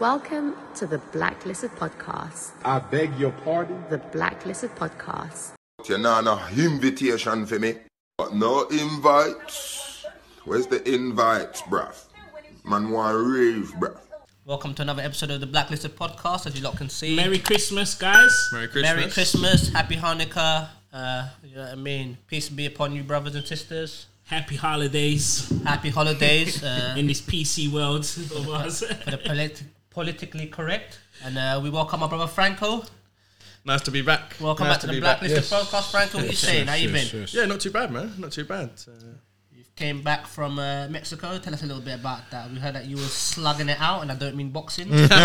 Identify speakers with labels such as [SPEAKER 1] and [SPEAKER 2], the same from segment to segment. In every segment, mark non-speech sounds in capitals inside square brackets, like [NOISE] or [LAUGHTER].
[SPEAKER 1] Welcome to the Blacklisted Podcast.
[SPEAKER 2] I beg your pardon?
[SPEAKER 1] The Blacklisted Podcast.
[SPEAKER 3] You know, no invitation for me. But no invites. Where's the invites, bruv? Man, want rave, bruv.
[SPEAKER 4] Welcome to another episode of the Blacklisted Podcast. As you lot can see,
[SPEAKER 5] Merry Christmas, guys.
[SPEAKER 6] Merry Christmas.
[SPEAKER 4] Merry Christmas, Happy Hanukkah. Uh, you know what I mean. Peace be upon you, brothers and sisters.
[SPEAKER 5] Happy holidays
[SPEAKER 4] Happy holidays. Uh,
[SPEAKER 5] in this PC world [LAUGHS] of ours.
[SPEAKER 4] for the polit- politically correct, and uh, we welcome our brother Franco.
[SPEAKER 6] Nice to be back.
[SPEAKER 4] Welcome
[SPEAKER 6] nice
[SPEAKER 4] back to, the Blacklisted Podcast, Franco. What you saying? How you been?
[SPEAKER 6] Yeah, not too bad, man. Not too bad. Uh,
[SPEAKER 4] You came back from uh, Mexico. Tell us a little bit about that. We heard that you were slugging it out, and I don't mean boxing. [LAUGHS] Tell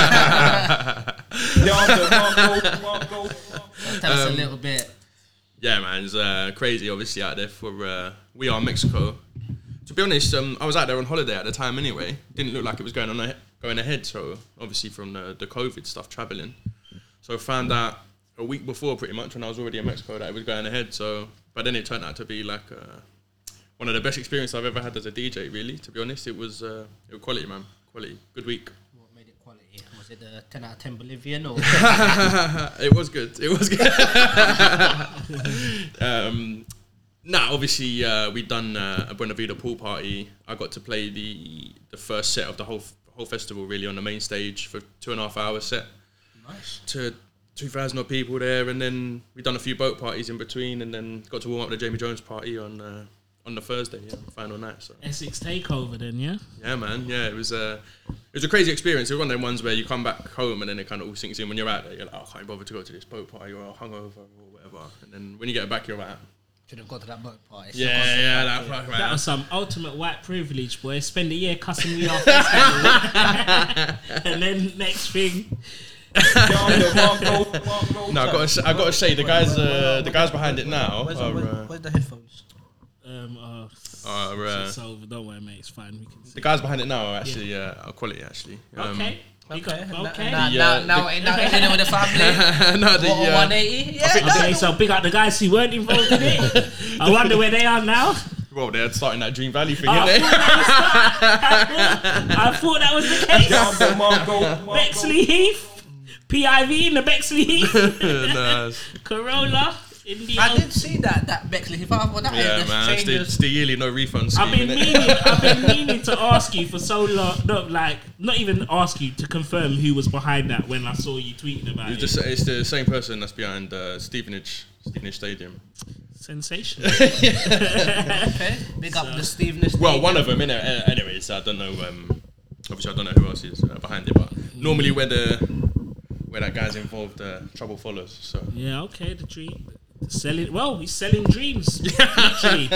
[SPEAKER 4] us a little bit.
[SPEAKER 6] yeah, man, it's uh, crazy. Obviously, out there for uh, we are Mexico. To be honest, um, I was out there on holiday at the time anyway. Didn't look like it was going on ahe- going ahead. So obviously from the, the COVID stuff, traveling. So I found out a week before, pretty much, when I was already in Mexico, that it was going ahead. So, but then it turned out to be like uh, one of the best experiences I've ever had as a DJ. Really, to be honest, it was uh, it was quality, man. Quality, good week.
[SPEAKER 4] What made it quality? Was it the 10 out of 10 Bolivian or
[SPEAKER 6] [LAUGHS] It was good. It was good. [LAUGHS] um, nah, obviously uh, we'd done uh, a Buena Vida pool party. I got to play the the first set of the whole whole festival really on the main stage for two and a half hour set
[SPEAKER 4] nice?
[SPEAKER 6] to two thousand odd people there, and then we done a few boat parties in between, and then got to warm up the Jamie Jones party on uh, on the Thursday, yeah, final night. So
[SPEAKER 5] Essex takeover, then, yeah?
[SPEAKER 6] yeah, man, yeah, it was a it was a crazy experience. It was one of them ones where you come back home and then it kind of all sinks in when you're out there. You're like, oh, I can't bother to go to this boat party or I'm hungover or whatever. And then when you get back, you're out.
[SPEAKER 4] Should have gone to that boat party.
[SPEAKER 6] Yeah, yeah, that fuck,
[SPEAKER 5] That
[SPEAKER 6] man.
[SPEAKER 5] was some ultimate white privilege, boy. Spend a year cussing me off. and then next thing,
[SPEAKER 6] No, I got to, I got to say the guys uh, the guys behind it now are,
[SPEAKER 4] Where's, the, where's,
[SPEAKER 6] uh,
[SPEAKER 4] where's the headphones?
[SPEAKER 5] um, oh,
[SPEAKER 6] are uh,
[SPEAKER 5] it's over. Don't worry, mate. It's fine. We can
[SPEAKER 6] the guys behind it now are actually uh, are quality actually. Um, [LAUGHS]
[SPEAKER 5] okay. We got, okay.
[SPEAKER 4] Now, now,
[SPEAKER 6] The, uh,
[SPEAKER 4] now, now, now, dinner with the
[SPEAKER 6] [LAUGHS]
[SPEAKER 4] family.
[SPEAKER 6] no, the,
[SPEAKER 4] What, a
[SPEAKER 6] uh,
[SPEAKER 4] 180? Yeah.
[SPEAKER 5] Okay, so big up the guys who weren't involved in it. I wonder where they are now.
[SPEAKER 6] well, they're starting that Dream Valley thing,
[SPEAKER 5] Oh, I,
[SPEAKER 6] aren't
[SPEAKER 5] thought
[SPEAKER 6] they?
[SPEAKER 5] that was, I thought that
[SPEAKER 6] [LAUGHS]
[SPEAKER 5] was the case. Bexley Heath, PIV in the Bexley
[SPEAKER 6] [LAUGHS]
[SPEAKER 5] Heath,
[SPEAKER 6] no, it's-
[SPEAKER 5] Corolla, in the
[SPEAKER 4] I
[SPEAKER 5] old-
[SPEAKER 4] did see that, that Bexley. If I, well, that
[SPEAKER 6] yeah,
[SPEAKER 4] is
[SPEAKER 6] man,
[SPEAKER 4] man,
[SPEAKER 6] it's the, it's
[SPEAKER 4] changes.
[SPEAKER 6] the yearly no refund scheme.
[SPEAKER 5] I've been
[SPEAKER 6] innit?
[SPEAKER 5] meaning, I've been meaning to ask you for so long. Not like, not even ask you to confirm who was behind that when I saw you tweeting about it.
[SPEAKER 6] It's, just, it's the same person that's behind uh, Stevenage, Stevenage Stadium.
[SPEAKER 5] Sensational.
[SPEAKER 4] Okay, big up the Stevenage.
[SPEAKER 6] Well, one of them, innit? Uh, anyways, I don't know. Um, obviously, I don't know who else is uh, behind it, but normally where the where that guy's involved, uh, trouble follows. So
[SPEAKER 5] yeah, okay, the dream. Selling well, he's selling
[SPEAKER 6] [LAUGHS]
[SPEAKER 5] dreams. literally.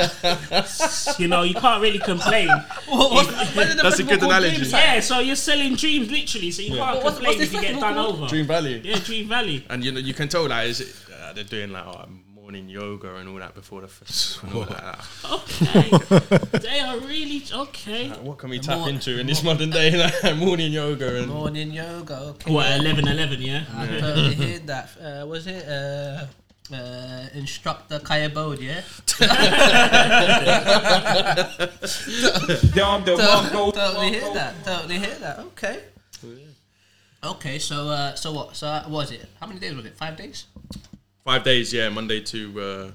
[SPEAKER 5] you know, you can't really complain. [LAUGHS]
[SPEAKER 6] that's a good analogy.
[SPEAKER 5] Yeah, so you're selling dreams literally, so you can't
[SPEAKER 4] What's-
[SPEAKER 5] complain
[SPEAKER 4] what's
[SPEAKER 5] if
[SPEAKER 4] this
[SPEAKER 5] you get
[SPEAKER 4] festival
[SPEAKER 5] done over.
[SPEAKER 6] Dream Valley,
[SPEAKER 5] Yeah, Dream Valley.
[SPEAKER 6] and you know you can tell that is uh, they're doing like uh, morning yoga and all that before the first. [LAUGHS] and all that.
[SPEAKER 5] Okay. [LAUGHS] they are really okay.
[SPEAKER 6] What can we tap
[SPEAKER 4] more-
[SPEAKER 6] into in this modern day? [LAUGHS] Like, morning yoga and
[SPEAKER 4] Morning yoga, okay.
[SPEAKER 5] What, 11 11, yeah?
[SPEAKER 4] I
[SPEAKER 6] [LAUGHS]
[SPEAKER 4] totally heard that. Uh, was it uh, uh, instructor Kaya Bode, yeah? [LAUGHS] totally hear that. Totally hear that. Okay.
[SPEAKER 6] Oh,
[SPEAKER 4] Okay, so uh, so what? So uh, what was it? How many days was it? Five days.
[SPEAKER 6] five days. Yeah, Monday to uh,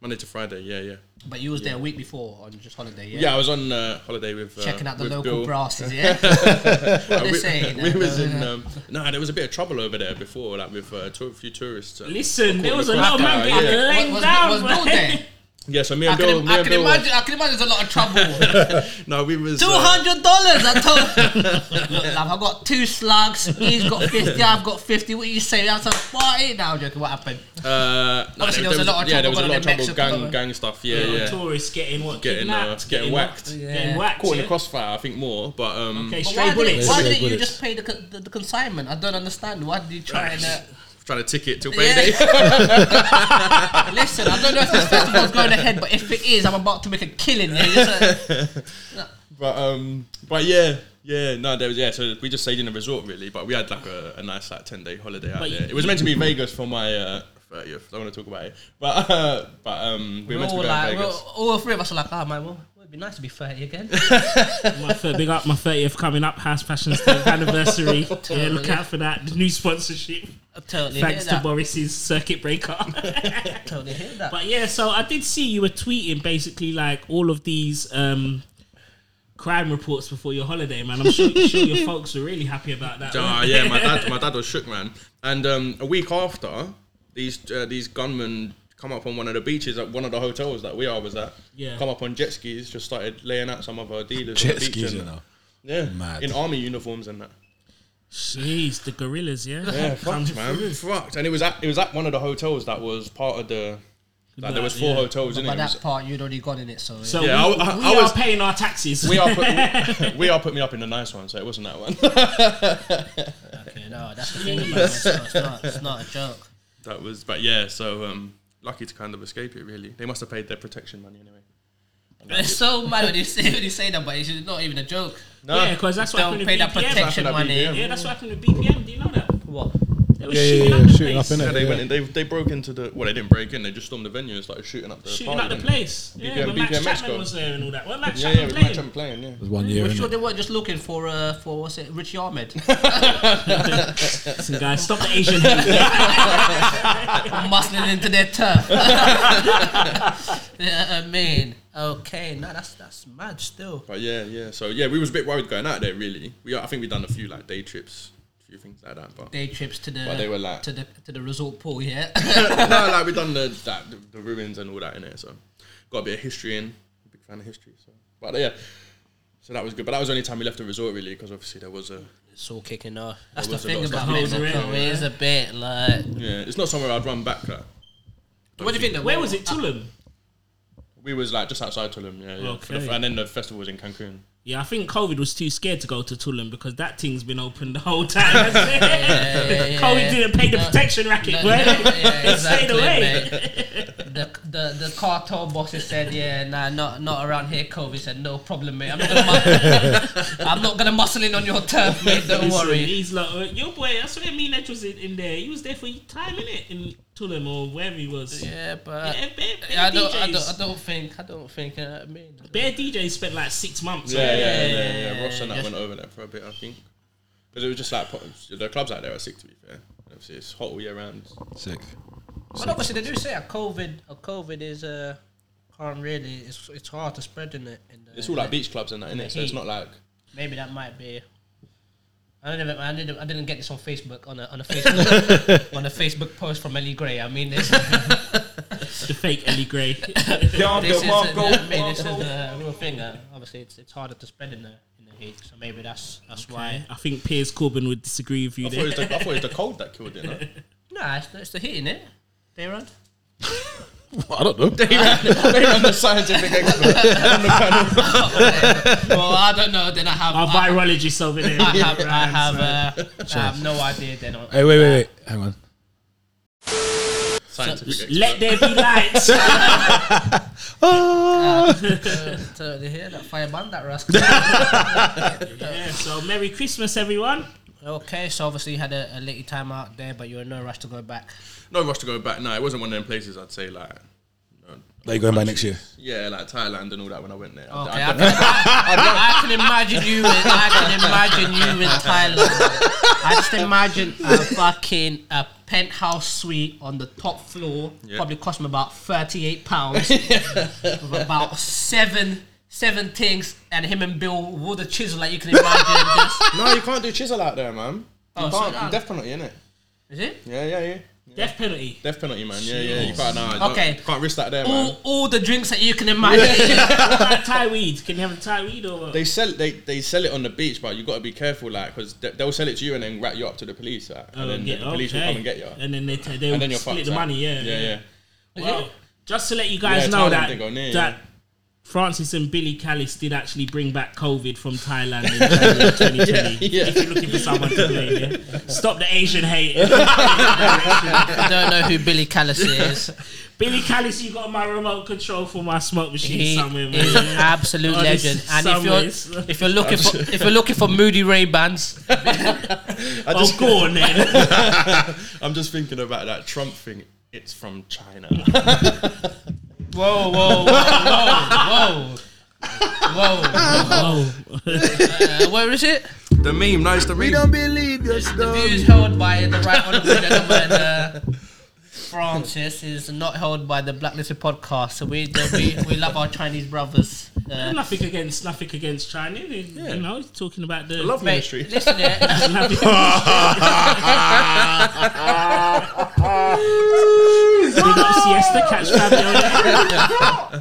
[SPEAKER 6] Monday to Friday. Yeah, yeah.
[SPEAKER 4] But you was there a week before on just holiday, yeah.
[SPEAKER 6] Yeah, I was on uh, holiday with uh,
[SPEAKER 4] Checking out the
[SPEAKER 6] with
[SPEAKER 4] local
[SPEAKER 6] Bill. [LAUGHS]
[SPEAKER 4] brasses, yeah. what they
[SPEAKER 6] we,
[SPEAKER 4] saying?
[SPEAKER 6] [LAUGHS] we
[SPEAKER 4] uh,
[SPEAKER 6] was
[SPEAKER 4] uh,
[SPEAKER 6] in um, no, there was a bit of trouble over there before, like with uh, tour, a few tourists. uh,
[SPEAKER 5] Listen, there was a
[SPEAKER 6] the
[SPEAKER 5] lot of man
[SPEAKER 4] uh,
[SPEAKER 6] crowd,
[SPEAKER 5] getting
[SPEAKER 6] yeah.
[SPEAKER 5] laid
[SPEAKER 4] was,
[SPEAKER 5] down.
[SPEAKER 4] was Bill
[SPEAKER 5] man. [LAUGHS]
[SPEAKER 4] there?
[SPEAKER 6] yeah, so me
[SPEAKER 4] I
[SPEAKER 6] and Bill,
[SPEAKER 4] can,
[SPEAKER 6] me
[SPEAKER 4] I
[SPEAKER 6] and
[SPEAKER 4] can
[SPEAKER 6] Bill.
[SPEAKER 4] imagine. I can imagine there's a lot of [LAUGHS]
[SPEAKER 6] [LAUGHS]
[SPEAKER 4] trouble.
[SPEAKER 6] No, we was.
[SPEAKER 4] Two
[SPEAKER 6] Uh,
[SPEAKER 4] hundred dollars. I told. Look, love, I've got two slugs. He's got fifty. I've got fifty. What are you saying? That's a party now, joking. What happened?
[SPEAKER 6] uh, no,
[SPEAKER 4] Obviously, there was a lot of
[SPEAKER 6] Yeah,
[SPEAKER 4] trouble
[SPEAKER 6] there was a
[SPEAKER 4] going on
[SPEAKER 6] lot of
[SPEAKER 4] in
[SPEAKER 6] trouble,
[SPEAKER 4] Mexico,
[SPEAKER 6] gang,
[SPEAKER 4] though.
[SPEAKER 6] gang stuff. Yeah,
[SPEAKER 5] Little
[SPEAKER 6] yeah.
[SPEAKER 5] tourists getting what?
[SPEAKER 6] Getting, uh,
[SPEAKER 5] kidnapped,
[SPEAKER 6] getting whacked.
[SPEAKER 5] Getting whacked.
[SPEAKER 6] Caught in
[SPEAKER 5] yeah.
[SPEAKER 6] the crossfire, I think more, but um,
[SPEAKER 5] Okay,
[SPEAKER 4] But
[SPEAKER 5] stray
[SPEAKER 4] why didn't,
[SPEAKER 5] bullets.
[SPEAKER 4] why didn't you just pay the, con- the, the consignment? I don't understand. Why did you try and uh,
[SPEAKER 6] trying to tick it till
[SPEAKER 4] Yeah.
[SPEAKER 6] payday.
[SPEAKER 4] [LAUGHS]
[SPEAKER 6] [LAUGHS]
[SPEAKER 4] listen? I don't know if this festival's going ahead, but if it is, I'm about to make a killing. Yeah, Just, uh,
[SPEAKER 6] But um, but yeah, yeah, no, there was yeah. So we just stayed in a resort really, but we had like a, a nice like ten day holiday out
[SPEAKER 5] But you-
[SPEAKER 6] there. It was meant to be Vegas for my thirtieth. I don't want to talk about it, but [LAUGHS] uh, but um, we
[SPEAKER 4] we're
[SPEAKER 6] were meant to
[SPEAKER 4] all
[SPEAKER 6] be going to
[SPEAKER 4] like, we're,
[SPEAKER 6] Vegas.
[SPEAKER 4] all three of us are like, ah, man, we're, we're It'd be nice to be 30 again.
[SPEAKER 5] My thir- big up my 30th coming up, House Fashions 10th anniversary. yeah, look out for that. The new sponsorship.
[SPEAKER 4] I totally
[SPEAKER 5] Thanks
[SPEAKER 4] hear
[SPEAKER 5] to
[SPEAKER 4] that.
[SPEAKER 5] Boris's circuit breaker. [LAUGHS]
[SPEAKER 4] totally hear that.
[SPEAKER 5] but yeah, so I did see you were tweeting basically like all of these um, crime reports before your holiday, man. I'm sure, sure your folks were really happy about that.
[SPEAKER 6] Ah,
[SPEAKER 5] weren't
[SPEAKER 6] yeah, my dad, my dad was shook, man. And um, a week after, these uh, these gunmen come up on one of the beaches at one of the hotels that we are was at.
[SPEAKER 5] Yeah.
[SPEAKER 6] Come up on jet skis, just started laying out some of our dealers. on
[SPEAKER 2] Jet
[SPEAKER 6] the beach
[SPEAKER 2] skis,
[SPEAKER 6] and-
[SPEAKER 2] you know.
[SPEAKER 6] Yeah,
[SPEAKER 2] Mad.
[SPEAKER 6] in army uniforms and that.
[SPEAKER 5] Jeez, the gorillas, yeah?
[SPEAKER 6] Yeah,
[SPEAKER 5] Come
[SPEAKER 6] fucked, man,
[SPEAKER 5] through.
[SPEAKER 6] fucked. And it was at it was at one of the hotels that was part of the. Like, there was four
[SPEAKER 5] Yeah.
[SPEAKER 6] hotels in
[SPEAKER 4] By
[SPEAKER 6] it. It was-
[SPEAKER 4] that part, you'd already gone in it, so. yeah.
[SPEAKER 5] So
[SPEAKER 6] Yeah,
[SPEAKER 5] we,
[SPEAKER 6] I- I-
[SPEAKER 5] we
[SPEAKER 6] I
[SPEAKER 5] are
[SPEAKER 6] was-
[SPEAKER 5] paying our taxes.
[SPEAKER 6] we are put, [LAUGHS] we are put me up in the nice one, so it wasn't that one. [LAUGHS]
[SPEAKER 4] Okay, no, that's the thing. man. It's not, it's not- it's not a joke.
[SPEAKER 6] that was, but yeah. So um, lucky to kind of escape it. Really, they must have paid their protection money anyway.
[SPEAKER 4] It's [LAUGHS] so mad when you say, when you say that, but it's not even a joke.
[SPEAKER 6] No,
[SPEAKER 5] yeah, because that's what
[SPEAKER 4] Don't
[SPEAKER 5] happened to
[SPEAKER 4] pay that
[SPEAKER 5] BPM.
[SPEAKER 4] protection
[SPEAKER 6] That's what
[SPEAKER 4] money.
[SPEAKER 6] I
[SPEAKER 5] Yeah, that's what happened to BPM. Do you know that?
[SPEAKER 4] What?
[SPEAKER 5] They were
[SPEAKER 2] Yeah, yeah,
[SPEAKER 5] shooting
[SPEAKER 2] yeah,
[SPEAKER 5] up the
[SPEAKER 2] shooting up
[SPEAKER 5] place.
[SPEAKER 2] in
[SPEAKER 6] Yeah,
[SPEAKER 2] it.
[SPEAKER 6] they went in. They, they broke into the. Well, they didn't break in. They just stormed the venue and started shooting up the.
[SPEAKER 5] shooting
[SPEAKER 6] party,
[SPEAKER 5] up the
[SPEAKER 6] didn't
[SPEAKER 5] place.
[SPEAKER 6] they?
[SPEAKER 5] Yeah,
[SPEAKER 6] BPM
[SPEAKER 5] when Max
[SPEAKER 6] BPM
[SPEAKER 5] Chapman
[SPEAKER 6] Mexico.
[SPEAKER 5] was there and all that. Well, Max
[SPEAKER 6] Yeah, yeah,
[SPEAKER 5] Chapman
[SPEAKER 6] with Max
[SPEAKER 5] playing.
[SPEAKER 6] [LAUGHS] Chapman playing. Yeah.
[SPEAKER 2] One year,
[SPEAKER 4] We're
[SPEAKER 2] innit?
[SPEAKER 4] sure they weren't just looking for, uh, for what's it, Richie [LAUGHS] Ahmed?
[SPEAKER 5] Listen, guys, stop the
[SPEAKER 6] [LAUGHS]
[SPEAKER 5] Asian hate.
[SPEAKER 4] muscling into their turf. [LAUGHS] yeah, I mean, okay, no, that's that's mad still.
[SPEAKER 6] But yeah, yeah. So yeah, we was a bit worried going out there. Really, we I think we done a few like day trips, a few things like that. But
[SPEAKER 4] Day trips to the
[SPEAKER 6] But they were like-
[SPEAKER 4] to the to the resort pool, yeah.
[SPEAKER 6] no, like we done the that, the, the ruins and all that in there. So got a bit of history in. Big fan of history. So, but yeah. So that was good, but that was the only time we left the resort really, because obviously there was a
[SPEAKER 4] [LAUGHS] it's all kicking off. That's
[SPEAKER 6] There
[SPEAKER 4] the
[SPEAKER 6] was a
[SPEAKER 4] thing
[SPEAKER 6] lot
[SPEAKER 4] about
[SPEAKER 6] of stuff
[SPEAKER 5] going
[SPEAKER 4] Mexico.
[SPEAKER 5] on,
[SPEAKER 4] It is a bit like.
[SPEAKER 6] yeah. It's not somewhere I'd run back. Like.
[SPEAKER 4] What do you think? though?
[SPEAKER 5] Where was it? Tulum.
[SPEAKER 6] We was like just outside Tulum, yeah. yeah. For the
[SPEAKER 5] Okay.
[SPEAKER 6] f- and then the festival was in Cancun.
[SPEAKER 5] Yeah, I think COVID was too scared to go to Tulum because that thing's been open the whole time. hasn't
[SPEAKER 4] [LAUGHS]
[SPEAKER 5] it? COVID didn't pay the protection racket,
[SPEAKER 4] No, no,
[SPEAKER 5] no, right?
[SPEAKER 4] yeah, [LAUGHS]
[SPEAKER 5] They stayed
[SPEAKER 4] exactly,
[SPEAKER 5] away.
[SPEAKER 4] [LAUGHS] mate. The, the the cartel bosses said, "Yeah, nah, not not around here." Kobe said, "No problem, mate. I'm not gonna, [LAUGHS] mu- I'm not gonna muscle in on your turf, mate. Don't
[SPEAKER 5] Listen,
[SPEAKER 4] worry."
[SPEAKER 5] He's like, uh, your boy, I swear, me and Edge was in, in there. He was there for time, innit? In Tulum or wherever he was.
[SPEAKER 4] Yeah, but
[SPEAKER 5] Yeah, bare, bare
[SPEAKER 4] I don't, I
[SPEAKER 5] DJs.
[SPEAKER 4] don't, I don't think, I don't think. Uh, I mean,
[SPEAKER 5] Bare DJs spent like six months.
[SPEAKER 6] Yeah, yeah,
[SPEAKER 5] right?
[SPEAKER 6] yeah. yeah,
[SPEAKER 4] yeah,
[SPEAKER 6] yeah,
[SPEAKER 4] yeah,
[SPEAKER 6] Ross and
[SPEAKER 4] yeah.
[SPEAKER 6] that went over there for a bit, I think, because it was just like po- the clubs out there are sick. To be fair, obviously it's hot all year round.
[SPEAKER 2] Sick.
[SPEAKER 4] but obviously they do say a COVID, a COVID is uh, can't really. It's it's hard to spread in it. In the,
[SPEAKER 6] It's all like beach clubs and that, innit? So it's
[SPEAKER 4] heat.
[SPEAKER 6] not like
[SPEAKER 4] Maybe that might be. I didn't, I didn't, I didn't get this on Facebook on a
[SPEAKER 6] [LAUGHS]
[SPEAKER 4] on a Facebook on a Facebook post from Ellie Gray. I mean, this,
[SPEAKER 5] The fake Ellie Gray.
[SPEAKER 4] [LAUGHS]
[SPEAKER 2] Down
[SPEAKER 4] this is uh, I mean, this is the real thing. Uh, obviously, it's it's harder to spread in the in the heat. So maybe that's that's why.
[SPEAKER 5] I think Piers Corbin would disagree with you
[SPEAKER 6] I thought, it
[SPEAKER 5] there.
[SPEAKER 6] was the, I thought it was the cold that killed
[SPEAKER 4] [LAUGHS]
[SPEAKER 6] it. No?
[SPEAKER 4] Nah, it's, the- it's the heat in it. Dayron.
[SPEAKER 2] I don't know.
[SPEAKER 6] I'm [LAUGHS] the scientific
[SPEAKER 4] [LAUGHS]
[SPEAKER 6] expert.
[SPEAKER 4] well, I don't know. Then I have
[SPEAKER 5] Our
[SPEAKER 4] I,
[SPEAKER 5] virologist over there.
[SPEAKER 4] [LAUGHS] I have I have, uh, I have no idea. Then on,
[SPEAKER 2] Hey, wait, wait, wait. Hang on.
[SPEAKER 6] Scientific expert.
[SPEAKER 5] Let there be
[SPEAKER 4] [LAUGHS]
[SPEAKER 5] lights.
[SPEAKER 4] to, to hear that fireman that rascal.
[SPEAKER 5] yeah, so Merry Christmas, everyone.
[SPEAKER 4] okay, so obviously you had a, a little time out there, but you're in no rush to go back.
[SPEAKER 6] No rush to go back. No, it wasn't one of them places. I'd say like. no,
[SPEAKER 2] There you going by next year.
[SPEAKER 6] Yeah, like Thailand and all that when I went there. I-
[SPEAKER 4] Okay,
[SPEAKER 6] I,
[SPEAKER 4] I can, I, I can imagine you. In, I can imagine you in Thailand. I just imagine a fucking a penthouse suite on the top floor.
[SPEAKER 6] Yeah.
[SPEAKER 4] Probably cost me about thirty-eight pounds. with about seven seven things, and him and Bill with a chisel, like you can imagine.
[SPEAKER 5] [LAUGHS]
[SPEAKER 4] this.
[SPEAKER 6] no, you can't do chisel out there, man. You
[SPEAKER 4] Oh, so
[SPEAKER 6] can't.
[SPEAKER 4] that-
[SPEAKER 6] death penalty, innit?
[SPEAKER 4] Is it?
[SPEAKER 6] Yeah, yeah, yeah.
[SPEAKER 5] Death penalty.
[SPEAKER 6] Death penalty, man. Yeah, yeah. You can't. Nah,
[SPEAKER 4] Okay.
[SPEAKER 6] don't- Can't risk that there, man.
[SPEAKER 4] All, all the drinks that you can imagine.
[SPEAKER 5] [LAUGHS] Like Thai weed. Can you have a Thai weed or what?
[SPEAKER 6] They sell they they sell it on the beach, but you got to be careful, like, because they, they'll sell it to you and then rat you up to the police, like,
[SPEAKER 5] Oh,
[SPEAKER 6] and then
[SPEAKER 5] yeah,
[SPEAKER 6] the police will
[SPEAKER 5] okay.
[SPEAKER 6] come and get you,
[SPEAKER 5] And then they, t- they
[SPEAKER 6] and then
[SPEAKER 5] will
[SPEAKER 6] you're
[SPEAKER 5] split
[SPEAKER 6] fucked,
[SPEAKER 5] the
[SPEAKER 6] like.
[SPEAKER 5] money, yeah.
[SPEAKER 6] yeah, yeah.
[SPEAKER 5] Well, just to let you guys
[SPEAKER 6] Yeah,
[SPEAKER 5] know
[SPEAKER 6] Thailand
[SPEAKER 5] that,
[SPEAKER 6] didn't go near,
[SPEAKER 5] that
[SPEAKER 6] yeah.
[SPEAKER 5] Francis and Billy Callis did actually bring back COVID from Thailand
[SPEAKER 6] [LAUGHS]
[SPEAKER 5] in January 2020.
[SPEAKER 6] Yeah, yeah.
[SPEAKER 5] If you're looking for someone to blame, yeah? stop the Asian
[SPEAKER 6] [LAUGHS]
[SPEAKER 5] hate.
[SPEAKER 4] I don't know who Billy Callis is.
[SPEAKER 5] Billy Callis, you got my remote control for my smoke machine
[SPEAKER 4] He
[SPEAKER 5] somewhere, man.
[SPEAKER 4] is an absolute
[SPEAKER 5] Oh, this
[SPEAKER 4] legend. And if you're
[SPEAKER 5] somewhere.
[SPEAKER 4] if you're looking for if you're looking for Moody Ray Bans,
[SPEAKER 6] I
[SPEAKER 5] [LAUGHS] Oh,
[SPEAKER 6] just,
[SPEAKER 5] go on then.
[SPEAKER 6] [LAUGHS] I'm just thinking about that Trump thing. It's from China.
[SPEAKER 4] Whoa, whoa, whoa, whoa, whoa. [LAUGHS] Whoa. Uh,
[SPEAKER 5] Oh,
[SPEAKER 4] where is it?
[SPEAKER 6] [LAUGHS] The meme, no, it's the
[SPEAKER 3] We
[SPEAKER 6] meme.
[SPEAKER 3] don't believe your
[SPEAKER 4] The view is
[SPEAKER 3] story.
[SPEAKER 4] held by the right honourable gentleman uh, Francis is not held by the Blacklisted podcast. So we the, we, we love our Chinese brothers. Uh,
[SPEAKER 5] nothing against nothing against China. You know, he's talking about the
[SPEAKER 6] [LAUGHS] Love
[SPEAKER 4] mate,
[SPEAKER 6] ministry.
[SPEAKER 4] listen
[SPEAKER 5] [LAUGHS]
[SPEAKER 4] here.
[SPEAKER 5] Big up
[SPEAKER 4] Oh.
[SPEAKER 5] siesta, catch
[SPEAKER 4] [LAUGHS]
[SPEAKER 5] Fabio.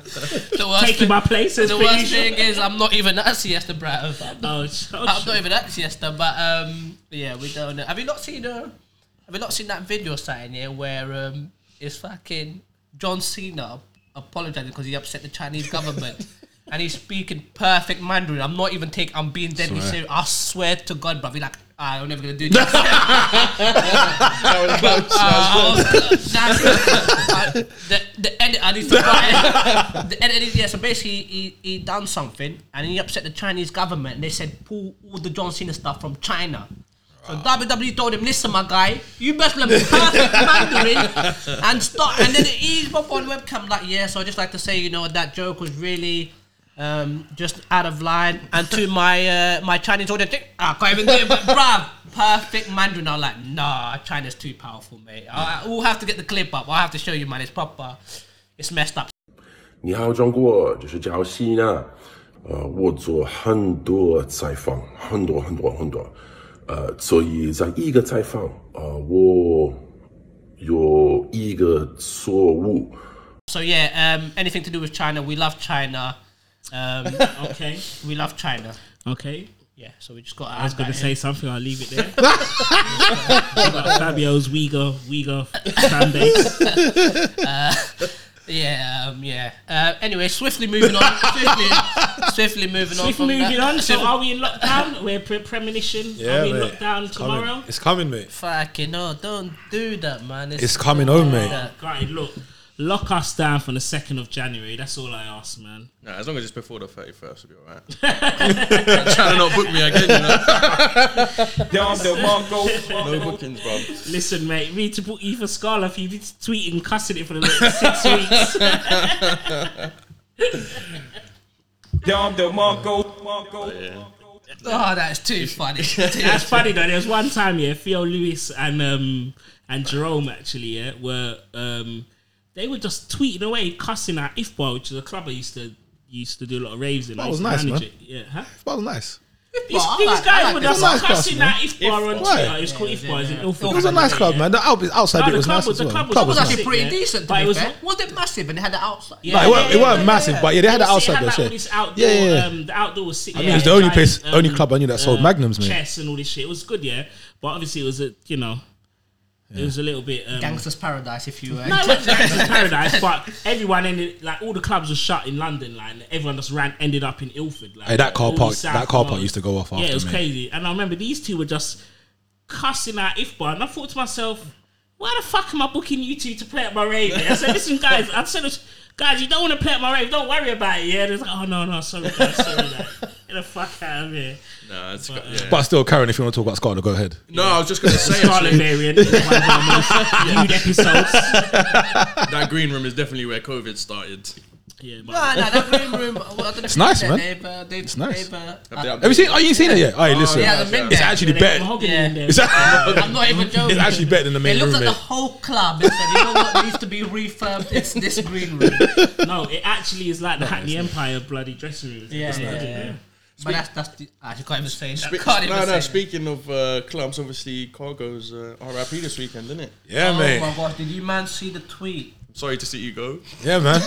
[SPEAKER 4] The worst
[SPEAKER 5] Taking
[SPEAKER 4] thing-
[SPEAKER 5] my place as
[SPEAKER 4] the worst
[SPEAKER 5] British.
[SPEAKER 4] thing is I'm not even at siesta, bruv.
[SPEAKER 5] Oh, sh- oh,
[SPEAKER 4] I'm
[SPEAKER 5] sh-
[SPEAKER 4] not even at siesta, but um, yeah, we don't know. Have you not seen uh, Have you not seen that video sign here where um, it's fucking John Cena apologizing because he upset the Chinese government, and he's speaking perfect Mandarin. I'm not even take. I'm being deadly
[SPEAKER 2] Swear.
[SPEAKER 4] serious. I swear to God, bruv. He's like, "Ah, I'm never gonna do this.
[SPEAKER 5] [LAUGHS]
[SPEAKER 4] Uh, I was- that's- uh, the, the edit I need to buy the edit yeah so basically he, he done something and he upset the Chinese government and they said pull all the John Cena stuff from China so WWE told him listen my guy you best learn perfect Mandarin and start and then he's up on webcam like yeah so I just like to say you know that joke was really um, just out of line. And to my uh, my Chinese audience, I can't even do it. But bruv, perfect Mandarin. I'm like, nah, China's too powerful, mate. I, I- we'll have to get the clip up. I'll have to show you, man. It's proper. It's messed up.
[SPEAKER 7] 你好，中国，这是赵西呢。呃，我做很多采访，很多很多很多。呃，所以在一个采访，呃，我有一个错误。
[SPEAKER 4] So yeah, um, anything to do with China, we love China. Um,
[SPEAKER 5] okay,
[SPEAKER 4] we love China.
[SPEAKER 5] okay.
[SPEAKER 4] Yeah, so we just got.
[SPEAKER 5] I was going to say something. I'll leave
[SPEAKER 4] [LAUGHS]
[SPEAKER 5] it there. About Fabio's Uyghur Uyghur fan base.
[SPEAKER 4] Yeah, um, yeah. Uh, anyway, swiftly moving on. swiftly, swiftly moving on.
[SPEAKER 5] If
[SPEAKER 4] from
[SPEAKER 5] moving
[SPEAKER 4] that.
[SPEAKER 5] on, so are we in lockdown? We're pre- premonition.
[SPEAKER 2] Yeah,
[SPEAKER 5] are we in
[SPEAKER 2] mate.
[SPEAKER 5] lockdown
[SPEAKER 2] It's coming.
[SPEAKER 5] tomorrow?
[SPEAKER 2] It's coming, mate.
[SPEAKER 4] Fucking no! Don't do that, man.
[SPEAKER 2] It's coming home, mate.
[SPEAKER 4] Yeah.
[SPEAKER 5] Right, look, lock us down from the second of January. That's all I ask, man.
[SPEAKER 6] Nah, as long as it's before the 31st, we'll be
[SPEAKER 5] [LAUGHS]
[SPEAKER 6] alright. Trying to not book me again, you know? [LAUGHS] no bookings, bro.
[SPEAKER 5] Listen, mate, we need to book Eva Scarla if you've been tweeting cussing it for the
[SPEAKER 4] [LAUGHS]
[SPEAKER 5] next six weeks.
[SPEAKER 4] Oh, that's too [LAUGHS] funny.
[SPEAKER 5] That's funny though. There was one time, yeah, Theo Lewis and um and Jerome actually, yeah, were um they were just tweeting away, cussing at Ifbar, which is a club I used to used to do a lot of raves in. I
[SPEAKER 2] That was
[SPEAKER 5] used to
[SPEAKER 2] nice,
[SPEAKER 5] manage
[SPEAKER 2] man.
[SPEAKER 5] It. Yeah, huh?
[SPEAKER 2] That was nice.
[SPEAKER 5] These,
[SPEAKER 4] I
[SPEAKER 5] these
[SPEAKER 4] like- I
[SPEAKER 5] guys
[SPEAKER 4] like
[SPEAKER 5] were
[SPEAKER 4] it.
[SPEAKER 5] just
[SPEAKER 2] Nice club,
[SPEAKER 5] cussing
[SPEAKER 2] man.
[SPEAKER 5] at Ifbar on
[SPEAKER 2] Why?
[SPEAKER 5] Twitter. It was called Ifbar, is it?
[SPEAKER 2] It was a nice club, man. The out, outside
[SPEAKER 5] No,
[SPEAKER 2] bit
[SPEAKER 5] the
[SPEAKER 2] was
[SPEAKER 5] club
[SPEAKER 2] nice
[SPEAKER 5] was-
[SPEAKER 2] as
[SPEAKER 5] the
[SPEAKER 2] well.
[SPEAKER 5] club was-
[SPEAKER 2] Club
[SPEAKER 5] was
[SPEAKER 2] was
[SPEAKER 5] actually
[SPEAKER 2] nice.
[SPEAKER 4] actually pretty
[SPEAKER 5] Yeah.
[SPEAKER 4] decent. To
[SPEAKER 5] But
[SPEAKER 4] be
[SPEAKER 5] it was-
[SPEAKER 4] fair. was it massive and they had the outside?
[SPEAKER 5] Yeah.
[SPEAKER 2] No, it weren't, it weren't
[SPEAKER 5] yeah,
[SPEAKER 2] massive, but yeah, they had the outside bit.
[SPEAKER 5] Like, all
[SPEAKER 2] yeah.
[SPEAKER 5] this outdoor,
[SPEAKER 2] Yeah, yeah, yeah.
[SPEAKER 5] Um, the outdoor was sitting. um,
[SPEAKER 2] I mean, it was the only place, only club I knew that sold Magnums, mate.
[SPEAKER 5] Chess and all this shit. It was good, yeah. But obviously, it was a you know, it was a little bit um,
[SPEAKER 4] Gangster's Paradise, if you. Uh,
[SPEAKER 5] [LAUGHS] No, it wasn't Gangster's Paradise, but everyone ended like all the clubs were shut in London, like and everyone just ran ended up in Ilford. Like
[SPEAKER 2] Hey, that car
[SPEAKER 5] all
[SPEAKER 2] park-
[SPEAKER 5] these
[SPEAKER 2] that
[SPEAKER 5] South
[SPEAKER 2] car park
[SPEAKER 5] clubs.
[SPEAKER 2] used to go off
[SPEAKER 5] Yeah,
[SPEAKER 2] after,
[SPEAKER 5] it was
[SPEAKER 2] mate.
[SPEAKER 5] crazy, and I remember these two were just cussing out Ifbar, and I thought to myself, "Why the fuck am I booking you two to play at my rave?" mate?" I said, "Listen, guys, I said, guys, you don't want to play at my rave, don't worry about it." Yeah, they're like, "Oh no, no, sorry, guys, sorry, like, get the fuck out of here."
[SPEAKER 6] Nah, it's
[SPEAKER 5] uh,
[SPEAKER 6] got, yeah.
[SPEAKER 2] But still, Karen, if you want to talk about Scotland, go ahead.
[SPEAKER 6] No, I was just going to say,
[SPEAKER 5] Scarlet
[SPEAKER 6] actually,
[SPEAKER 5] variant, [LAUGHS] is one of our most viewed episodes.
[SPEAKER 6] that green room is definitely where COVID started.
[SPEAKER 5] Yeah, but-
[SPEAKER 4] no, no, that green room. Well, [LAUGHS] I don't know it's
[SPEAKER 2] nice, man.
[SPEAKER 4] They've, uh, they've, it's
[SPEAKER 2] nice.
[SPEAKER 4] They've, uh,
[SPEAKER 6] Ah, Have they
[SPEAKER 4] uh,
[SPEAKER 6] updated?
[SPEAKER 2] Have you seen? Oh, you ain't seen it yet? Hey, listen,
[SPEAKER 4] yeah, the men
[SPEAKER 2] it's
[SPEAKER 4] there.
[SPEAKER 2] actually
[SPEAKER 5] They had
[SPEAKER 2] better.
[SPEAKER 5] mahogany
[SPEAKER 4] Yeah.
[SPEAKER 5] in there.
[SPEAKER 2] It's, a-
[SPEAKER 4] I'm [LAUGHS] not even joking.
[SPEAKER 2] it's actually better than the
[SPEAKER 4] They
[SPEAKER 2] main
[SPEAKER 4] looked
[SPEAKER 2] room,
[SPEAKER 4] at the eh?
[SPEAKER 2] mate.
[SPEAKER 4] whole club and said, "You know what needs to be refurbed? It's this green [LAUGHS] room." But
[SPEAKER 5] No, it actually is like the Hackney Empire bloody dressing room.
[SPEAKER 4] Yeah,
[SPEAKER 5] It's
[SPEAKER 4] yeah,
[SPEAKER 5] like-
[SPEAKER 4] yeah. that's that's. The, I can't even say. That.
[SPEAKER 6] Spe-
[SPEAKER 4] can't even
[SPEAKER 6] no,
[SPEAKER 4] say
[SPEAKER 6] no.
[SPEAKER 4] that.
[SPEAKER 6] Speaking of uh, clubs, obviously Cargo's uh, RIP this weekend, didn't it?
[SPEAKER 2] [LAUGHS] Yeah,
[SPEAKER 4] Oh my
[SPEAKER 2] mate.
[SPEAKER 4] gosh! Did you man see the [LAUGHS] tweet?
[SPEAKER 6] Sorry to see you go.
[SPEAKER 2] Yeah, man.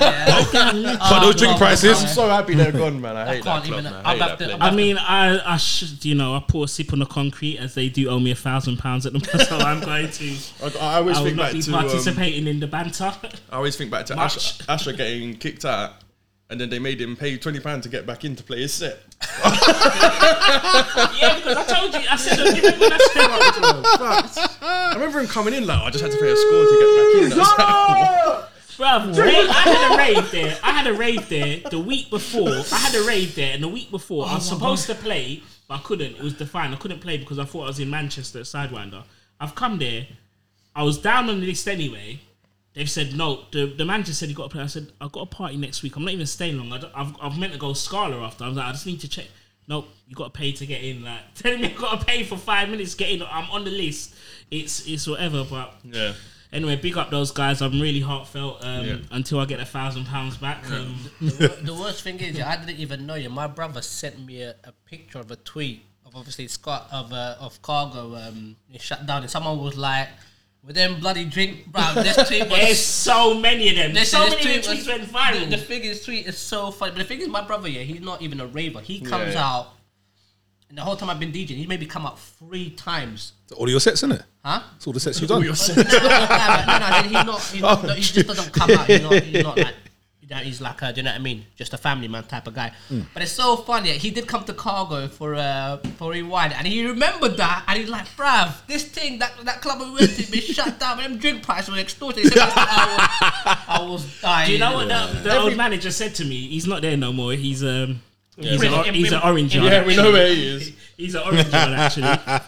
[SPEAKER 4] [LAUGHS]
[SPEAKER 2] But
[SPEAKER 4] Oh,
[SPEAKER 2] those drink
[SPEAKER 4] God,
[SPEAKER 2] prices.
[SPEAKER 6] I'm so happy they're gone, man. I hate
[SPEAKER 4] can't
[SPEAKER 6] that club,
[SPEAKER 4] even-
[SPEAKER 6] man. I
[SPEAKER 4] I'll
[SPEAKER 6] hate
[SPEAKER 4] have
[SPEAKER 6] that
[SPEAKER 4] to-
[SPEAKER 6] place.
[SPEAKER 5] I mean, I, I should, you know, I pour a sip on the concrete as they do owe me a thousand pounds at the moment, so I'm going to.
[SPEAKER 6] [LAUGHS] I, I always
[SPEAKER 5] I will
[SPEAKER 6] think
[SPEAKER 5] not
[SPEAKER 6] back
[SPEAKER 5] be
[SPEAKER 6] to. Um,
[SPEAKER 5] participating in the banter.
[SPEAKER 6] I always think back to
[SPEAKER 5] Much.
[SPEAKER 6] Asha, Asha getting kicked out, and then they made him pay twenty pounds to get back in to play his set.
[SPEAKER 5] yeah, because I told you, I said, I'll give it when I
[SPEAKER 6] [LAUGHS]
[SPEAKER 5] said
[SPEAKER 6] I remember him coming in like, "Oh, I just had to pay a score to [LAUGHS] get back in. I was like, "What?"
[SPEAKER 5] Bruv, mate, I had a rave there. I had a rave there the week before. I had a rave there, and the week before I was supposed to play, but I couldn't. It was defined. I couldn't play because I thought I was in Manchester at Sidewinder. I've come there. I was down on the list anyway. They've said no. The, the manager said you got to play. I said I've got a party next week. I'm not even staying long. I have I've meant to go Scala after. I was like I just need to check. Nope, you got to pay to get in. Like [LAUGHS] telling me you got to pay for five minutes to get in. I'm on the list. It's it's whatever. But
[SPEAKER 6] Yeah.
[SPEAKER 5] anyway, big up those guys. I'm really heartfelt. Um,
[SPEAKER 6] Yeah.
[SPEAKER 5] Until I get a thousand pounds back. Um,
[SPEAKER 4] the worst thing is, yeah, I didn't even know you. My brother sent me a, a picture of a tweet of obviously Scott of uh, of cargo um, it shut down, and someone was like, "With them bloody drink, bro,
[SPEAKER 5] [LAUGHS]
[SPEAKER 4] this tweet was."
[SPEAKER 5] There's so many of them.
[SPEAKER 4] They
[SPEAKER 5] so
[SPEAKER 4] said
[SPEAKER 5] many
[SPEAKER 4] this
[SPEAKER 5] tweets,
[SPEAKER 4] tweet was-
[SPEAKER 5] tweets went viral.
[SPEAKER 4] The, the thing is, tweet is so funny. But the thing is, my brother, yeah, he's not even a raver. He comes
[SPEAKER 6] yeah.
[SPEAKER 4] out, and the whole time I've been DJing, he's maybe come out three times.
[SPEAKER 2] All your sets, innit?
[SPEAKER 4] Huh?
[SPEAKER 2] It's all the sets you've done.
[SPEAKER 4] no, no, no, no, no, he's not. He's not he just doesn't come out. He's not, he's not like. you know, He's like, uh, do you know what I mean? Just a family man type of guy. But it's so funny. He did come to Cargo for uh, for rewind, and he remembered that, and he's like, "Bruv, this thing that that club we went to been shut down. Them drink prices were extorted." He said, "Mister, I, was, I was dying.
[SPEAKER 5] Do you know what the, the old manager said to me? He's not there no more. He's um, he's,
[SPEAKER 4] Yeah.
[SPEAKER 5] a,
[SPEAKER 4] In-
[SPEAKER 5] he's an
[SPEAKER 4] in-
[SPEAKER 5] orange
[SPEAKER 4] in-
[SPEAKER 5] yard.
[SPEAKER 6] [LAUGHS] Yeah, we know where he is.
[SPEAKER 5] He's an orange yard actually.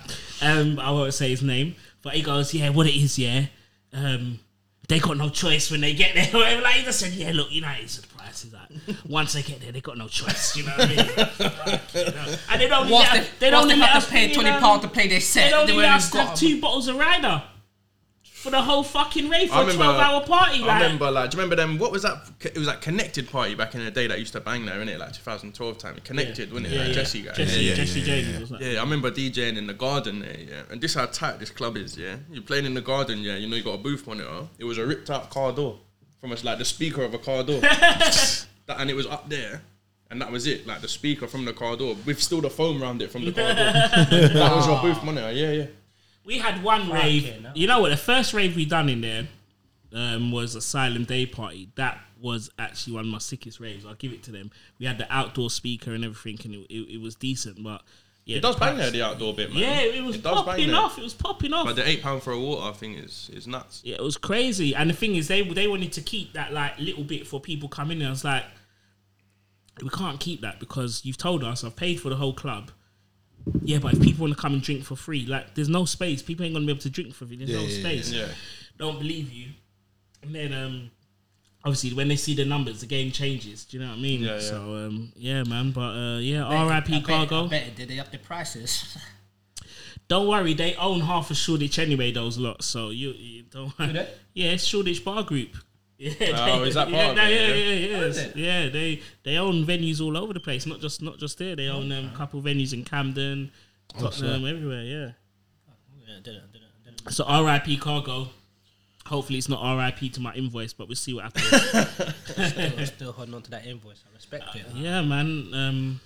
[SPEAKER 5] Um, I won't say his name, but he goes, yeah, what it is, yeah. Um, they got no choice when they get there. [LAUGHS] Whatever. Like he just said, yeah, look, you know, it's the price. He's like, once they get there, they got no choice. You know what I mean? Like, you know. And they don't.
[SPEAKER 4] Whilst
[SPEAKER 5] let-
[SPEAKER 4] they,
[SPEAKER 5] they don't
[SPEAKER 4] whilst they
[SPEAKER 5] let
[SPEAKER 4] have
[SPEAKER 5] us
[SPEAKER 4] to pay
[SPEAKER 5] bring
[SPEAKER 4] twenty
[SPEAKER 5] in, um,
[SPEAKER 4] pound to play their set.
[SPEAKER 5] They don't
[SPEAKER 4] they
[SPEAKER 5] even
[SPEAKER 4] were
[SPEAKER 5] have to
[SPEAKER 4] got
[SPEAKER 5] have
[SPEAKER 4] them.
[SPEAKER 5] two bottles of Ryder for the whole fucking rave for
[SPEAKER 6] I
[SPEAKER 5] a
[SPEAKER 6] remember.
[SPEAKER 5] twelve-hour party.
[SPEAKER 6] I
[SPEAKER 5] like,
[SPEAKER 6] remember. uh, Like, do you remember them? What was that? It was that connected party back in the day that used to bang there, innit? Like 2012 time. Connected, wasn't it? like Jesse guy.
[SPEAKER 5] Jesse,
[SPEAKER 2] Yeah, yeah,
[SPEAKER 5] Jesse
[SPEAKER 2] yeah,
[SPEAKER 5] James was like,
[SPEAKER 6] Yeah, I remember DJing in the garden there, yeah. And this how tight this club is, yeah. You're playing in the garden, yeah. You know you got a booth monitor. It was a ripped out car door from us, like the speaker of a
[SPEAKER 5] [LAUGHS]
[SPEAKER 6] car door, that, and it was up there, and that was it, like the speaker from the car door with still the foam around it from the car door. [LAUGHS] that was your booth monitor, yeah, yeah.
[SPEAKER 5] We had one rave.
[SPEAKER 4] hell.
[SPEAKER 5] You know what? The first rave we done in there um, was Asylum Day Party. That was actually one of my sickest raves. I'll give it to them. We had the outdoor speaker and everything, and it, it, it was decent. But yeah,
[SPEAKER 6] It does bang there the outdoor bit, man.
[SPEAKER 5] Yeah, it was
[SPEAKER 6] does bang
[SPEAKER 5] popping
[SPEAKER 6] there.
[SPEAKER 5] off. It was popping off.
[SPEAKER 6] But the eight pound for a water thing is is nuts.
[SPEAKER 5] Yeah, it was crazy. And the thing is, they they wanted to keep that like little bit for people coming in. I was like, we can't keep that because you've told us I've paid for the whole club. Yeah, but if people want to come and drink for free, like there's no space. People ain't gonna be able to drink for free. There's no space.
[SPEAKER 6] yeah.
[SPEAKER 5] Don't believe you. And then um, obviously when they see the numbers, the game changes. Do you know what I mean?
[SPEAKER 6] Yeah, yeah.
[SPEAKER 5] So um, yeah, man. But uh, yeah,
[SPEAKER 4] I
[SPEAKER 5] R.I.P.
[SPEAKER 4] bet-
[SPEAKER 5] Cargo.
[SPEAKER 4] I bet did they up the prices? [LAUGHS]
[SPEAKER 5] Don't worry, they own half of Shoreditch anyway. Those lots, so you, you don't.
[SPEAKER 4] Do they?
[SPEAKER 5] Yeah, it's Shoreditch Bar Group. [LAUGHS] Yeah,
[SPEAKER 6] Oh,
[SPEAKER 5] they-
[SPEAKER 6] is
[SPEAKER 5] [LAUGHS]
[SPEAKER 6] that
[SPEAKER 5] yeah,
[SPEAKER 6] part of
[SPEAKER 5] no,
[SPEAKER 6] it,
[SPEAKER 5] yeah,
[SPEAKER 6] yeah?
[SPEAKER 5] yeah, yeah,
[SPEAKER 4] is
[SPEAKER 5] yes.
[SPEAKER 4] it?
[SPEAKER 5] yeah. They they own venues all over the place, not just not just there. They own um, a couple venues in Camden,
[SPEAKER 6] Oh,
[SPEAKER 5] Tottenham, everywhere. Yeah.
[SPEAKER 4] Yeah, did it, did it, did it.
[SPEAKER 5] So R.I.P. Cargo. Hopefully, it's not R.I.P. to my invoice, but we'll see what happens.
[SPEAKER 4] Still, still holding on to that invoice. I respect it.
[SPEAKER 5] yeah, man. Um,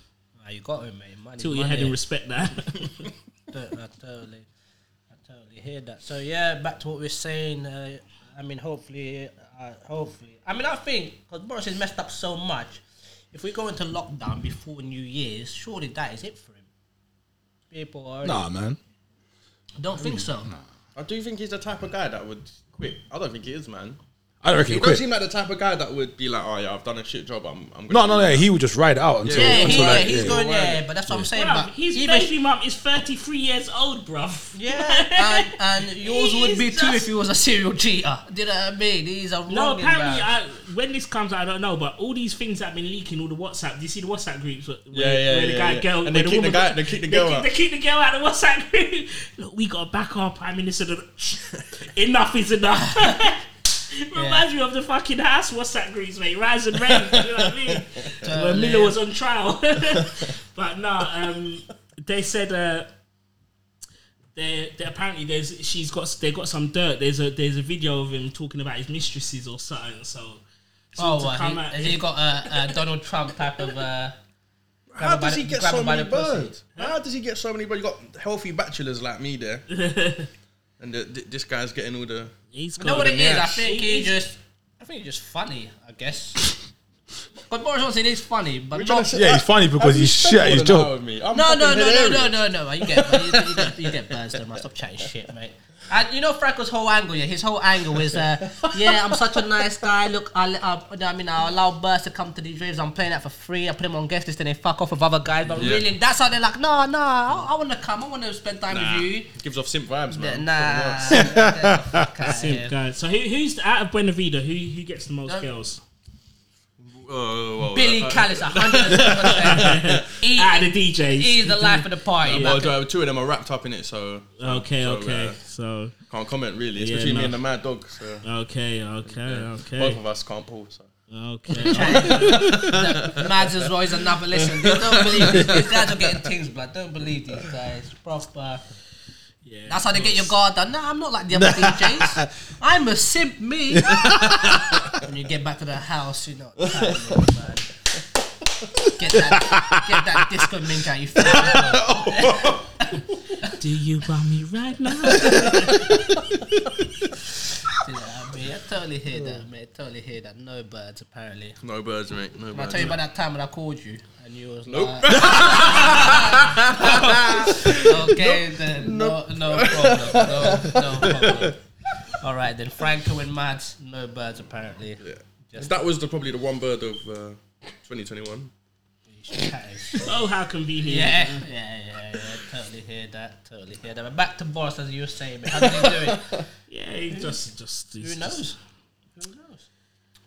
[SPEAKER 4] Ah, you got it, mate. Money,
[SPEAKER 5] tilt your
[SPEAKER 4] money.
[SPEAKER 5] head and respect
[SPEAKER 6] [LAUGHS]
[SPEAKER 5] that.
[SPEAKER 4] I totally, I totally hear that. So yeah, back to what we we're saying. Uh, I mean, hopefully, uh, hopefully. I mean, I think because Boris has messed up so much. If we go into lockdown before New Year's, surely that is it for him. People are
[SPEAKER 2] Nah, man.
[SPEAKER 4] don't think so.
[SPEAKER 6] I do think he's the type of guy that would quit. I don't think he is, man.
[SPEAKER 2] I don't reckon
[SPEAKER 6] He
[SPEAKER 2] he'll
[SPEAKER 6] don't
[SPEAKER 2] quit.
[SPEAKER 6] seem like the type of guy that would be like, oh yeah, I've done a shit job. I'm, I'm gonna
[SPEAKER 2] No, no,
[SPEAKER 6] leave
[SPEAKER 2] no.
[SPEAKER 6] now."
[SPEAKER 2] He would just ride it out until.
[SPEAKER 4] Yeah, he,
[SPEAKER 2] until
[SPEAKER 4] yeah,
[SPEAKER 2] like,
[SPEAKER 4] he's
[SPEAKER 2] yeah.
[SPEAKER 4] going yeah, but that's what I'm saying.
[SPEAKER 5] bruv,
[SPEAKER 4] but
[SPEAKER 5] his
[SPEAKER 4] even
[SPEAKER 5] baby mum is 33 years old, bruv.
[SPEAKER 4] [LAUGHS]
[SPEAKER 5] [LAUGHS]
[SPEAKER 4] Yeah, and, and yours
[SPEAKER 5] He
[SPEAKER 4] would
[SPEAKER 5] is
[SPEAKER 4] be too if
[SPEAKER 5] just-
[SPEAKER 4] he was a serial cheater. Do you know what I mean? He's a
[SPEAKER 5] No,
[SPEAKER 4] wrong
[SPEAKER 5] apparently, I, when this comes out, I don't know, but all these things that have been leaking, all the WhatsApp, do you see the WhatsApp groups? Where,
[SPEAKER 6] Yeah, yeah,
[SPEAKER 5] where the
[SPEAKER 6] yeah,
[SPEAKER 5] guy,
[SPEAKER 6] yeah.
[SPEAKER 5] girl, where
[SPEAKER 6] And they kick the
[SPEAKER 5] woman
[SPEAKER 6] guy-
[SPEAKER 5] goes-
[SPEAKER 6] they kick the
[SPEAKER 5] they
[SPEAKER 6] girl
[SPEAKER 5] kick,
[SPEAKER 6] out.
[SPEAKER 5] They kick the girl out of the WhatsApp group. [LAUGHS] Look, we got to back our prime minister. to- [LAUGHS] enough is enough. Reminds me of the fucking house WhatsApp groups, mate. Rise and reign. you know what I
[SPEAKER 6] [LAUGHS]
[SPEAKER 5] mean? Where Miller was on trial. [LAUGHS] but no, um, they said. Uh, they they apparently there's she's got they got some dirt. There's a there's a video of him talking about his mistresses or something. So, so
[SPEAKER 4] Oh,
[SPEAKER 5] to
[SPEAKER 4] well,
[SPEAKER 5] come
[SPEAKER 4] he,
[SPEAKER 5] out-
[SPEAKER 4] has he got a, a Donald Trump type of? [LAUGHS] Uh,
[SPEAKER 6] How
[SPEAKER 4] grab her by
[SPEAKER 6] does
[SPEAKER 4] the-
[SPEAKER 6] he get
[SPEAKER 4] grab her
[SPEAKER 6] so
[SPEAKER 4] by
[SPEAKER 6] many
[SPEAKER 4] the pussy?
[SPEAKER 6] birds? How does he get so many birds? You got healthy bachelors like
[SPEAKER 4] [LAUGHS]
[SPEAKER 6] me there, and the, th- this guy's getting all the.
[SPEAKER 5] he's
[SPEAKER 4] You know
[SPEAKER 5] got
[SPEAKER 4] what it is? I
[SPEAKER 6] Yes.
[SPEAKER 4] think he
[SPEAKER 5] He's-
[SPEAKER 4] just, I think he's just funny. I guess But Boris Johnson is funny, but
[SPEAKER 6] trying
[SPEAKER 4] not.
[SPEAKER 6] to say-
[SPEAKER 2] Yeah, he's funny because he's shit at his job.
[SPEAKER 4] No, no, no, no, no, no, no, man. You get, you, get- you get, you get buzzed, man. Stop chatting shit, mate. And you know Franco's whole angle, yeah. His whole angle is, uh, yeah, I'm such a nice guy. Look, I, I, you know what I mean, I allow birds to come to these raves. I'm playing that for free. I put them on guest list, and they fuck off with other guys. But
[SPEAKER 6] Yeah.
[SPEAKER 4] really, that's how they're like, no, no, I, I want to come. I want to spend time
[SPEAKER 6] Nah.
[SPEAKER 4] with you.
[SPEAKER 6] Gives off simp vibes,
[SPEAKER 4] Yeah,
[SPEAKER 6] man.
[SPEAKER 4] Nah, Get the fuck outta
[SPEAKER 5] Simp
[SPEAKER 4] here.
[SPEAKER 5] guy. So who, who's the, out of Buenavida? Who who gets the most
[SPEAKER 4] Don't-
[SPEAKER 5] girls?
[SPEAKER 6] Oh, well,
[SPEAKER 4] Billy
[SPEAKER 6] uh,
[SPEAKER 4] Callis, 100. He,
[SPEAKER 5] Out of Ah, the DJs.
[SPEAKER 4] he is the life of the party.
[SPEAKER 6] Well,
[SPEAKER 4] man.
[SPEAKER 6] uh, two of them are wrapped up in it, so
[SPEAKER 5] Okay,
[SPEAKER 6] So,
[SPEAKER 5] okay,
[SPEAKER 6] uh,
[SPEAKER 5] so
[SPEAKER 6] can't comment really. It's
[SPEAKER 5] Yeah,
[SPEAKER 6] between
[SPEAKER 5] no.
[SPEAKER 6] me and the mad dog. So
[SPEAKER 5] okay, okay,
[SPEAKER 6] both
[SPEAKER 5] okay,
[SPEAKER 6] of us can't pull. So.
[SPEAKER 4] [LAUGHS]
[SPEAKER 5] okay.
[SPEAKER 4] Mads as well is another. Listen, don't believe these guys are getting things, blood. Don't believe these guys. Proper.
[SPEAKER 5] Yeah,
[SPEAKER 4] That's how they get your guard down. No, I'm not like the other DJs. I'm a simp, me. [LAUGHS] when you get back to the house, you know. tight, man. Get that, get that disco mink out you face.
[SPEAKER 5] Do you want me right now?
[SPEAKER 4] [LAUGHS] You know what I mean? I totally hear that, mate. Totally hear that. No birds, apparently.
[SPEAKER 6] No birds, mate. No
[SPEAKER 4] Can I
[SPEAKER 6] birds.
[SPEAKER 4] tell you about that time when I called you and you was
[SPEAKER 6] Nope.
[SPEAKER 4] like, [LAUGHS] okay, then no, no problem, no, no problem. All right, then Franco and Mads, no birds apparently.
[SPEAKER 6] Yeah. That was the, probably the one bird of uh, 2021.
[SPEAKER 5] oh, how convenient.
[SPEAKER 4] Yeah, yeah, yeah, yeah. Totally hear that. Totally hear that. But back to Boris, as you were saying, mate. How did he do it?
[SPEAKER 5] yeah. he Just, just
[SPEAKER 4] Who knows? Who knows?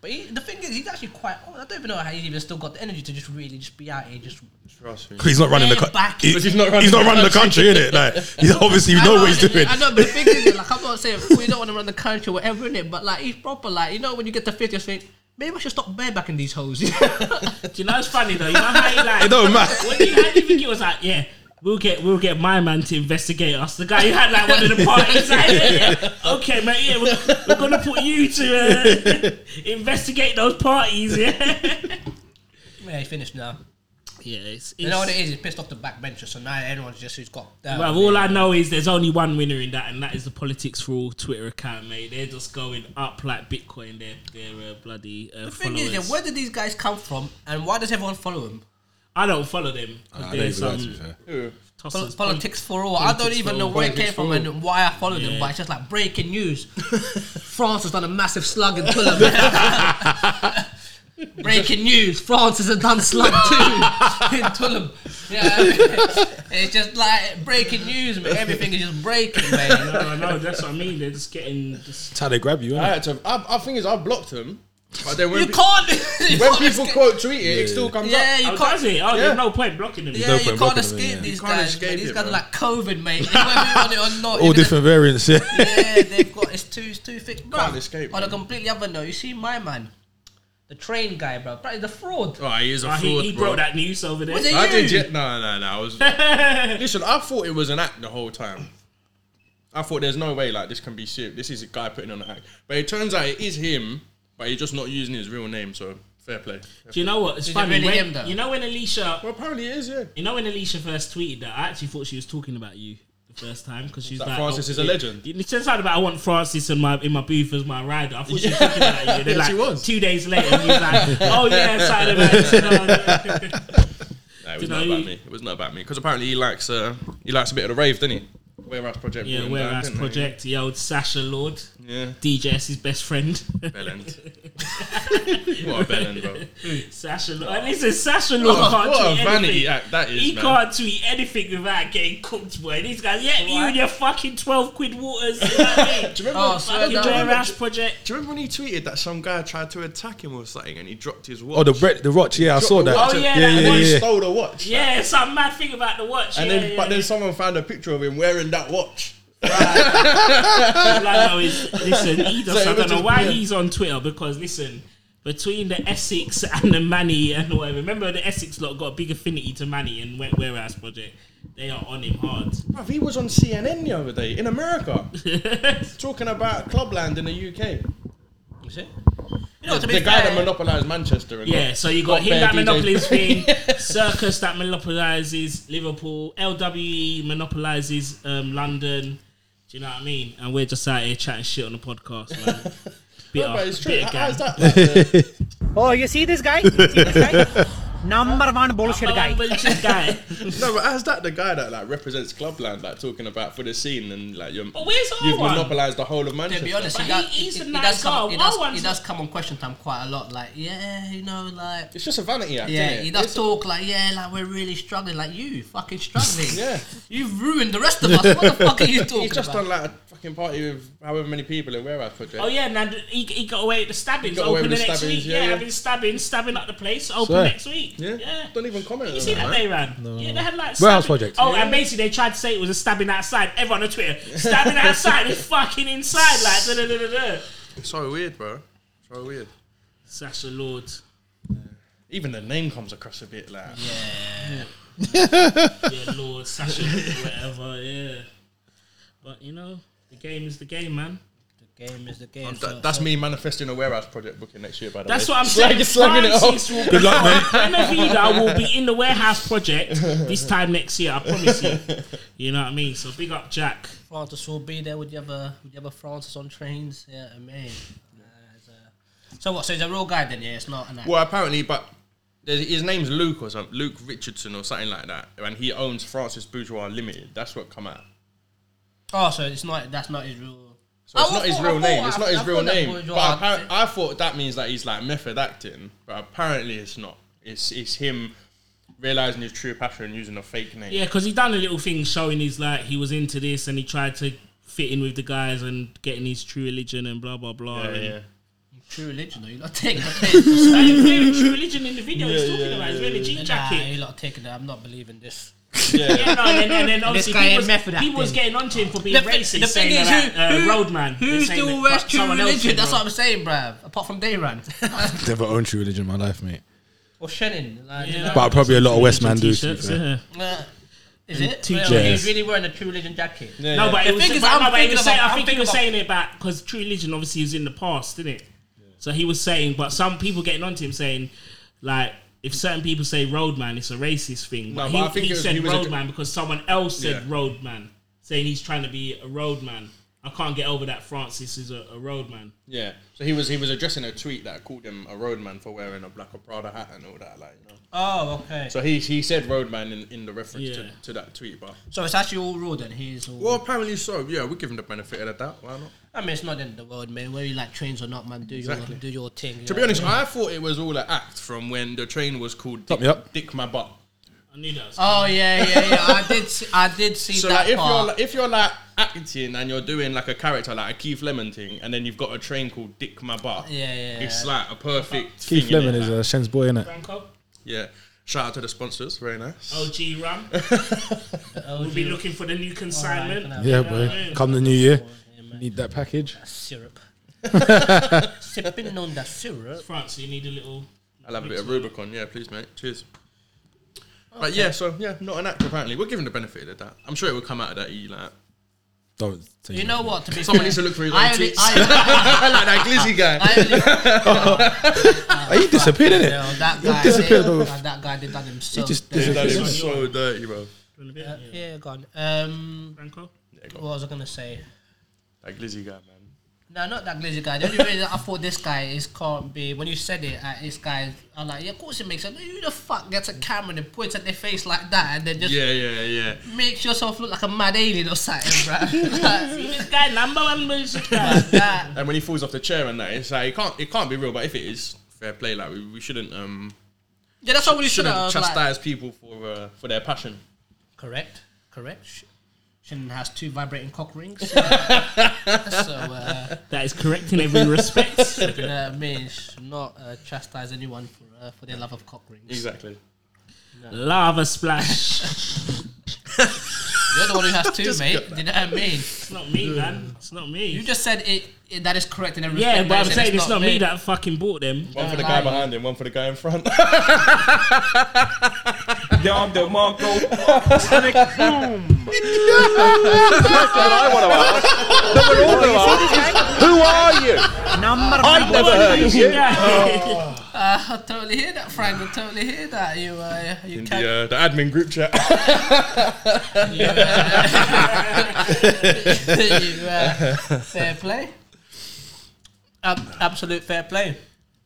[SPEAKER 4] But he, the thing is, he's actually quite old. I don't even know how he's even still got the energy to just really just be out here, just
[SPEAKER 6] Trust me.
[SPEAKER 2] He's not running the
[SPEAKER 4] Yeah,
[SPEAKER 2] country.
[SPEAKER 4] back.
[SPEAKER 2] He's not running, the country, is it? Like he's obviously
[SPEAKER 4] I
[SPEAKER 2] know what he's doing.
[SPEAKER 4] I know, but the thing
[SPEAKER 2] [LAUGHS]
[SPEAKER 4] is, like, I'm not saying we don't want to run the country, or whatever, in it. But like, he's proper. Like, you know, when you get to fifty, you think maybe I should stop barebacking these hoes. [LAUGHS]
[SPEAKER 5] Do you know it's funny though? You know how he like.
[SPEAKER 2] It don't matter.
[SPEAKER 5] When he had, even he was like, yeah. We'll get we'll get my man to investigate us. The guy who had like one of the parties. Like, yeah, yeah. Okay, mate. Yeah, we're, we're gonna put you to uh, [LAUGHS] investigate those parties. Yeah.
[SPEAKER 4] yeah, he's finished now.
[SPEAKER 5] Yeah. It's, it's,
[SPEAKER 4] You know what it is? He's pissed off the backbencher, so now everyone's just who's got. Uh,
[SPEAKER 5] Well, all I know is there's only one winner in that, and that is the politics for all Twitter account, mate. They're just going up like Bitcoin. They're they're uh, bloody uh,
[SPEAKER 4] the thing
[SPEAKER 5] followers.
[SPEAKER 4] is, yeah, where did these guys come from, and why does everyone follow him?
[SPEAKER 5] I don't follow them. 'cause
[SPEAKER 2] I don't
[SPEAKER 5] they're
[SPEAKER 2] even like to
[SPEAKER 5] some
[SPEAKER 2] be fair.
[SPEAKER 4] Pol-
[SPEAKER 5] tossers.
[SPEAKER 4] politics for all. I don't
[SPEAKER 5] Politics for
[SPEAKER 4] even know
[SPEAKER 5] all.
[SPEAKER 4] where it
[SPEAKER 5] Politics
[SPEAKER 4] came from
[SPEAKER 5] for all.
[SPEAKER 4] and why I followed them,
[SPEAKER 5] Yeah.
[SPEAKER 4] but it's just like breaking news. France has done a massive slug in Tulum. [LAUGHS] breaking news: France has done slug [LAUGHS] two in Tulum. Yeah, [LAUGHS] it's just like breaking news, man. Everything is just breaking, man.
[SPEAKER 5] [LAUGHS] No, no, that's what I mean. They're just getting. Just,
[SPEAKER 2] That's how they grab you.
[SPEAKER 6] I
[SPEAKER 2] innit?
[SPEAKER 6] had to. I, I think is I blocked him. But then when,
[SPEAKER 4] You
[SPEAKER 6] pe-
[SPEAKER 4] can't. [LAUGHS] you
[SPEAKER 5] [LAUGHS]
[SPEAKER 6] when
[SPEAKER 4] can't
[SPEAKER 6] people
[SPEAKER 4] escape-
[SPEAKER 6] quote tweet it, it still comes
[SPEAKER 4] yeah,
[SPEAKER 6] up.
[SPEAKER 4] you
[SPEAKER 5] oh,
[SPEAKER 4] can't.
[SPEAKER 5] does it? Oh,
[SPEAKER 6] Yeah.
[SPEAKER 5] there's no point blocking them.
[SPEAKER 4] Yeah,
[SPEAKER 2] No
[SPEAKER 4] you
[SPEAKER 2] point
[SPEAKER 4] can't
[SPEAKER 2] blocking them,
[SPEAKER 4] escape
[SPEAKER 2] yeah.
[SPEAKER 4] these
[SPEAKER 6] You can't
[SPEAKER 4] guys. man.
[SPEAKER 6] escape
[SPEAKER 4] These
[SPEAKER 6] it,
[SPEAKER 4] guys are
[SPEAKER 6] bro.
[SPEAKER 4] like COVID, mate. Whether you want it or not,
[SPEAKER 2] All
[SPEAKER 4] you're gonna
[SPEAKER 2] different variants. Yeah. [LAUGHS]
[SPEAKER 4] yeah, they've got it's too it's too thick. Bro,
[SPEAKER 6] Can't escape,
[SPEAKER 4] on a
[SPEAKER 6] man.
[SPEAKER 4] completely other note, you see my man, the train guy, bro, bro the fraud.
[SPEAKER 6] Oh, he is a
[SPEAKER 5] Oh, he,
[SPEAKER 6] fraud,
[SPEAKER 5] he
[SPEAKER 6] bro.
[SPEAKER 5] brought that news over there.
[SPEAKER 4] Was it
[SPEAKER 6] I
[SPEAKER 4] you?
[SPEAKER 6] did. Yeah, no, no, no.
[SPEAKER 5] [LAUGHS]
[SPEAKER 6] I was, listen, I thought it was an act the whole time. I thought there's no way like this can be serious. This is a guy putting on an act, but it turns out it is him, but he's just not using his real name. So fair play.
[SPEAKER 5] Do you know what? It's
[SPEAKER 4] Is it
[SPEAKER 5] funny.
[SPEAKER 4] really
[SPEAKER 5] when-
[SPEAKER 4] him, though?
[SPEAKER 5] you know when Alicia,
[SPEAKER 6] Well, apparently it is. Yeah,
[SPEAKER 5] you know when Alicia first tweeted that. I actually thought she was talking about you the first time because she's
[SPEAKER 6] That
[SPEAKER 5] like,
[SPEAKER 6] Francis
[SPEAKER 5] oh,
[SPEAKER 6] is a
[SPEAKER 5] yeah.
[SPEAKER 6] legend.
[SPEAKER 5] It turns out about I want Francis in my in my booth as my rider. I thought she was thinking about you. Then,
[SPEAKER 6] [LAUGHS] Yeah,
[SPEAKER 5] like,
[SPEAKER 6] she was.
[SPEAKER 5] Two days later, he was like, "Oh
[SPEAKER 6] [LAUGHS]
[SPEAKER 5] yeah, sorry about it." No, no.
[SPEAKER 6] no, it was
[SPEAKER 5] you
[SPEAKER 6] not
[SPEAKER 5] know
[SPEAKER 6] about
[SPEAKER 5] he-
[SPEAKER 6] me. It was not about me because apparently he likes uh, he likes a bit of the rave, doesn't he? Warehouse Project.
[SPEAKER 5] [LAUGHS]
[SPEAKER 6] brought
[SPEAKER 5] yeah,
[SPEAKER 6] him
[SPEAKER 5] whereas
[SPEAKER 6] down, didn't
[SPEAKER 5] project the old Sasha Lord,
[SPEAKER 6] they? Yeah,
[SPEAKER 5] DJS's best friend, [LAUGHS]
[SPEAKER 6] [LAUGHS] bellend. what a bellend, bro.
[SPEAKER 5] Sasha Lord. And listen, Sasha Lord
[SPEAKER 6] What,
[SPEAKER 5] can't
[SPEAKER 6] a- Oh, what a
[SPEAKER 5] tweet
[SPEAKER 6] vanity
[SPEAKER 5] anything.
[SPEAKER 6] act that is,
[SPEAKER 5] He
[SPEAKER 6] man.
[SPEAKER 5] can't tweet anything without getting cooked, boy. These guys, yeah, you and your fucking twelve quid
[SPEAKER 6] [LAUGHS]
[SPEAKER 5] waters. You know what I mean?
[SPEAKER 6] Do you remember?
[SPEAKER 4] Oh, so
[SPEAKER 5] Fucking
[SPEAKER 4] that-
[SPEAKER 5] warehouse project.
[SPEAKER 6] Do you remember when he tweeted that some guy tried to attack him or something and he dropped his watch?
[SPEAKER 2] Oh, the Brett, the Roch. Yeah, I saw that.
[SPEAKER 5] watch. Oh, yeah,
[SPEAKER 2] yeah,
[SPEAKER 5] that
[SPEAKER 2] yeah,
[SPEAKER 5] one
[SPEAKER 6] He
[SPEAKER 2] yeah.
[SPEAKER 6] stole the watch.
[SPEAKER 5] Yeah, some mad thing about the watch.
[SPEAKER 6] And
[SPEAKER 5] yeah,
[SPEAKER 6] then,
[SPEAKER 5] yeah,
[SPEAKER 6] but then someone found a picture of him wearing that watch.
[SPEAKER 5] All I
[SPEAKER 6] [LAUGHS]
[SPEAKER 5] know is, listen, he does,
[SPEAKER 6] So it
[SPEAKER 5] I don't
[SPEAKER 6] was
[SPEAKER 5] know
[SPEAKER 6] just
[SPEAKER 5] why
[SPEAKER 6] weird.
[SPEAKER 5] he's on Twitter because, listen, between the Essex and the Manny and whatever, remember the Essex lot got a big affinity to Manny and Wet Warehouse Project. They are on him hard.
[SPEAKER 6] Bruv, he was on CNN the other day
[SPEAKER 5] [LAUGHS]
[SPEAKER 6] in America talking about Clubland in the UK.
[SPEAKER 4] Is it? You know, to be
[SPEAKER 6] the guy that
[SPEAKER 4] fair,
[SPEAKER 6] monopolised Manchester. And
[SPEAKER 5] Yeah, so you got
[SPEAKER 6] Got
[SPEAKER 5] him that
[SPEAKER 6] bare [LAUGHS]
[SPEAKER 5] monopolies thing,
[SPEAKER 6] DJs.
[SPEAKER 5] Circus that monopolises Liverpool, LWE monopolises um, London. Do you know what I mean? And
[SPEAKER 6] [LAUGHS]
[SPEAKER 5] we're just out here chatting shit on the podcast, man. Bit
[SPEAKER 6] No,
[SPEAKER 5] of-
[SPEAKER 6] but it's true.
[SPEAKER 5] bit of
[SPEAKER 6] How- How's
[SPEAKER 5] [LAUGHS] gang.
[SPEAKER 6] that? Like, the,
[SPEAKER 8] Oh, you see this guy? You see this guy? Number one bullshit guy.
[SPEAKER 6] [LAUGHS]
[SPEAKER 5] Bullshit guy.
[SPEAKER 6] No, but how's that the guy that like represents Clubland, like talking about for the scene and like you're,
[SPEAKER 5] But where's
[SPEAKER 6] you've
[SPEAKER 5] Arwan?
[SPEAKER 6] monopolised the whole of
[SPEAKER 4] To
[SPEAKER 6] Manchester?
[SPEAKER 4] be honest,
[SPEAKER 5] But
[SPEAKER 4] he, does,
[SPEAKER 5] he is a
[SPEAKER 4] he,
[SPEAKER 5] nice
[SPEAKER 4] does come,
[SPEAKER 5] guy.
[SPEAKER 4] he,
[SPEAKER 5] Our
[SPEAKER 4] does,
[SPEAKER 5] one's
[SPEAKER 4] he
[SPEAKER 5] not-
[SPEAKER 4] does come on question time quite a lot. Like, yeah, you know, like.
[SPEAKER 6] it's just a vanity act.
[SPEAKER 4] Yeah,
[SPEAKER 6] innit?
[SPEAKER 4] he does
[SPEAKER 6] It's-
[SPEAKER 4] talk like, yeah, like we're really struggling. Like, you fucking struggling.
[SPEAKER 6] Yeah.
[SPEAKER 4] You've ruined the rest of us. What
[SPEAKER 6] [LAUGHS]
[SPEAKER 4] the fuck are you talking
[SPEAKER 6] He's just
[SPEAKER 4] about?
[SPEAKER 6] done like a fucking party with however many people in Warehouse Project.
[SPEAKER 5] Oh yeah, now he, he got away with the stabbings.
[SPEAKER 6] got away
[SPEAKER 5] Open the
[SPEAKER 6] with the
[SPEAKER 5] next
[SPEAKER 6] stabbings,
[SPEAKER 5] week.
[SPEAKER 6] yeah,
[SPEAKER 5] Yeah,
[SPEAKER 6] yeah.
[SPEAKER 5] having stabbings, stabbing up the place. Open
[SPEAKER 2] Swear.
[SPEAKER 5] next week.
[SPEAKER 6] Yeah. Don't even comment.
[SPEAKER 5] You
[SPEAKER 6] on
[SPEAKER 5] see that
[SPEAKER 6] right?
[SPEAKER 5] they ran? Yeah, they had like
[SPEAKER 2] Warehouse
[SPEAKER 5] stabbing-
[SPEAKER 2] project.
[SPEAKER 5] Oh, and basically they tried to say it was a stabbing outside. Everyone on Twitter, stabbing outside
[SPEAKER 6] [LAUGHS]
[SPEAKER 5] is fucking inside. Like, da, da, da, da, da.
[SPEAKER 6] So weird, bro. So weird.
[SPEAKER 5] Sasha Lord.
[SPEAKER 6] Even the name comes across a bit like.
[SPEAKER 5] Yeah, Lord Sasha, whatever. Yeah, but you know, the game is the game, man.
[SPEAKER 4] Game is the game.
[SPEAKER 6] Th- that's me manifesting a warehouse project booking next year. By the
[SPEAKER 5] That's
[SPEAKER 6] way,
[SPEAKER 5] what I'm saying.
[SPEAKER 6] slagging it off.
[SPEAKER 5] Francis will
[SPEAKER 2] Good luck, mate.
[SPEAKER 5] Benavida will be in the warehouse project this time next year. I promise you. You know what I mean? So big up Jack.
[SPEAKER 4] Francis will be there with the other with the other Francis on trains. Yeah, I mean. Uh, it's, uh, so what? So he's a real guy then? Yeah, it's not an act.
[SPEAKER 6] Well, apparently, but there's, his name's Luke or something, Luke Richardson or something like that, and he owns Francis Bourgeois Limited. That's what come out.
[SPEAKER 4] Oh, so it's not. That's not his real.
[SPEAKER 6] So it's
[SPEAKER 4] Oh, I
[SPEAKER 6] not his
[SPEAKER 4] thought- I
[SPEAKER 6] real
[SPEAKER 4] thought-
[SPEAKER 6] name. It's
[SPEAKER 4] I-
[SPEAKER 6] not
[SPEAKER 4] I
[SPEAKER 6] his
[SPEAKER 4] thought
[SPEAKER 6] real
[SPEAKER 4] that
[SPEAKER 6] name.
[SPEAKER 4] was
[SPEAKER 6] But
[SPEAKER 4] your-
[SPEAKER 6] appar- I thought that means that he's like method acting, but apparently it's not. It's it's him realizing his true passion and using a fake name.
[SPEAKER 5] Yeah, because he done a little thing showing he's like he was into this and he tried to fit in with the guys and getting his true religion and blah blah blah.
[SPEAKER 6] Yeah,
[SPEAKER 5] and
[SPEAKER 6] yeah.
[SPEAKER 4] True religion, though. You're not taking the piss. [LAUGHS]
[SPEAKER 5] That is very true religion in the video he's talking about. He's wearing a jean
[SPEAKER 4] nah,
[SPEAKER 5] jacket.
[SPEAKER 4] you're not taking that. I'm not believing this.
[SPEAKER 5] Yeah, no, and then,
[SPEAKER 4] [LAUGHS]
[SPEAKER 5] and then obviously
[SPEAKER 4] guy
[SPEAKER 5] he
[SPEAKER 4] ain't
[SPEAKER 5] was,
[SPEAKER 4] meth for that
[SPEAKER 5] he was
[SPEAKER 4] thing.
[SPEAKER 5] getting onto him for being
[SPEAKER 4] The thing-
[SPEAKER 5] racist,
[SPEAKER 4] the
[SPEAKER 5] saying
[SPEAKER 4] thing is,
[SPEAKER 5] that,
[SPEAKER 4] who-
[SPEAKER 5] uh,
[SPEAKER 4] who-
[SPEAKER 5] roadman.
[SPEAKER 4] Who
[SPEAKER 5] saying
[SPEAKER 4] still
[SPEAKER 5] that
[SPEAKER 4] wears
[SPEAKER 5] fuck
[SPEAKER 4] true
[SPEAKER 5] someone else's
[SPEAKER 4] religion? That's
[SPEAKER 5] road.
[SPEAKER 4] what I'm saying, bruv. Apart from Dayran
[SPEAKER 2] Never owned true religion in my life, mate.
[SPEAKER 4] [LAUGHS] or Shannon, like, you know,
[SPEAKER 2] But probably a lot of West Man do. to be
[SPEAKER 5] T-shirts,
[SPEAKER 2] fair.
[SPEAKER 5] yeah.
[SPEAKER 4] uh, is it?
[SPEAKER 5] two
[SPEAKER 4] Well,
[SPEAKER 2] chairs.
[SPEAKER 4] He's really wearing a true religion jacket.
[SPEAKER 5] No, but
[SPEAKER 4] The
[SPEAKER 5] it was,
[SPEAKER 4] thing is,
[SPEAKER 5] but,
[SPEAKER 4] I'm
[SPEAKER 5] no, but he
[SPEAKER 4] thinking
[SPEAKER 5] was saying,
[SPEAKER 4] about-
[SPEAKER 5] I
[SPEAKER 4] I'm
[SPEAKER 5] think he
[SPEAKER 4] thinking
[SPEAKER 5] was
[SPEAKER 4] about-
[SPEAKER 5] saying it about because True Religion obviously was in the past, didn't it? So he was saying, but some people getting onto him saying, like, if certain people say roadman, it's a racist thing. But,
[SPEAKER 6] No,
[SPEAKER 5] he,
[SPEAKER 6] but I think
[SPEAKER 5] he
[SPEAKER 6] it was-
[SPEAKER 5] said
[SPEAKER 6] he was a-
[SPEAKER 5] roadman because someone else said
[SPEAKER 6] Yeah.
[SPEAKER 5] roadman, saying he's trying to be a roadman. I can't get over that Francis is a, a roadman.
[SPEAKER 6] Yeah. So he was he was addressing a tweet that called him a roadman for wearing a black or Prada hat and all that, like you know.
[SPEAKER 4] Oh, okay. So,
[SPEAKER 6] So he he said roadman in, in the reference
[SPEAKER 5] Yeah.
[SPEAKER 6] to, to that tweet, but
[SPEAKER 4] it's actually all raw then. He's all.
[SPEAKER 6] well, apparently so. Yeah, we give him the benefit of the doubt. Why not?
[SPEAKER 4] I mean, it's not the end of the world, man. Whether you like trains or not, man, do
[SPEAKER 6] Exactly.
[SPEAKER 4] your do your thing.
[SPEAKER 6] To be honest, I thought it was all an act from when the train was called
[SPEAKER 2] Top
[SPEAKER 6] Dick,
[SPEAKER 2] me up.
[SPEAKER 6] Dick My Butt.
[SPEAKER 5] I knew that. Was
[SPEAKER 4] Oh yeah, yeah, yeah. I did, see, I did see
[SPEAKER 6] So
[SPEAKER 4] that
[SPEAKER 6] like, if
[SPEAKER 4] part.
[SPEAKER 6] you're like, if you're like acting and you're doing like a character like a Keith Lemon thing, and then you've got a train called Dick My Butt.
[SPEAKER 4] Yeah, yeah,
[SPEAKER 6] It's like a perfect.
[SPEAKER 2] Keith
[SPEAKER 6] thing, innit?
[SPEAKER 2] Lemon is
[SPEAKER 6] Like,
[SPEAKER 2] a Shen's boy, innit?
[SPEAKER 5] Franco,
[SPEAKER 6] yeah. Shout out to the sponsors. Very
[SPEAKER 4] Oh,
[SPEAKER 6] nice.
[SPEAKER 5] OG [LAUGHS] Ram. we'll be looking for the new consignment.
[SPEAKER 2] Yeah, boy. Come the new year, need that package.
[SPEAKER 4] syrup. [LAUGHS] Sipping on that syrup.
[SPEAKER 5] France, you need a little.
[SPEAKER 6] I'll have a bit of Rubicon. Yeah, please, mate. Cheers. But yeah, so yeah, not an act apparently. We're giving the benefit of that. I'm sure it will come out of that. E
[SPEAKER 4] [LAUGHS]
[SPEAKER 6] like [LAUGHS]
[SPEAKER 2] Don't say
[SPEAKER 4] You know what? To be
[SPEAKER 6] someone
[SPEAKER 4] fair,
[SPEAKER 6] needs to look through his own
[SPEAKER 4] I only,
[SPEAKER 6] tweets.
[SPEAKER 4] I,
[SPEAKER 6] like that glizzy guy.
[SPEAKER 4] I only,
[SPEAKER 2] [LAUGHS] Are you disappeared,
[SPEAKER 4] you
[SPEAKER 2] innit?
[SPEAKER 4] know, that guy,
[SPEAKER 2] disappeared,
[SPEAKER 4] did,
[SPEAKER 2] bro.
[SPEAKER 4] that guy did that himself.
[SPEAKER 2] just
[SPEAKER 4] there.
[SPEAKER 2] disappeared.
[SPEAKER 6] [LAUGHS] That is so dirty, bro.
[SPEAKER 4] Uh, yeah, gone. Um,
[SPEAKER 5] Franco.
[SPEAKER 4] what was I gonna say?
[SPEAKER 6] That glizzy guy, man.
[SPEAKER 4] No, not that glizzy guy. The only reason I thought this guy is can't be when you said it. Uh, this guy, I'm like, yeah, of course it makes sense. Who the fuck gets a camera and points at their face like that and then just
[SPEAKER 6] Yeah, yeah, yeah.
[SPEAKER 4] makes yourself look like a mad alien or something,
[SPEAKER 6] [LAUGHS]
[SPEAKER 4] bruh? Like, [LAUGHS]
[SPEAKER 5] This guy [LAUGHS] number one [LAUGHS] music guy.
[SPEAKER 4] like that.
[SPEAKER 6] And when he falls off the chair and that, it's like it can't it can't be real. But if it is, fair play. Like we, we shouldn't um
[SPEAKER 4] Yeah, that's what we should
[SPEAKER 6] shouldn't
[SPEAKER 4] have.
[SPEAKER 6] chastise
[SPEAKER 4] Like,
[SPEAKER 6] people for uh, for their passion.
[SPEAKER 4] correct, correct. Sh- Shannon has two vibrating cock rings.
[SPEAKER 6] [LAUGHS]
[SPEAKER 4] so, uh,
[SPEAKER 5] That is correct in [LAUGHS] every respect.
[SPEAKER 4] you know what I mean, should not uh, chastise anyone for uh, for their love of cock rings.
[SPEAKER 6] Exactly.
[SPEAKER 5] Lava splash.
[SPEAKER 4] You're the one who
[SPEAKER 6] [LAUGHS]
[SPEAKER 4] has two, mate. Do you know what I mean?
[SPEAKER 5] It's not me, man. It's not me.
[SPEAKER 4] You just said it, it that is correct in every
[SPEAKER 5] yeah,
[SPEAKER 4] respect,
[SPEAKER 5] but I'm
[SPEAKER 4] you said
[SPEAKER 5] saying it's not me that fucking bought them.
[SPEAKER 6] One for the guy behind him, one for the guy in front.
[SPEAKER 9] Dom
[SPEAKER 6] [LAUGHS]
[SPEAKER 9] DeMarco. Who are you?
[SPEAKER 8] Number one
[SPEAKER 9] Never heard
[SPEAKER 5] [LAUGHS]
[SPEAKER 9] of you.
[SPEAKER 5] Yeah.
[SPEAKER 4] Uh, [LAUGHS] I totally hear that, Frank. I totally hear that. You, uh, you
[SPEAKER 6] in
[SPEAKER 4] can
[SPEAKER 6] the, uh, the admin group [LAUGHS] chat.
[SPEAKER 4] [LAUGHS]
[SPEAKER 6] [LAUGHS]
[SPEAKER 4] you, uh, fair play. Ab- absolute fair play.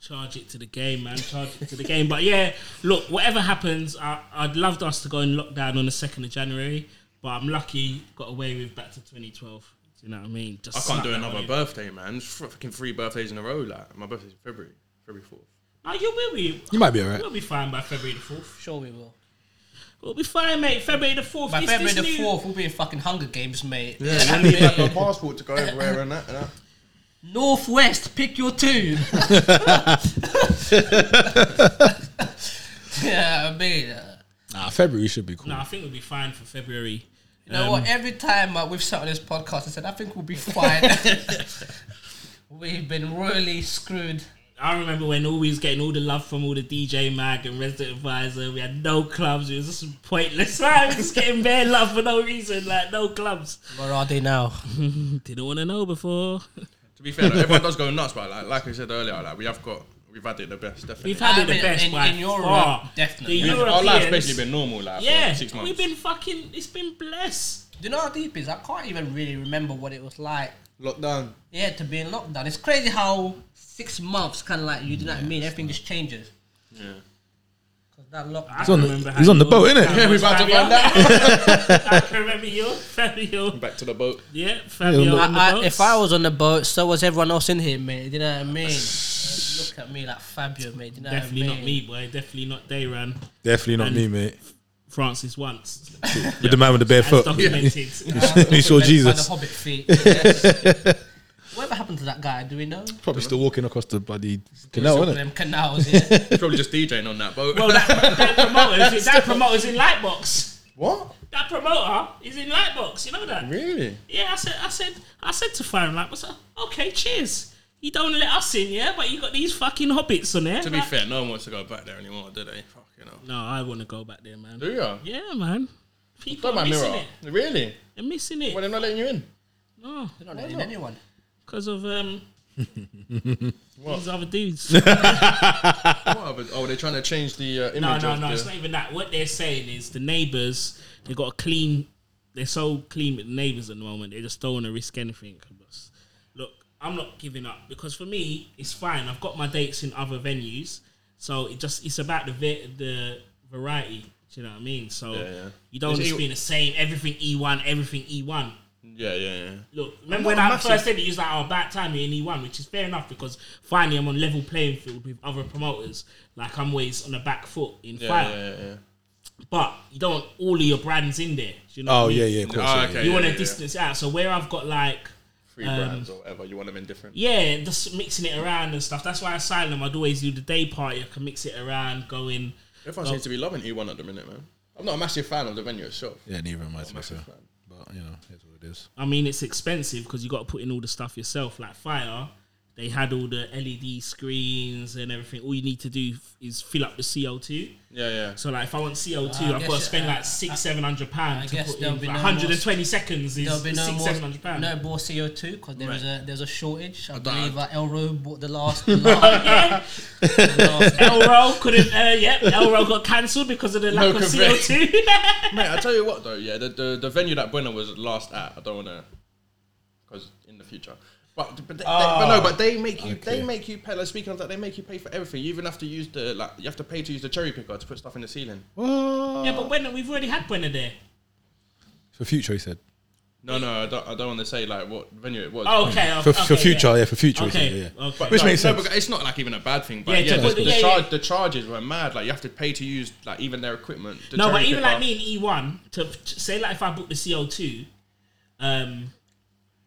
[SPEAKER 5] Charge it to the game, man. Charge it to the game. But yeah, look, whatever happens, I, I'd loved us to go in lockdown on the second of January, but I'm lucky got away with back to 2012. Do you know what I mean? Just
[SPEAKER 6] I can't
[SPEAKER 5] snuck
[SPEAKER 6] do
[SPEAKER 5] that
[SPEAKER 6] another
[SPEAKER 5] one in.
[SPEAKER 6] birthday, man. It's fr- fucking three birthdays in a row. Like my birthday's in February, February fourth.
[SPEAKER 5] No, you will be.
[SPEAKER 2] You might be alright.
[SPEAKER 5] We'll be fine by February the fourth.
[SPEAKER 4] Sure we will.
[SPEAKER 5] We'll be fine, mate. February the fourth.
[SPEAKER 4] By
[SPEAKER 5] this-
[SPEAKER 4] February
[SPEAKER 5] this
[SPEAKER 4] the
[SPEAKER 5] new-
[SPEAKER 4] 4th, we'll be in fucking Hunger Games, mate. [LAUGHS]
[SPEAKER 6] Yeah, you need like a passport to go everywhere and that. And that.
[SPEAKER 4] Northwest, pick your tune. [LAUGHS] yeah, I mean, uh,
[SPEAKER 2] Nah, February should be cool.
[SPEAKER 5] No, I think we'll be fine for February.
[SPEAKER 4] you know what? Every time uh, we've sat on this podcast, I said, I think we'll be fine. We've been royally screwed.
[SPEAKER 5] I remember when all we was getting all the love from all the DJ Mag and Resident Advisor. We had no clubs. It was just pointless. [LAUGHS] I was just getting bare love for no reason, like no
[SPEAKER 4] [LAUGHS]
[SPEAKER 5] clubs.
[SPEAKER 4] Where are they now?
[SPEAKER 5] Didn't want to know before.
[SPEAKER 6] To be fair, like, everyone does go nuts, but like like I said earlier, like we have got we've had it the best. Definitely.
[SPEAKER 5] We've had
[SPEAKER 4] I
[SPEAKER 5] it the
[SPEAKER 4] mean,
[SPEAKER 5] best
[SPEAKER 4] in-
[SPEAKER 5] by
[SPEAKER 4] in Europe,
[SPEAKER 5] far.
[SPEAKER 4] definitely.
[SPEAKER 5] The
[SPEAKER 4] Our
[SPEAKER 6] Our life's
[SPEAKER 5] Europeans-
[SPEAKER 6] basically been normal, like
[SPEAKER 5] yeah.
[SPEAKER 6] for six months.
[SPEAKER 5] We've been fucking. It's been blessed.
[SPEAKER 4] Do you know how deep it is? I can't even really remember what it was like.
[SPEAKER 6] locked down.
[SPEAKER 4] Yeah, to be in lockdown. It's crazy how six months, kind of like you do not mean everything just changes.
[SPEAKER 6] Yeah,
[SPEAKER 4] Cause that lockdown.
[SPEAKER 5] I
[SPEAKER 2] on the-
[SPEAKER 5] remember
[SPEAKER 2] he's
[SPEAKER 5] having
[SPEAKER 2] on the
[SPEAKER 5] yours.
[SPEAKER 2] boat, [LAUGHS] innit?
[SPEAKER 5] I
[SPEAKER 6] yeah, we're about to find
[SPEAKER 5] remember [LAUGHS]
[SPEAKER 6] out.
[SPEAKER 5] I can remember you, Fabio.
[SPEAKER 6] Back to the boat.
[SPEAKER 5] Yeah, Fabio. on the
[SPEAKER 4] I, I,
[SPEAKER 5] boats.
[SPEAKER 4] if I was on the boat, so was everyone else in here, mate. You know what I mean? Look at me like Fabio, mate. You know
[SPEAKER 5] definitely
[SPEAKER 4] what I [LAUGHS]
[SPEAKER 5] not me,
[SPEAKER 4] mean?
[SPEAKER 5] boy. Definitely not Dayran.
[SPEAKER 2] Definitely not
[SPEAKER 5] And-
[SPEAKER 2] me, mate.
[SPEAKER 5] Francis once.
[SPEAKER 2] With the man with the bare
[SPEAKER 5] That's
[SPEAKER 2] foot. [LAUGHS]
[SPEAKER 5] documented.
[SPEAKER 2] Who saw
[SPEAKER 4] Meant By the
[SPEAKER 2] Jesus.
[SPEAKER 4] Hobbit feet. yes. Whatever happened to that guy? Do we know?
[SPEAKER 2] Probably still walking across the bloody canal,
[SPEAKER 4] Some of
[SPEAKER 2] isn't it?
[SPEAKER 4] them [LAUGHS] canals. Yeah.
[SPEAKER 6] He's probably just DJing on that boat.
[SPEAKER 5] Well, that, that promoter, is- that promoter's in Lightbox.
[SPEAKER 6] what?
[SPEAKER 5] That promoter is in Lightbox. You know that?
[SPEAKER 6] Really?
[SPEAKER 5] Yeah, I said, I said, I said to Fire Light, I said, okay, cheers. You don't let us in, yeah, but you got these fucking hobbits on there.
[SPEAKER 6] To be
[SPEAKER 5] Like,
[SPEAKER 6] fair, no one wants to go back there anymore, do they? Fucking hell.
[SPEAKER 5] no, I want to go back there, man.
[SPEAKER 6] Do you?
[SPEAKER 5] Yeah, man. People
[SPEAKER 6] Don't
[SPEAKER 5] are
[SPEAKER 6] mind
[SPEAKER 5] missing
[SPEAKER 6] mirror.
[SPEAKER 5] it.
[SPEAKER 6] Really?
[SPEAKER 5] They're missing
[SPEAKER 6] Well,
[SPEAKER 5] it.
[SPEAKER 6] they're not letting you in.
[SPEAKER 5] No,
[SPEAKER 4] They're not letting anyone.
[SPEAKER 5] because of
[SPEAKER 6] [LAUGHS]
[SPEAKER 5] um, these other dudes.
[SPEAKER 6] What? are they- Oh, they're trying to change the uh, image.
[SPEAKER 5] No, no,
[SPEAKER 6] of
[SPEAKER 5] no.
[SPEAKER 6] The,
[SPEAKER 5] It's not even that. What they're saying is the neighbors. They got a clean. They're so clean with the neighbors at the moment. They just don't want to risk anything. Because, Look, I'm not giving up because for me, it's fine. I've got my dates in other venues, so it just it's about the va- the variety. Do you know what I mean? So
[SPEAKER 6] yeah.
[SPEAKER 5] you don't
[SPEAKER 6] It's
[SPEAKER 5] just
[SPEAKER 6] E-
[SPEAKER 5] be the same. Everything E1, everything E1.
[SPEAKER 6] yeah, yeah, yeah.
[SPEAKER 5] Look, remember when I first said it, you was like, oh, bad time you're in E1, which is fair enough because finally I'm on level playing field with other promoters. Like, I'm always on the back foot in
[SPEAKER 6] Yeah,
[SPEAKER 5] fight.
[SPEAKER 6] yeah, yeah, yeah.
[SPEAKER 5] But you don't want all of your brands in there. do You know
[SPEAKER 2] Oh,
[SPEAKER 5] what I mean?
[SPEAKER 2] yeah, yeah, of course.
[SPEAKER 6] Ah,
[SPEAKER 2] yeah,
[SPEAKER 6] okay,
[SPEAKER 2] yeah.
[SPEAKER 5] You
[SPEAKER 6] yeah,
[SPEAKER 5] want
[SPEAKER 6] yeah, Um,
[SPEAKER 5] to
[SPEAKER 6] yeah.
[SPEAKER 5] distance it out. So where I've got like,
[SPEAKER 6] Free brands or whatever. You want them in different.
[SPEAKER 5] yeah, just mixing it around and stuff. That's why Asylum, I'd always do the day party. I can mix it around, go in.
[SPEAKER 6] Everyone seems to be loving E1 at the minute, man. I'm not a massive fan of the venue itself.
[SPEAKER 2] Yeah, neither am I, to be fair. But, you know, it's what it is.
[SPEAKER 5] I mean, it's expensive because you got to put in all the stuff yourself. Like Fire, they had all the LED screens and everything. All you need to do f- is fill up the CO2.
[SPEAKER 6] Yeah, yeah.
[SPEAKER 5] So like, if I want CO2,
[SPEAKER 4] I
[SPEAKER 5] I've got to
[SPEAKER 4] guess,
[SPEAKER 5] spend
[SPEAKER 4] uh,
[SPEAKER 5] like six, seven hundred
[SPEAKER 4] I
[SPEAKER 5] pounds to
[SPEAKER 4] guess
[SPEAKER 5] put in.
[SPEAKER 4] there'll
[SPEAKER 5] Like,
[SPEAKER 4] be no
[SPEAKER 5] 120 seconds
[SPEAKER 4] There'll
[SPEAKER 5] is
[SPEAKER 4] be no
[SPEAKER 5] six,
[SPEAKER 4] more,
[SPEAKER 5] seven hundred pounds.
[SPEAKER 4] no more CO2 because there is a there's a shortage. I
[SPEAKER 6] don't-
[SPEAKER 4] believe uh, Elro bought the
[SPEAKER 5] [LAUGHS]
[SPEAKER 4] last. the last, the last
[SPEAKER 5] Elro couldn't. Uh, yep, Elro got cancelled because of the lack
[SPEAKER 6] No
[SPEAKER 5] of CO
[SPEAKER 6] conveyance.
[SPEAKER 5] two.
[SPEAKER 6] Mate, I tell you what though, yeah, the, the, the venue that Buena was last at, I don't want to, because in the future. But, but, they,
[SPEAKER 5] Oh.
[SPEAKER 6] but no, but they make you they make you pay. Like speaking of that, they make you pay for everything. You even have to use the like you have to pay to use the cherry picker to put stuff in the ceiling.
[SPEAKER 5] [LAUGHS] yeah,
[SPEAKER 6] Uh.
[SPEAKER 5] but when we've already had Buena there.
[SPEAKER 2] For future, he said.
[SPEAKER 6] No, no, I don't, I don't want to say like what venue it was.
[SPEAKER 5] Oh, [LAUGHS] Okay,
[SPEAKER 2] For,
[SPEAKER 5] okay,
[SPEAKER 2] for future,
[SPEAKER 5] yeah.
[SPEAKER 2] yeah. for future,
[SPEAKER 5] Okay,
[SPEAKER 2] he said, yeah. yeah.
[SPEAKER 5] okay.
[SPEAKER 2] Which
[SPEAKER 6] No,
[SPEAKER 2] makes
[SPEAKER 6] no,
[SPEAKER 2] sense.
[SPEAKER 6] but it's not like even a bad thing,
[SPEAKER 5] Yeah,
[SPEAKER 6] but yeah,
[SPEAKER 5] to
[SPEAKER 6] the,
[SPEAKER 5] put the-
[SPEAKER 6] the
[SPEAKER 5] yeah,
[SPEAKER 6] char-
[SPEAKER 5] yeah.
[SPEAKER 6] the charges were mad. Like you have to pay to use like even their equipment. the
[SPEAKER 5] No, but
[SPEAKER 6] cherry
[SPEAKER 5] even
[SPEAKER 6] picker.
[SPEAKER 5] like
[SPEAKER 2] uh,
[SPEAKER 5] me in E one to to say like if I book the CO two, um,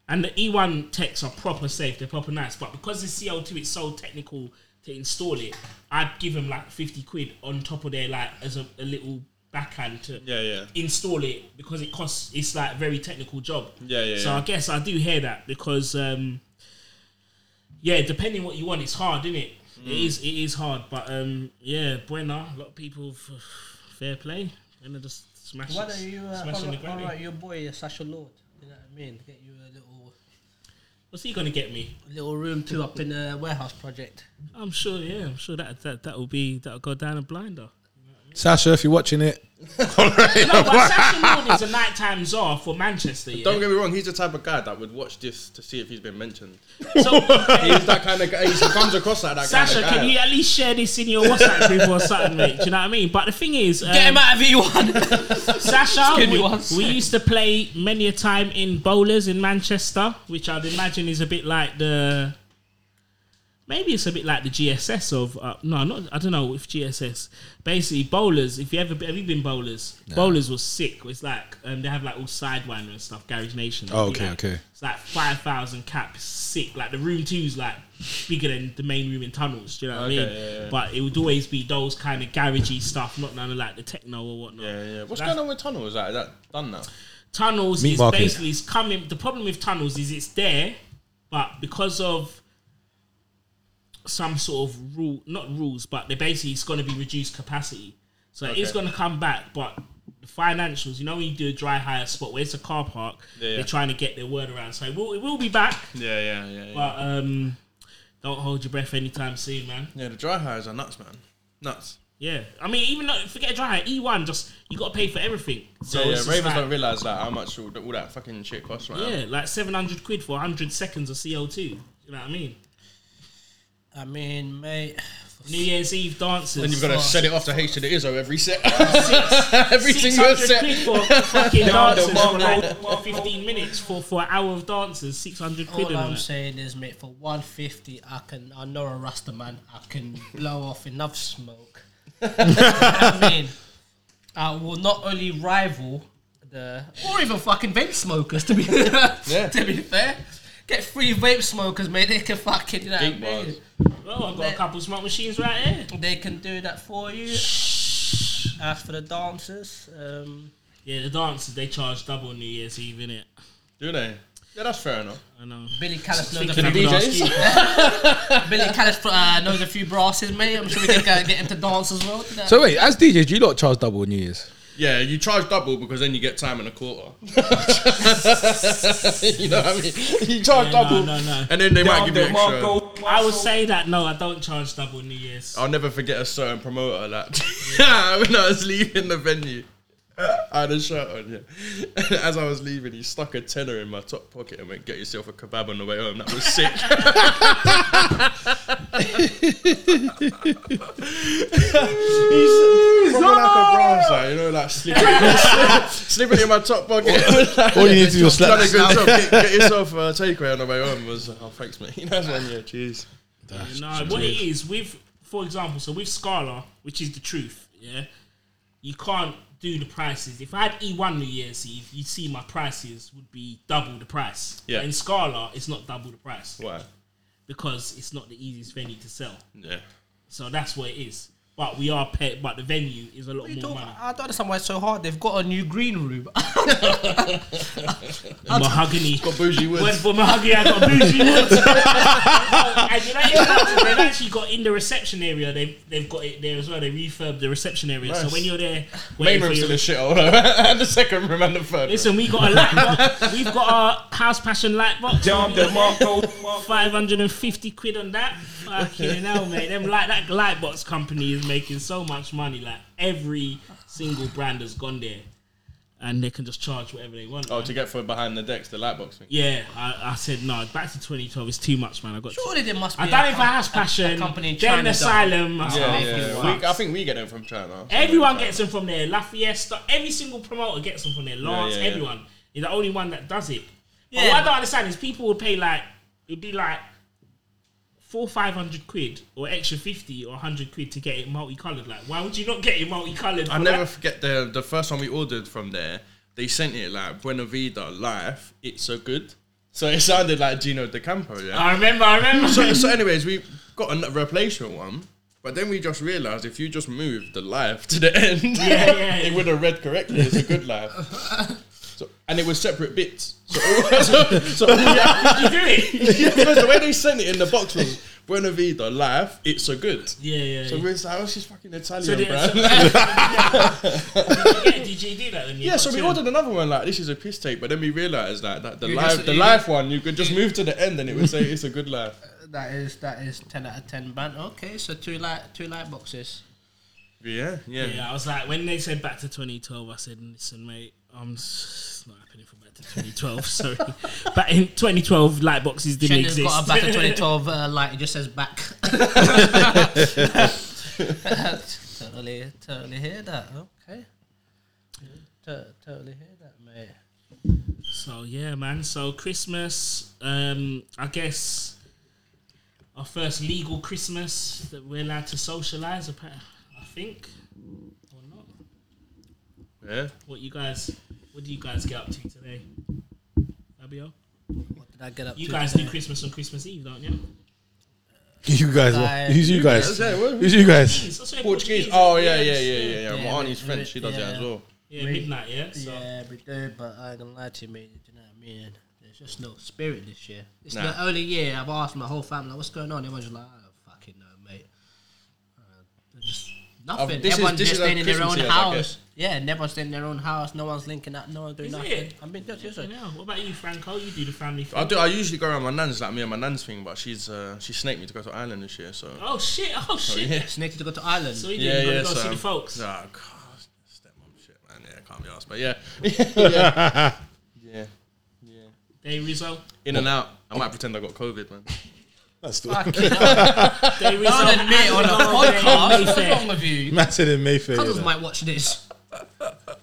[SPEAKER 5] and the E one techs are proper safe, they're proper nice. But because the CO two is so technical to install it, I'd give them like fifty quid on top of their like as a, a little backhand to
[SPEAKER 6] Yeah, yeah.
[SPEAKER 5] install it because it costs. It's like a very technical job.
[SPEAKER 6] Yeah, yeah,
[SPEAKER 5] So
[SPEAKER 6] yeah.
[SPEAKER 5] I guess I do hear that because um, yeah, depending what you want, it's hard, isn't it?
[SPEAKER 4] Mm.
[SPEAKER 5] It is. It is hard, but um, yeah, Buena. A lot of people, f- fair play. Buena just smash.
[SPEAKER 4] Why don't you uh,
[SPEAKER 5] smashing the
[SPEAKER 4] holler,
[SPEAKER 5] granny.
[SPEAKER 4] holler at your boy uh, Sasha Lord? You know what I mean? Get you a little
[SPEAKER 5] What's he gonna get me?
[SPEAKER 4] a little room too up in the warehouse project.
[SPEAKER 5] [LAUGHS] I'm sure. Yeah, I'm sure that that that will be that'll go down a blinder.
[SPEAKER 2] Sasha, if you're watching it, all right.
[SPEAKER 5] No, but Saturday mornings and night times are for Manchester. Yeah?
[SPEAKER 6] Don't get me wrong, he's the type of guy that would watch this to see if he's been mentioned.
[SPEAKER 4] [LAUGHS]
[SPEAKER 5] so,
[SPEAKER 6] He's that kind of guy. He comes across like that
[SPEAKER 5] Sasha,
[SPEAKER 6] kind of guy.
[SPEAKER 5] can you at least share this in your WhatsApp group or something, mate? Do you know what I mean? But the thing is, um,
[SPEAKER 4] Get him out of E1.
[SPEAKER 5] Sasha,
[SPEAKER 4] Skinny
[SPEAKER 5] we,
[SPEAKER 4] ones.
[SPEAKER 5] we used to play many a time in bowlers in Manchester, which I'd imagine is a bit like the. Maybe it's a bit like the GSS of uh, no, not I don't know with GSS. Basically, bowlers. If you ever have you been bowlers, bowlers was sick. It's like um, they have like all sidewinder and stuff. Garage Nation.
[SPEAKER 2] Oh,
[SPEAKER 5] It'd be
[SPEAKER 2] okay,
[SPEAKER 5] like-
[SPEAKER 2] okay.
[SPEAKER 5] It's like five thousand caps, sick. Like the room two's like bigger than the main room in tunnels. Do you know what I mean? But it would always be those kind of garagey stuff, not none of like the techno or whatnot.
[SPEAKER 6] Yeah, yeah. What's
[SPEAKER 5] That's-
[SPEAKER 6] going on with tunnels? Like, is that done now?
[SPEAKER 5] tunnels
[SPEAKER 2] Meat
[SPEAKER 5] is
[SPEAKER 2] market.
[SPEAKER 5] basically it's coming. The problem with tunnels is it's there, but because of some sort of rule, not rules, but they basically it's going to be reduced capacity. So it is going to come back, but the financials. You know, when you do a dry hire spot where it's a car park,
[SPEAKER 6] yeah.
[SPEAKER 5] they're trying to get their word around. So it will, it will be back,
[SPEAKER 6] Yeah, yeah, yeah. Yeah,
[SPEAKER 5] but um, don't hold your breath anytime soon, man.
[SPEAKER 6] yeah the dry hires are nuts, man. Nuts.
[SPEAKER 5] Yeah, I mean, even though forget dry hire, E one just you got to pay for everything. So
[SPEAKER 6] So yeah,
[SPEAKER 5] it's just
[SPEAKER 6] Ravens
[SPEAKER 5] like-
[SPEAKER 6] don't realise like how much all, all that fucking shit costs right now.
[SPEAKER 5] Yeah, like 700 quid for 100 seconds of CO2. You know what I mean?
[SPEAKER 4] I mean, mate. [SIGHS]
[SPEAKER 5] New Year's Eve dances.
[SPEAKER 6] And you've got to set it off to H to the Izzo every set.
[SPEAKER 5] Six-
[SPEAKER 6] [LAUGHS] every single
[SPEAKER 5] 600
[SPEAKER 6] set.
[SPEAKER 5] quid for [LAUGHS] fucking
[SPEAKER 9] Down the
[SPEAKER 5] dances for like
[SPEAKER 9] Mongo.
[SPEAKER 5] 15 minutes for, for an hour of dances, 600 quid.
[SPEAKER 4] All
[SPEAKER 5] and
[SPEAKER 4] I'm
[SPEAKER 5] that.
[SPEAKER 4] saying is, mate, for 150, I can. I know a Rasta man. I can blow off enough smoke. [LAUGHS] I mean, I will not only rival the or even fucking vape smokers. To be [LAUGHS] to be fair, get free vape smokers, mate. They can fucking you know what I
[SPEAKER 6] Big bars.
[SPEAKER 4] mean?
[SPEAKER 5] Well, Oh, I've got a couple smoke machines right here.
[SPEAKER 4] They can do that for you. As for the dancers, um,
[SPEAKER 5] Yeah, the dances, they charge double New Year's Eve, innit?
[SPEAKER 6] Do they? Yeah, that's fair enough.
[SPEAKER 5] I know.
[SPEAKER 4] Billy Callis knows a
[SPEAKER 5] Thinking
[SPEAKER 4] few.
[SPEAKER 5] of last
[SPEAKER 6] DJs?
[SPEAKER 5] year.
[SPEAKER 4] Billy Callis uh, knows a few brasses, mate. I'm sure we can uh, get him to dance as well. So
[SPEAKER 2] So wait, as DJs, do you lot charge double on New Year's?
[SPEAKER 6] Yeah, you charge double because then you get time and
[SPEAKER 5] [LAUGHS]
[SPEAKER 6] a quarter. you know what I mean? You charge
[SPEAKER 5] Yeah, no,
[SPEAKER 6] double,
[SPEAKER 5] no, no.
[SPEAKER 6] and then they might
[SPEAKER 9] Down
[SPEAKER 6] give
[SPEAKER 9] the
[SPEAKER 6] you extra.
[SPEAKER 9] Mongo.
[SPEAKER 5] I would say that no, I don't charge double New Year's.
[SPEAKER 6] I'll never forget a certain promoter that [LAUGHS] when I was leaving the venue. I had a shirt on, yeah. [LAUGHS] As I was leaving, he stuck a tenner in my top pocket and went, "Get yourself a kebab on the way home." That was sick. [LAUGHS] He's proper like a brass, like, you know, like slipping, slipping in my [LAUGHS] top pocket. [LAUGHS]
[SPEAKER 2] All you need to do is slap.
[SPEAKER 6] Done a good job. Get, get yourself a takeaway on the way home. Was oh, thanks, mate. [LAUGHS] That's one,
[SPEAKER 2] Ah,
[SPEAKER 6] yeah. Cheers.
[SPEAKER 5] No, what it is with, for example, so with Scala, which is the truth, yeah, you can't do the prices. If I had E1 New Year's Eve, you'd see my prices would be double the price.
[SPEAKER 6] Yeah.
[SPEAKER 5] But In Scala, it's not double the price
[SPEAKER 6] Why?
[SPEAKER 5] because it's not the easiest venue to sell.
[SPEAKER 6] Yeah.
[SPEAKER 5] So that's what it is. But we are paid, but the venue is a lot
[SPEAKER 4] You
[SPEAKER 5] more
[SPEAKER 4] talk-
[SPEAKER 5] money.
[SPEAKER 4] I don't understand why it's so hard. They've got a new green room. [LAUGHS]
[SPEAKER 5] Mahogany.
[SPEAKER 6] Got bougie
[SPEAKER 5] Went
[SPEAKER 6] words.
[SPEAKER 5] for mahogany, I got
[SPEAKER 6] [LAUGHS]
[SPEAKER 5] bougie woods. and you know, it's- they've actually got in the reception area, they've, they've got it there as well. They refurbed the reception area. So
[SPEAKER 6] Nice.
[SPEAKER 5] when you're there,
[SPEAKER 6] Main
[SPEAKER 5] waiting for
[SPEAKER 6] room's
[SPEAKER 5] your
[SPEAKER 6] still a shithole, [LAUGHS] though. and the second room and the third.
[SPEAKER 5] Listen, we
[SPEAKER 6] [LAUGHS]
[SPEAKER 5] got a light box. We've got our house passion light box.
[SPEAKER 9] Down the
[SPEAKER 5] [LAUGHS]
[SPEAKER 9] Mongo.
[SPEAKER 5] Five hundred and fifty quid on that. Fucking hell, mate. Them light that light box company is making so much money. Like every single brand has gone there, and they can just charge whatever they want.
[SPEAKER 6] room. Oh,
[SPEAKER 5] man.
[SPEAKER 6] to get for behind the decks, the light box thing.
[SPEAKER 5] yeah, I, I said no. Back to twenty twelve. It's too much, man. I got. to-
[SPEAKER 4] Surely there must be.
[SPEAKER 5] I done it
[SPEAKER 4] a
[SPEAKER 5] for
[SPEAKER 4] com-
[SPEAKER 5] house
[SPEAKER 4] a- a
[SPEAKER 5] passion.
[SPEAKER 4] company in
[SPEAKER 5] then
[SPEAKER 4] China done
[SPEAKER 5] asylum. I
[SPEAKER 6] Yeah,
[SPEAKER 5] said,
[SPEAKER 6] yeah,
[SPEAKER 5] fuck.
[SPEAKER 6] yeah. We, I think we get them from China.
[SPEAKER 5] Everyone gets them from there. La Fiesta, every single promoter gets them from there. Lance,
[SPEAKER 6] yeah, yeah.
[SPEAKER 5] everyone. You're the only one that does it. But
[SPEAKER 4] Yeah.
[SPEAKER 5] what I don't understand is people would pay like it'd be like four five hundred quid or extra fifty or hundred quid to get it multicolored. Like, why would you not get it multicolored?
[SPEAKER 6] I
[SPEAKER 5] for
[SPEAKER 6] never
[SPEAKER 5] that?
[SPEAKER 6] forget the the first one we ordered from there. They sent it like Buena Vida Life. It's so good. So it sounded like Gino De Campo. Yeah.
[SPEAKER 5] I remember. I remember. [LAUGHS]
[SPEAKER 6] so, so anyways, we got a replacement one, but then we just realised if you just moved the life to the [LAUGHS] end,
[SPEAKER 5] Yeah, yeah,
[SPEAKER 6] it
[SPEAKER 5] yeah.
[SPEAKER 6] would have read correctly. It's a
[SPEAKER 5] [LAUGHS]
[SPEAKER 6] good life. So, and it was separate bits. So, [LAUGHS] so, so yeah,
[SPEAKER 5] you do
[SPEAKER 4] [LAUGHS]
[SPEAKER 5] it.
[SPEAKER 6] because the way they sent it in the box was Buena Vida, life, it's so good.
[SPEAKER 5] Yeah, yeah.
[SPEAKER 6] So
[SPEAKER 5] yeah.
[SPEAKER 6] we're like, oh, she's fucking Italian,
[SPEAKER 5] So the-
[SPEAKER 6] bruh.
[SPEAKER 4] [LAUGHS]
[SPEAKER 5] so- yeah, [LAUGHS] did you do that? When you
[SPEAKER 6] yeah,
[SPEAKER 5] got
[SPEAKER 6] so we
[SPEAKER 5] two?
[SPEAKER 6] ordered another one. Like this is a piss take, but then we realised that, that the
[SPEAKER 4] You
[SPEAKER 6] live
[SPEAKER 4] just-
[SPEAKER 6] the
[SPEAKER 4] you-
[SPEAKER 6] live one you could just move to the end and it would say it's a good life.
[SPEAKER 4] That is that is ten out of ten band. Okay, so two light two light boxes.
[SPEAKER 6] Yeah, yeah.
[SPEAKER 5] Yeah, I was like, when they said back to 2012, I said, listen, mate, I'm s- it's not happening for back to 2012. [LAUGHS] Sorry, back in 2012, light boxes didn't
[SPEAKER 4] Shenan's
[SPEAKER 5] exist.
[SPEAKER 4] got a back
[SPEAKER 5] [LAUGHS]
[SPEAKER 4] in 2012 uh, light. It just says back. [LAUGHS] totally, totally hear that. Okay. To- Totally hear that, mate.
[SPEAKER 5] so yeah, man. So Christmas, um, I guess our first legal Christmas that we're allowed to socialize. appa- I think or not.
[SPEAKER 6] Yeah.
[SPEAKER 5] What you guys? What do you guys get up to today? Fabio,
[SPEAKER 4] What did I get up
[SPEAKER 5] you
[SPEAKER 4] to?
[SPEAKER 5] guys
[SPEAKER 4] today?
[SPEAKER 5] do Christmas on Christmas Eve, don't you?
[SPEAKER 2] You
[SPEAKER 4] Guys.
[SPEAKER 2] guys, were- who's you guys?
[SPEAKER 6] Yeah, what?
[SPEAKER 2] Who's you guys?
[SPEAKER 5] Jeez, I swear
[SPEAKER 6] Portuguese. Oh yeah, yeah, yeah,
[SPEAKER 5] it's-
[SPEAKER 6] yeah. yeah.
[SPEAKER 4] Yeah,
[SPEAKER 6] My auntie's
[SPEAKER 4] we-
[SPEAKER 6] French. She does
[SPEAKER 4] yeah.
[SPEAKER 6] that as well.
[SPEAKER 5] Yeah, midnight, yeah. So
[SPEAKER 4] Yeah, we do, but I ain't gonna lie to you, mate. Do you know what I mean? There's just no spirit this year. It's
[SPEAKER 6] Nah.
[SPEAKER 4] the only year I've asked my whole family, "What's going on?" Everyone's just like, "I don't fucking know, mate." Uh, they're just nothing.
[SPEAKER 6] I've- this is-
[SPEAKER 4] everyone's
[SPEAKER 6] this
[SPEAKER 4] just
[SPEAKER 6] is our
[SPEAKER 4] staying in their
[SPEAKER 6] Christmas
[SPEAKER 4] own
[SPEAKER 6] years, I
[SPEAKER 4] house.
[SPEAKER 6] guess.
[SPEAKER 4] Yeah, and everyone's staying in their own house. No one's linking up. No one's doing
[SPEAKER 5] Is
[SPEAKER 4] nothing.
[SPEAKER 5] it?
[SPEAKER 4] I mean, that's just
[SPEAKER 5] I
[SPEAKER 4] it.
[SPEAKER 5] know. What about you, Franco? You do the family thing.
[SPEAKER 6] I do. I usually go around my nan's, like me and my nan's thing, but she's uh, she snaked me to go to Ireland this year. So
[SPEAKER 5] Oh shit! Oh shit!
[SPEAKER 6] yeah.
[SPEAKER 4] It's needed to go to Ireland.
[SPEAKER 5] So you
[SPEAKER 6] yeah,
[SPEAKER 5] didn't
[SPEAKER 6] yeah.
[SPEAKER 5] go
[SPEAKER 6] so
[SPEAKER 5] see the folks.
[SPEAKER 6] Ah, God, stepmom shit, man. Yeah, can't be asked. But yeah, [LAUGHS] yeah, [LAUGHS] yeah.
[SPEAKER 5] Day
[SPEAKER 6] [LAUGHS]
[SPEAKER 5] Rizzo.
[SPEAKER 6] In and out. I might pretend I got COVID, man.
[SPEAKER 2] That's the
[SPEAKER 4] Fucking hell.
[SPEAKER 5] Day Rizzo.
[SPEAKER 4] Don't admit
[SPEAKER 5] [LAUGHS]
[SPEAKER 4] on a podcast. What's wrong with you?
[SPEAKER 2] Massive in Mayfair. you
[SPEAKER 4] Cousins
[SPEAKER 2] know.
[SPEAKER 4] might watch this.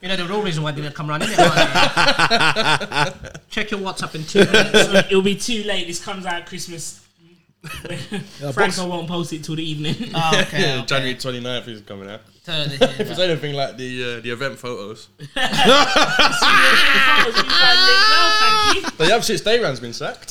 [SPEAKER 4] You know, the real reason why they didn't come around, innit? aren't
[SPEAKER 6] [LAUGHS]
[SPEAKER 4] they? Check your WhatsApp in two minutes.
[SPEAKER 5] It'll be too late. This comes out Christmas. [LAUGHS]
[SPEAKER 2] box-
[SPEAKER 5] Franco won't post it till the evening.
[SPEAKER 6] Ah.
[SPEAKER 5] [LAUGHS]
[SPEAKER 4] Oh, okay,
[SPEAKER 6] [LAUGHS] Yeah,
[SPEAKER 4] okay.
[SPEAKER 6] January 29th is coming out.
[SPEAKER 4] Totally hear
[SPEAKER 6] If
[SPEAKER 4] that.
[SPEAKER 6] it's anything like the uh, the event [LAUGHS] photos,
[SPEAKER 5] That was really well, thank you.
[SPEAKER 6] [LAUGHS] the Yabshit Dayran's been sacked.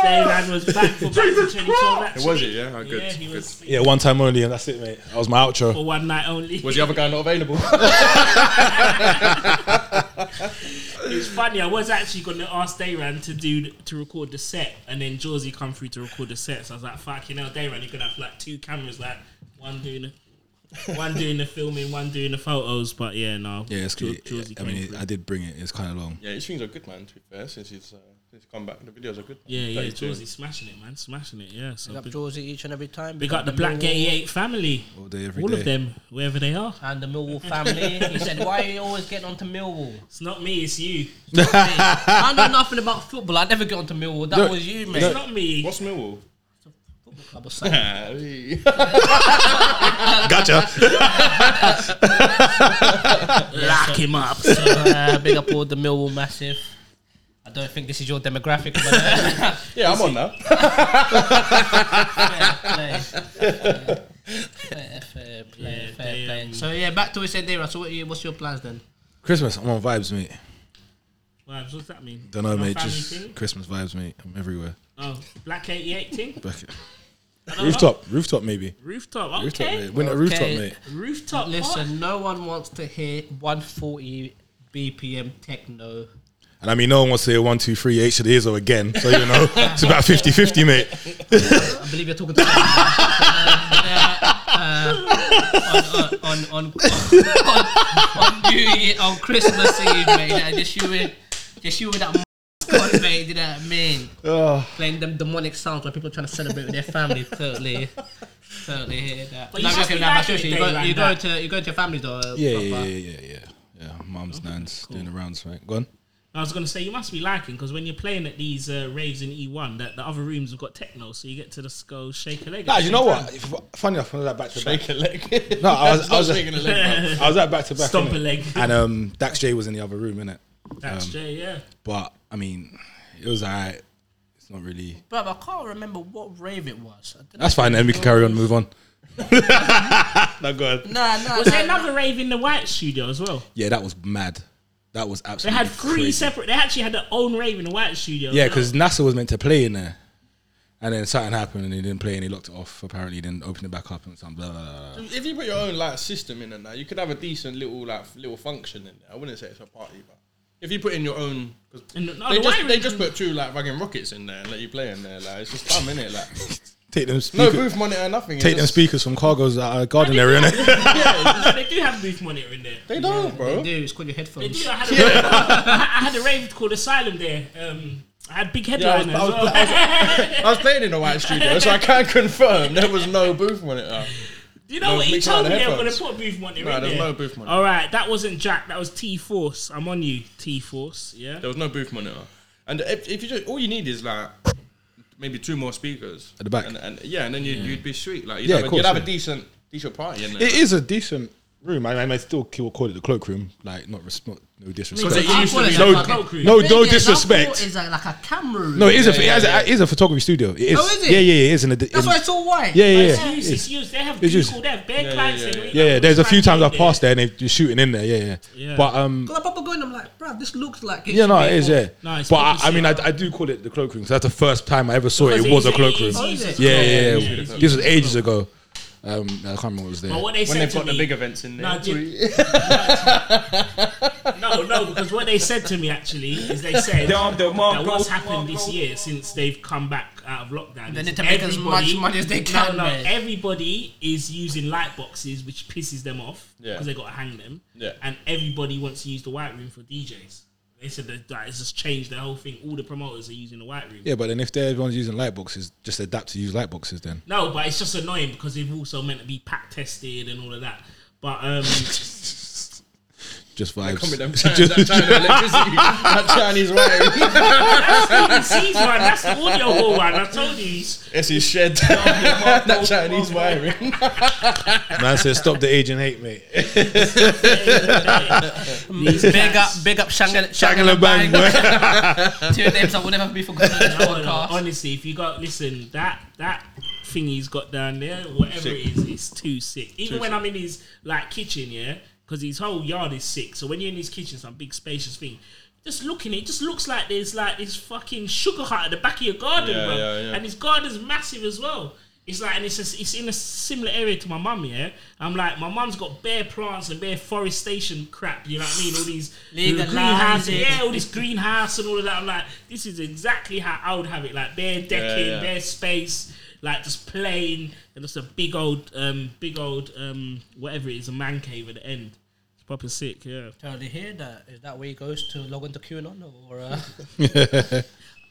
[SPEAKER 5] Day Ran was back for back to 2012. Actually.
[SPEAKER 6] was it? Yeah, oh, good,
[SPEAKER 5] Yeah, he
[SPEAKER 6] good.
[SPEAKER 5] was
[SPEAKER 2] Yeah, one time only, and that's it, mate. That was my outro.
[SPEAKER 5] for one night only.
[SPEAKER 6] Was the other guy not available? [LAUGHS]
[SPEAKER 5] It's funny. I was actually going to ask Dayran to do to record the set, and then Jawsy come through to record the set. So I was like, "Fucking hell, Dayran, you're gonna have like two cameras, like one doing the, one doing the filming, one doing the photos." But yeah, no.
[SPEAKER 2] Yeah, it's
[SPEAKER 5] Jaw-
[SPEAKER 2] good. Yeah,
[SPEAKER 5] Jawsy
[SPEAKER 2] I
[SPEAKER 5] came
[SPEAKER 2] mean,
[SPEAKER 5] through.
[SPEAKER 2] I did bring it. It's kind of long.
[SPEAKER 6] Yeah, his things are good, man. To be fair, since he's uh, since come back, the videos are good. man.
[SPEAKER 5] yeah, yeah,
[SPEAKER 6] 32.
[SPEAKER 5] Jawsy's smashing it, man, smashing it. Yeah. So
[SPEAKER 4] Big up
[SPEAKER 5] big,
[SPEAKER 4] Jawsy each and every time.
[SPEAKER 5] big up the Black Gay Eight family,
[SPEAKER 2] All day, every
[SPEAKER 5] all of
[SPEAKER 2] day.
[SPEAKER 5] them, wherever they are.
[SPEAKER 4] And the Millwall [LAUGHS] family. He said, Why are you always getting onto [LAUGHS] Millwall?
[SPEAKER 5] It's not me, it's you. It's
[SPEAKER 4] I know nothing about football. I never get onto Millwall. That
[SPEAKER 2] No,
[SPEAKER 4] was you, mate.
[SPEAKER 5] not me.
[SPEAKER 6] What's Millwall?
[SPEAKER 4] Football club or [LAUGHS] something.
[SPEAKER 2] Gotcha.
[SPEAKER 5] Lock him up.
[SPEAKER 2] [LAUGHS]
[SPEAKER 4] So, uh, big up all the Millwall massive. I don't think this is your demographic, but [LAUGHS] uh,
[SPEAKER 6] [LAUGHS] yeah, I'm on now. [LAUGHS]
[SPEAKER 4] fair play. Fair, fair play,
[SPEAKER 5] Yeah,
[SPEAKER 4] fair
[SPEAKER 5] they,
[SPEAKER 4] play.
[SPEAKER 5] um,
[SPEAKER 4] So yeah, back to what you said there. So what, you- what's your plans then?
[SPEAKER 2] Christmas. I'm on vibes, mate.
[SPEAKER 5] Vibes, what's that mean?
[SPEAKER 2] Don't know,
[SPEAKER 5] My
[SPEAKER 2] mate.
[SPEAKER 5] family
[SPEAKER 2] Just
[SPEAKER 5] thing?
[SPEAKER 2] Christmas vibes, mate. I'm everywhere.
[SPEAKER 5] oh, Black Eighty Eight thing.
[SPEAKER 2] Back rooftop, rooftop, maybe.
[SPEAKER 5] Rooftop.
[SPEAKER 2] Rooftop,
[SPEAKER 5] Okay.
[SPEAKER 2] mate. Winter
[SPEAKER 4] Okay.
[SPEAKER 2] rooftop, mate.
[SPEAKER 5] Rooftop.
[SPEAKER 4] Listen, no one wants to hear 140 BPM techno.
[SPEAKER 2] And I mean, no one wants to hear one, two, three, eight to the ISO again. So, you know, [LAUGHS] it's about 50 50, mate.
[SPEAKER 4] I believe you're talking to me. um, uh, uh, [LAUGHS] on, on, on, on, on, on New Year, on Christmas Eve, mate. Like, just you with, just you with that God, mate. You know what I mean? Playing them demonic sounds when people are trying to celebrate with their family. Totally. Totally hear that.
[SPEAKER 5] But you
[SPEAKER 4] No,
[SPEAKER 5] must
[SPEAKER 4] okay,
[SPEAKER 5] be
[SPEAKER 4] no, but
[SPEAKER 5] liking
[SPEAKER 4] seriously,
[SPEAKER 5] it,
[SPEAKER 4] you go,
[SPEAKER 5] though, like
[SPEAKER 4] you go
[SPEAKER 5] that.
[SPEAKER 4] to you go to your family though. uh,
[SPEAKER 2] [LAUGHS] Yeah, yeah,
[SPEAKER 4] proper.
[SPEAKER 2] yeah, yeah, yeah. Yeah, mum's, nan's doing the rounds, mate. Go on.
[SPEAKER 5] I was gonna say you must be liking because when you're playing at these uh, raves in E1, that the other rooms have got techno, so you get to just go shake a leg.
[SPEAKER 2] Nah,
[SPEAKER 5] at
[SPEAKER 2] you
[SPEAKER 5] the
[SPEAKER 2] know
[SPEAKER 5] same
[SPEAKER 2] what?
[SPEAKER 5] time.
[SPEAKER 2] If, funny enough, when I was at back to back.
[SPEAKER 6] Shaking a leg. [LAUGHS]
[SPEAKER 2] No, I was, I was,
[SPEAKER 6] Stop shaking a
[SPEAKER 2] at,
[SPEAKER 6] leg. [LAUGHS]
[SPEAKER 2] I was at back to back.
[SPEAKER 5] Stomp
[SPEAKER 2] innit?
[SPEAKER 5] a leg.
[SPEAKER 2] And um, Dax J was in the other room, innit?
[SPEAKER 5] That's Jay,
[SPEAKER 6] [LAUGHS]
[SPEAKER 5] yeah.
[SPEAKER 2] But, I mean, it was all right. It's not really.
[SPEAKER 4] Bruv, I can't remember what rave it was. I don't
[SPEAKER 2] That's fine, then we can carry on, move on.
[SPEAKER 6] Oh,
[SPEAKER 2] no, go on.
[SPEAKER 4] know. Nah, nah,
[SPEAKER 5] Was there
[SPEAKER 4] nah,
[SPEAKER 5] another rave in the White Studio as well?
[SPEAKER 2] Yeah, that was mad. That was
[SPEAKER 5] They
[SPEAKER 2] absolutely.
[SPEAKER 5] had three
[SPEAKER 2] crazy.
[SPEAKER 5] separate. They actually had their own rave in the White Studio.
[SPEAKER 2] Yeah, because NASA was meant to play in there. And then something happened and he didn't play and he locked it off apparently, he didn't open it back up and something blah blah blah. blah.
[SPEAKER 6] If you put your own like system in there, now you could have a decent little like little function in there. I wouldn't say it's a party, but if you put in your own, because
[SPEAKER 5] And the- no,
[SPEAKER 6] they,
[SPEAKER 5] the
[SPEAKER 6] just,
[SPEAKER 5] wiring-
[SPEAKER 6] they just put two like fucking rockets in there and let you play in there. Like it's just dumb, innit? Like
[SPEAKER 2] [LAUGHS] Take them
[SPEAKER 6] no
[SPEAKER 2] speakers
[SPEAKER 6] booth monitor, nothing. it's
[SPEAKER 2] Take them
[SPEAKER 6] just-
[SPEAKER 2] speakers from Cargo's uh, garden area,
[SPEAKER 6] [LAUGHS]
[SPEAKER 2] innit?
[SPEAKER 5] because they do have booth monitor in there.
[SPEAKER 6] They [LAUGHS] don't, bro.
[SPEAKER 4] Dude, it's called your
[SPEAKER 5] They do.
[SPEAKER 4] headphones.
[SPEAKER 5] [LAUGHS] I had a, rave, I had a rave called Asylum there. Um, I had big
[SPEAKER 6] Yeah, I
[SPEAKER 5] headliners.
[SPEAKER 6] was, I, was,
[SPEAKER 5] as well. [LAUGHS]
[SPEAKER 6] I was- I was playing in a white studio, so I can [LAUGHS] confirm there was no booth monitor.
[SPEAKER 5] you know
[SPEAKER 6] no,
[SPEAKER 5] what? He
[SPEAKER 6] mix out
[SPEAKER 5] told
[SPEAKER 6] the
[SPEAKER 5] me they were going
[SPEAKER 6] headphones.
[SPEAKER 5] to put booth monitor
[SPEAKER 6] No,
[SPEAKER 5] in
[SPEAKER 6] there's
[SPEAKER 5] there.
[SPEAKER 6] no booth monitor.
[SPEAKER 5] All right, that wasn't Jack. That was T Force. I'm on you, T Force. Yeah.
[SPEAKER 6] There was no booth monitor. And if, if you just, all you need is like maybe two more speakers
[SPEAKER 2] At the back.
[SPEAKER 6] and, and yeah, and then you'd, you'd be sweet. Like you'd,
[SPEAKER 2] Yeah,
[SPEAKER 6] have,
[SPEAKER 2] of
[SPEAKER 6] a,
[SPEAKER 2] course,
[SPEAKER 6] you'd have
[SPEAKER 2] yeah.
[SPEAKER 6] a decent decent party in there.
[SPEAKER 2] It is a decent room. I, I might still call call it the cloakroom. Like not, res- not no disrespect.
[SPEAKER 6] it used to be
[SPEAKER 2] no,
[SPEAKER 6] like
[SPEAKER 5] a cloakroom.
[SPEAKER 2] Oh, no, no disrespect.
[SPEAKER 4] It's like, like a camera. room.
[SPEAKER 2] No, it is a it,
[SPEAKER 6] yeah,
[SPEAKER 2] has
[SPEAKER 6] yeah.
[SPEAKER 2] A, it is a photography studio. It is.
[SPEAKER 4] Oh, is it?
[SPEAKER 2] Yeah, yeah, yeah. It is in a. di-
[SPEAKER 4] That's
[SPEAKER 2] in-
[SPEAKER 4] why it's all white.
[SPEAKER 2] yeah, yeah,
[SPEAKER 5] It's
[SPEAKER 2] yeah.
[SPEAKER 5] used,
[SPEAKER 2] It's-
[SPEAKER 5] it's used. They have
[SPEAKER 2] It's used.
[SPEAKER 5] people. They have bare clients.
[SPEAKER 6] yeah,
[SPEAKER 5] in
[SPEAKER 6] yeah,
[SPEAKER 5] there.
[SPEAKER 2] yeah, yeah. There's a few times I've
[SPEAKER 5] Yeah.
[SPEAKER 2] passed there and they're just shooting in there. Yeah, yeah.
[SPEAKER 5] Yeah.
[SPEAKER 2] But um,
[SPEAKER 4] 'Cause I probably go in, I'm like, bruh, this looks like it
[SPEAKER 2] yeah,
[SPEAKER 4] should
[SPEAKER 2] no,
[SPEAKER 4] be
[SPEAKER 2] it is.
[SPEAKER 4] for-
[SPEAKER 2] Yeah.
[SPEAKER 5] No, it's
[SPEAKER 2] but I, I
[SPEAKER 5] obviously-
[SPEAKER 2] mean, I, I do call it the cloakroom. So that's the first time I ever saw it.
[SPEAKER 5] Because
[SPEAKER 2] It was a
[SPEAKER 5] it's-
[SPEAKER 2] cloakroom.
[SPEAKER 5] it's used as a
[SPEAKER 2] Yeah,
[SPEAKER 5] cloakroom.
[SPEAKER 2] yeah,
[SPEAKER 5] It's
[SPEAKER 2] yeah.
[SPEAKER 5] used as
[SPEAKER 2] This
[SPEAKER 5] a
[SPEAKER 2] was ages ago. Um, I can't remember what was there.
[SPEAKER 5] But what they
[SPEAKER 6] when
[SPEAKER 5] said
[SPEAKER 6] they've
[SPEAKER 5] to
[SPEAKER 6] got the
[SPEAKER 5] me,
[SPEAKER 6] big events in there.
[SPEAKER 5] No, I did- no, no, because what they said to me actually is they said
[SPEAKER 9] Dom the
[SPEAKER 5] that
[SPEAKER 9] Mongo.
[SPEAKER 5] what's happened this year since they've come back out of lockdown.
[SPEAKER 4] They
[SPEAKER 5] is
[SPEAKER 4] need to make as
[SPEAKER 5] everybody-
[SPEAKER 4] much money as they
[SPEAKER 5] No,
[SPEAKER 4] can,
[SPEAKER 5] No,
[SPEAKER 4] mate.
[SPEAKER 5] everybody is using light boxes, which pisses them off
[SPEAKER 6] Yeah.
[SPEAKER 5] because they got to hang them.
[SPEAKER 6] Yeah.
[SPEAKER 5] And everybody wants to use the white room for DJs. They said that, that it's just changed the whole thing. All the promoters are using the white room.
[SPEAKER 2] Yeah, but then if they're everyone's using light boxes, just adapt to use light boxes then.
[SPEAKER 5] No, but it's just annoying because they've also meant to be pack tested and all of that. But um,
[SPEAKER 2] Just
[SPEAKER 6] Come
[SPEAKER 2] [LAUGHS]
[SPEAKER 6] with them
[SPEAKER 2] vibes.
[SPEAKER 6] China, that China electricity, that
[SPEAKER 2] [LAUGHS]
[SPEAKER 6] Chinese way.
[SPEAKER 5] That's the BBC one. That's the audio hall one. I told you. he's-
[SPEAKER 6] It's his shed. [LAUGHS] that Chinese wiring.
[SPEAKER 2] Man said, stop the Asian hate,
[SPEAKER 6] [LAUGHS]
[SPEAKER 2] mate.
[SPEAKER 5] [LAUGHS] These
[SPEAKER 4] Big up,
[SPEAKER 5] cats.
[SPEAKER 4] big up, Shangal,
[SPEAKER 2] Bang,
[SPEAKER 4] Shangal
[SPEAKER 2] bang,
[SPEAKER 4] Bang.
[SPEAKER 2] boy.
[SPEAKER 4] [LAUGHS] Two names I will never be forgotten in this
[SPEAKER 5] No, no, no.
[SPEAKER 4] podcast.
[SPEAKER 5] Honestly, if you got listen that that thing he's got down there, whatever it is, it's too sick. Even when I'm in his like kitchen, yeah, because his whole yard is sick. So when you're in his kitchen, some big spacious thing. Just looking, it just looks like there's like this fucking sugar hut at the back of your garden,
[SPEAKER 6] Yeah,
[SPEAKER 5] bro.
[SPEAKER 6] yeah, yeah.
[SPEAKER 5] And his garden's massive as well. It's like, and it's a, it's in a similar area to my mum. Yeah, I'm like, my mum's got bare plants and bare forestation crap. You know what I mean? All these
[SPEAKER 4] Legalised
[SPEAKER 5] greenhouses,
[SPEAKER 4] it.
[SPEAKER 5] yeah, all this greenhouse and all of that. I'm like, this is exactly how I would have it. Like bare decking,
[SPEAKER 6] yeah.
[SPEAKER 5] bare space, like just plain, and just a big old, um, big old, um, whatever it is, a man cave at the end. It's proper sick, yeah.
[SPEAKER 4] Charlie, hear that? Is that where he goes to log into QAnon or uh,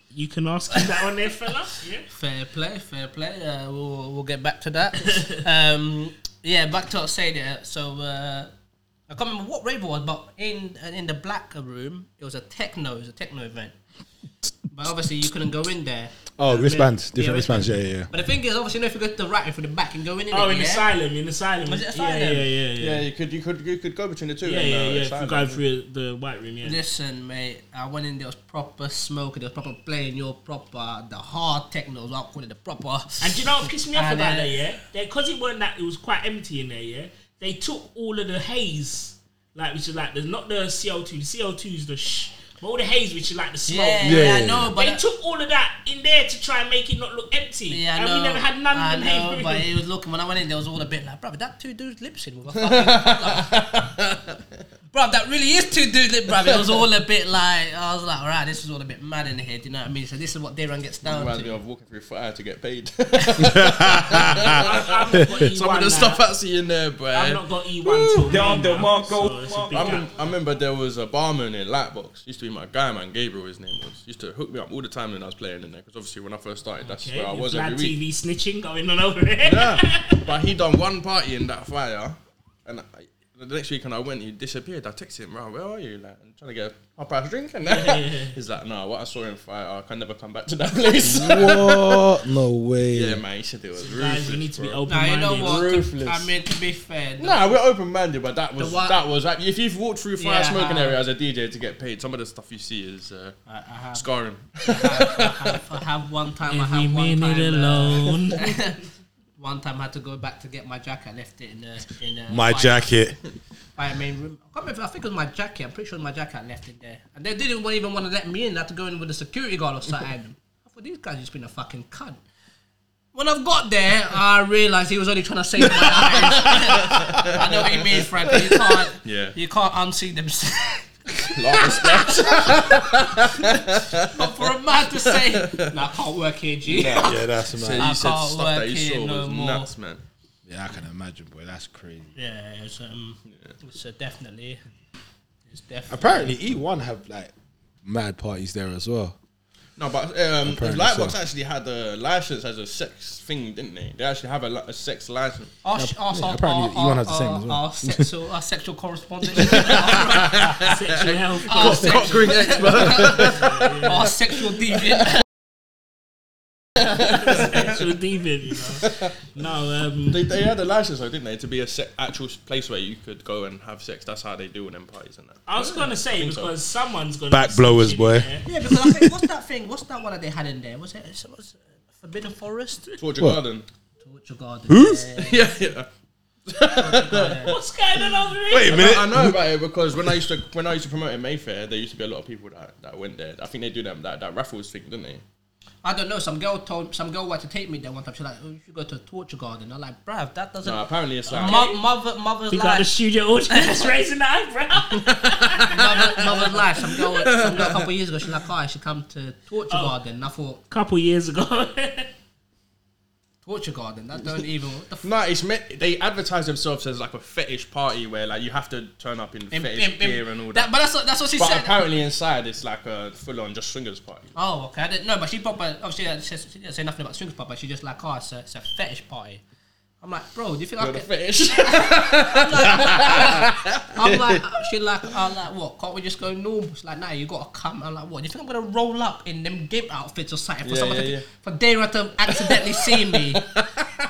[SPEAKER 5] You can ask him that on there, fella. Yeah.
[SPEAKER 4] Fair play, fair play. Uh, we'll we'll get back to
[SPEAKER 5] [LAUGHS]
[SPEAKER 4] that. um, yeah, back to what I was saying. Yeah, so uh, I can't remember what rave it was, but in uh, in the black room, it was a techno, it was a techno event. But obviously, you couldn't go in there.
[SPEAKER 2] Oh, wristbands,
[SPEAKER 4] Yeah,
[SPEAKER 2] different wristbands. Yeah, yeah, yeah.
[SPEAKER 4] But the thing is, obviously, you know, if you go to the right and from the back and go in,
[SPEAKER 5] Oh,
[SPEAKER 4] it, [LAUGHS]
[SPEAKER 5] in
[SPEAKER 4] yeah?
[SPEAKER 5] asylum, in asylum.
[SPEAKER 4] Was it
[SPEAKER 5] Yeah,
[SPEAKER 4] asylum?
[SPEAKER 5] yeah, yeah, yeah.
[SPEAKER 6] Yeah, you could, you could, you could go between the two.
[SPEAKER 5] Yeah,
[SPEAKER 6] and,
[SPEAKER 5] yeah,
[SPEAKER 6] uh,
[SPEAKER 5] yeah.
[SPEAKER 6] it's
[SPEAKER 5] If you
[SPEAKER 6] silent.
[SPEAKER 5] go through the white room, yeah.
[SPEAKER 4] Listen, mate, I went in, there was proper smoking, there was proper playing, your proper, the hard techno, is what I call it, the proper.
[SPEAKER 5] And do you know what pissed me off
[SPEAKER 4] And
[SPEAKER 5] about
[SPEAKER 4] then-
[SPEAKER 5] that, yeah? Because it weren't that, it was quite empty in there, yeah? They took all of the haze, like, which is like, there's not the CO2, the CO2 is the shh, but all the haze, which is like the
[SPEAKER 4] Yeah,
[SPEAKER 5] smoke.
[SPEAKER 2] Yeah,
[SPEAKER 4] yeah,
[SPEAKER 2] yeah,
[SPEAKER 4] I know, but
[SPEAKER 5] they took all of that in there to try and make it not look empty.
[SPEAKER 4] Yeah, I
[SPEAKER 5] and
[SPEAKER 4] know.
[SPEAKER 5] we never had none
[SPEAKER 4] I
[SPEAKER 5] of them
[SPEAKER 4] know,
[SPEAKER 5] haze. [LAUGHS]
[SPEAKER 4] but it was looking when I went in, there was all a bit like, bro, that two dudes lips in
[SPEAKER 5] [LAUGHS]
[SPEAKER 4] with a fucking- Bro, that really is two dudes lip, bro. It was all a bit like I was like, all right, this is all a bit mad in here. Do you know what I mean? So this is what Deron gets down
[SPEAKER 6] Reminds me
[SPEAKER 4] to.
[SPEAKER 6] of walking through fire to get [LAUGHS] paid.
[SPEAKER 5] I haven't got E1
[SPEAKER 6] Some of
[SPEAKER 5] now.
[SPEAKER 6] the stuff I see in there, bro.
[SPEAKER 5] I've not got E1 till
[SPEAKER 9] Dom
[SPEAKER 5] May
[SPEAKER 9] the
[SPEAKER 5] now,
[SPEAKER 9] Mongo.
[SPEAKER 5] so it's a big
[SPEAKER 6] I,
[SPEAKER 5] gap.
[SPEAKER 6] remem- I remember there was a barman in Lightbox. Used to be my guy, man. Gabriel, his name was. Used to hook me up all the time when I was playing in there. Because obviously, when I first started, that's
[SPEAKER 5] Okay,
[SPEAKER 6] where I
[SPEAKER 5] there's
[SPEAKER 6] was
[SPEAKER 5] Vlad
[SPEAKER 6] every week.
[SPEAKER 5] TV snitching going on over there.
[SPEAKER 6] [LAUGHS] Yeah. but he done one party in that fire, and I, the next weekend I went, he disappeared. I texted him, "Right, where are you? Like, I'm trying to get a half hour drink." And [LAUGHS] he's like, "No, what I saw in fire, I can never come back to that [LAUGHS] place."
[SPEAKER 2] What? No way.
[SPEAKER 6] yeah, man. He said it was ruthless.
[SPEAKER 5] Guys, we need to be
[SPEAKER 6] bro.
[SPEAKER 5] open
[SPEAKER 4] Now you
[SPEAKER 5] minded.
[SPEAKER 4] know what? to-
[SPEAKER 6] Ruthless.
[SPEAKER 4] I mean, to be fair, the-
[SPEAKER 6] Nah, we're open-minded, but that was
[SPEAKER 4] The wa-
[SPEAKER 6] that was. like, If you've walked through fire
[SPEAKER 4] Yeah.
[SPEAKER 6] smoking area as a DJ to get paid, some of the stuff you see is uh,
[SPEAKER 4] [LAUGHS] I, I have,
[SPEAKER 6] scarring.
[SPEAKER 4] I have one time. I
[SPEAKER 5] Leave
[SPEAKER 4] have
[SPEAKER 5] me
[SPEAKER 4] one time. uh,
[SPEAKER 5] alone.
[SPEAKER 4] [LAUGHS] one time I had to go back to get my jacket. I left it in the in the
[SPEAKER 2] My
[SPEAKER 4] fire-
[SPEAKER 2] jacket.
[SPEAKER 4] fire main room. I can't remember. I think it was my jacket. I'm pretty sure it was my jacket I left it there. And they didn't wa- even want to let me in. I had to go in with a security guard or something. I thought these guys just been a fucking cunt. When I've got there, I realised he was only trying to save my life. [LAUGHS] I know what you mean, Frank. but You can't.
[SPEAKER 6] Yeah.
[SPEAKER 4] You can't unsee them. Not for a man to say, "No, I can't work here, G."
[SPEAKER 2] Yeah, that's
[SPEAKER 6] So
[SPEAKER 2] mad.
[SPEAKER 6] you
[SPEAKER 4] I
[SPEAKER 6] said
[SPEAKER 4] can't
[SPEAKER 6] stuff that
[SPEAKER 4] work
[SPEAKER 6] you
[SPEAKER 4] here
[SPEAKER 6] saw
[SPEAKER 4] no
[SPEAKER 6] was
[SPEAKER 4] more.
[SPEAKER 6] nuts, man.
[SPEAKER 2] Yeah, I can imagine, boy. That's crazy.
[SPEAKER 4] Yeah, it's, um, it's uh, definitely, it's definitely.
[SPEAKER 2] E Apparently, E1 have like mad parties there as well.
[SPEAKER 6] No, but um,
[SPEAKER 2] Apparently
[SPEAKER 6] Lightbox
[SPEAKER 2] so.
[SPEAKER 6] actually had a license as a sex thing, didn't they? They actually have a, li- a sex license.
[SPEAKER 4] Our, sh- our, our,
[SPEAKER 2] apparently
[SPEAKER 4] our,
[SPEAKER 2] Elon
[SPEAKER 4] our,
[SPEAKER 2] has the same
[SPEAKER 4] our,
[SPEAKER 2] as well.
[SPEAKER 4] our sexual, our sexual correspondent. [LAUGHS] our,
[SPEAKER 5] Sexual
[SPEAKER 6] [LAUGHS]
[SPEAKER 5] health.
[SPEAKER 4] sexual, [LAUGHS]
[SPEAKER 5] [LAUGHS]
[SPEAKER 6] Green expert.
[SPEAKER 4] our sexual deviant.
[SPEAKER 5] sexual deviant, you know. No, um,
[SPEAKER 6] they, they had a license though, didn't they, to be a se- actual place where you could go and have sex. That's how they do with them parties and that.
[SPEAKER 5] I was gonna say
[SPEAKER 6] so.
[SPEAKER 5] because someone's gonna
[SPEAKER 2] Back
[SPEAKER 5] be
[SPEAKER 2] blowers,
[SPEAKER 5] snitching
[SPEAKER 2] boy.
[SPEAKER 5] there.
[SPEAKER 4] [LAUGHS] yeah, because I think what's that thing? What's that one that they had in there? Was it, it was Forbidden Forest?
[SPEAKER 6] Torture
[SPEAKER 2] What?
[SPEAKER 6] Garden. [LAUGHS]
[SPEAKER 4] Torture Garden. Who?
[SPEAKER 6] yeah, yeah.
[SPEAKER 5] What's going on over here?
[SPEAKER 2] Wait a
[SPEAKER 6] No,
[SPEAKER 2] minute.
[SPEAKER 6] I know about it because when I used to when I used to promote in Mayfair, there used to be a lot of people that, that went there. I think they do them that, that raffles thing, didn't they?
[SPEAKER 4] I don't know. Some girl told some girl wanted to take me there one time. She's like, "Oh, you should go to a torture garden." I'm like, "Bruv, that doesn't."
[SPEAKER 6] No, apparently it's like
[SPEAKER 4] Mo- mother, mother's
[SPEAKER 5] We got the
[SPEAKER 4] life.
[SPEAKER 5] studio audience [LAUGHS] raising the eyebrow.
[SPEAKER 4] mother, mother's life. Some girl, some girl a couple of years ago, she's like, "Oh, I should come to torture garden." And I thought,
[SPEAKER 5] Couple years ago. [LAUGHS]
[SPEAKER 4] torture garden. That don't even. What the f-
[SPEAKER 6] No, it's me- they advertise themselves as like a fetish party where like you have to turn up in,
[SPEAKER 4] Im-
[SPEAKER 6] fetish
[SPEAKER 4] im- im-
[SPEAKER 6] gear and all that.
[SPEAKER 4] that- But that's what, that's what she
[SPEAKER 6] but
[SPEAKER 4] said.
[SPEAKER 6] apparently inside it's like a full on just swingers party.
[SPEAKER 4] Oh, okay. I didn't know, but she proper. Obviously, uh, she, she didn't say nothing about swingers party. But she just like, "Oh, it's a, it's a fetish party." I'm like, bro, do you think I
[SPEAKER 6] You're the
[SPEAKER 4] could?
[SPEAKER 6] fetish. [LAUGHS]
[SPEAKER 4] I'm
[SPEAKER 6] [LAUGHS]
[SPEAKER 4] like, she like, I'm like, what? Can't we just go normal? She's like, nah, you gotta come. I'm like, what? You think I'm gonna roll up in them gimp outfits or something for
[SPEAKER 6] Yeah,
[SPEAKER 4] someone
[SPEAKER 6] yeah,
[SPEAKER 4] to,
[SPEAKER 6] yeah.
[SPEAKER 4] for Dara to accidentally see
[SPEAKER 6] [LAUGHS]
[SPEAKER 4] me?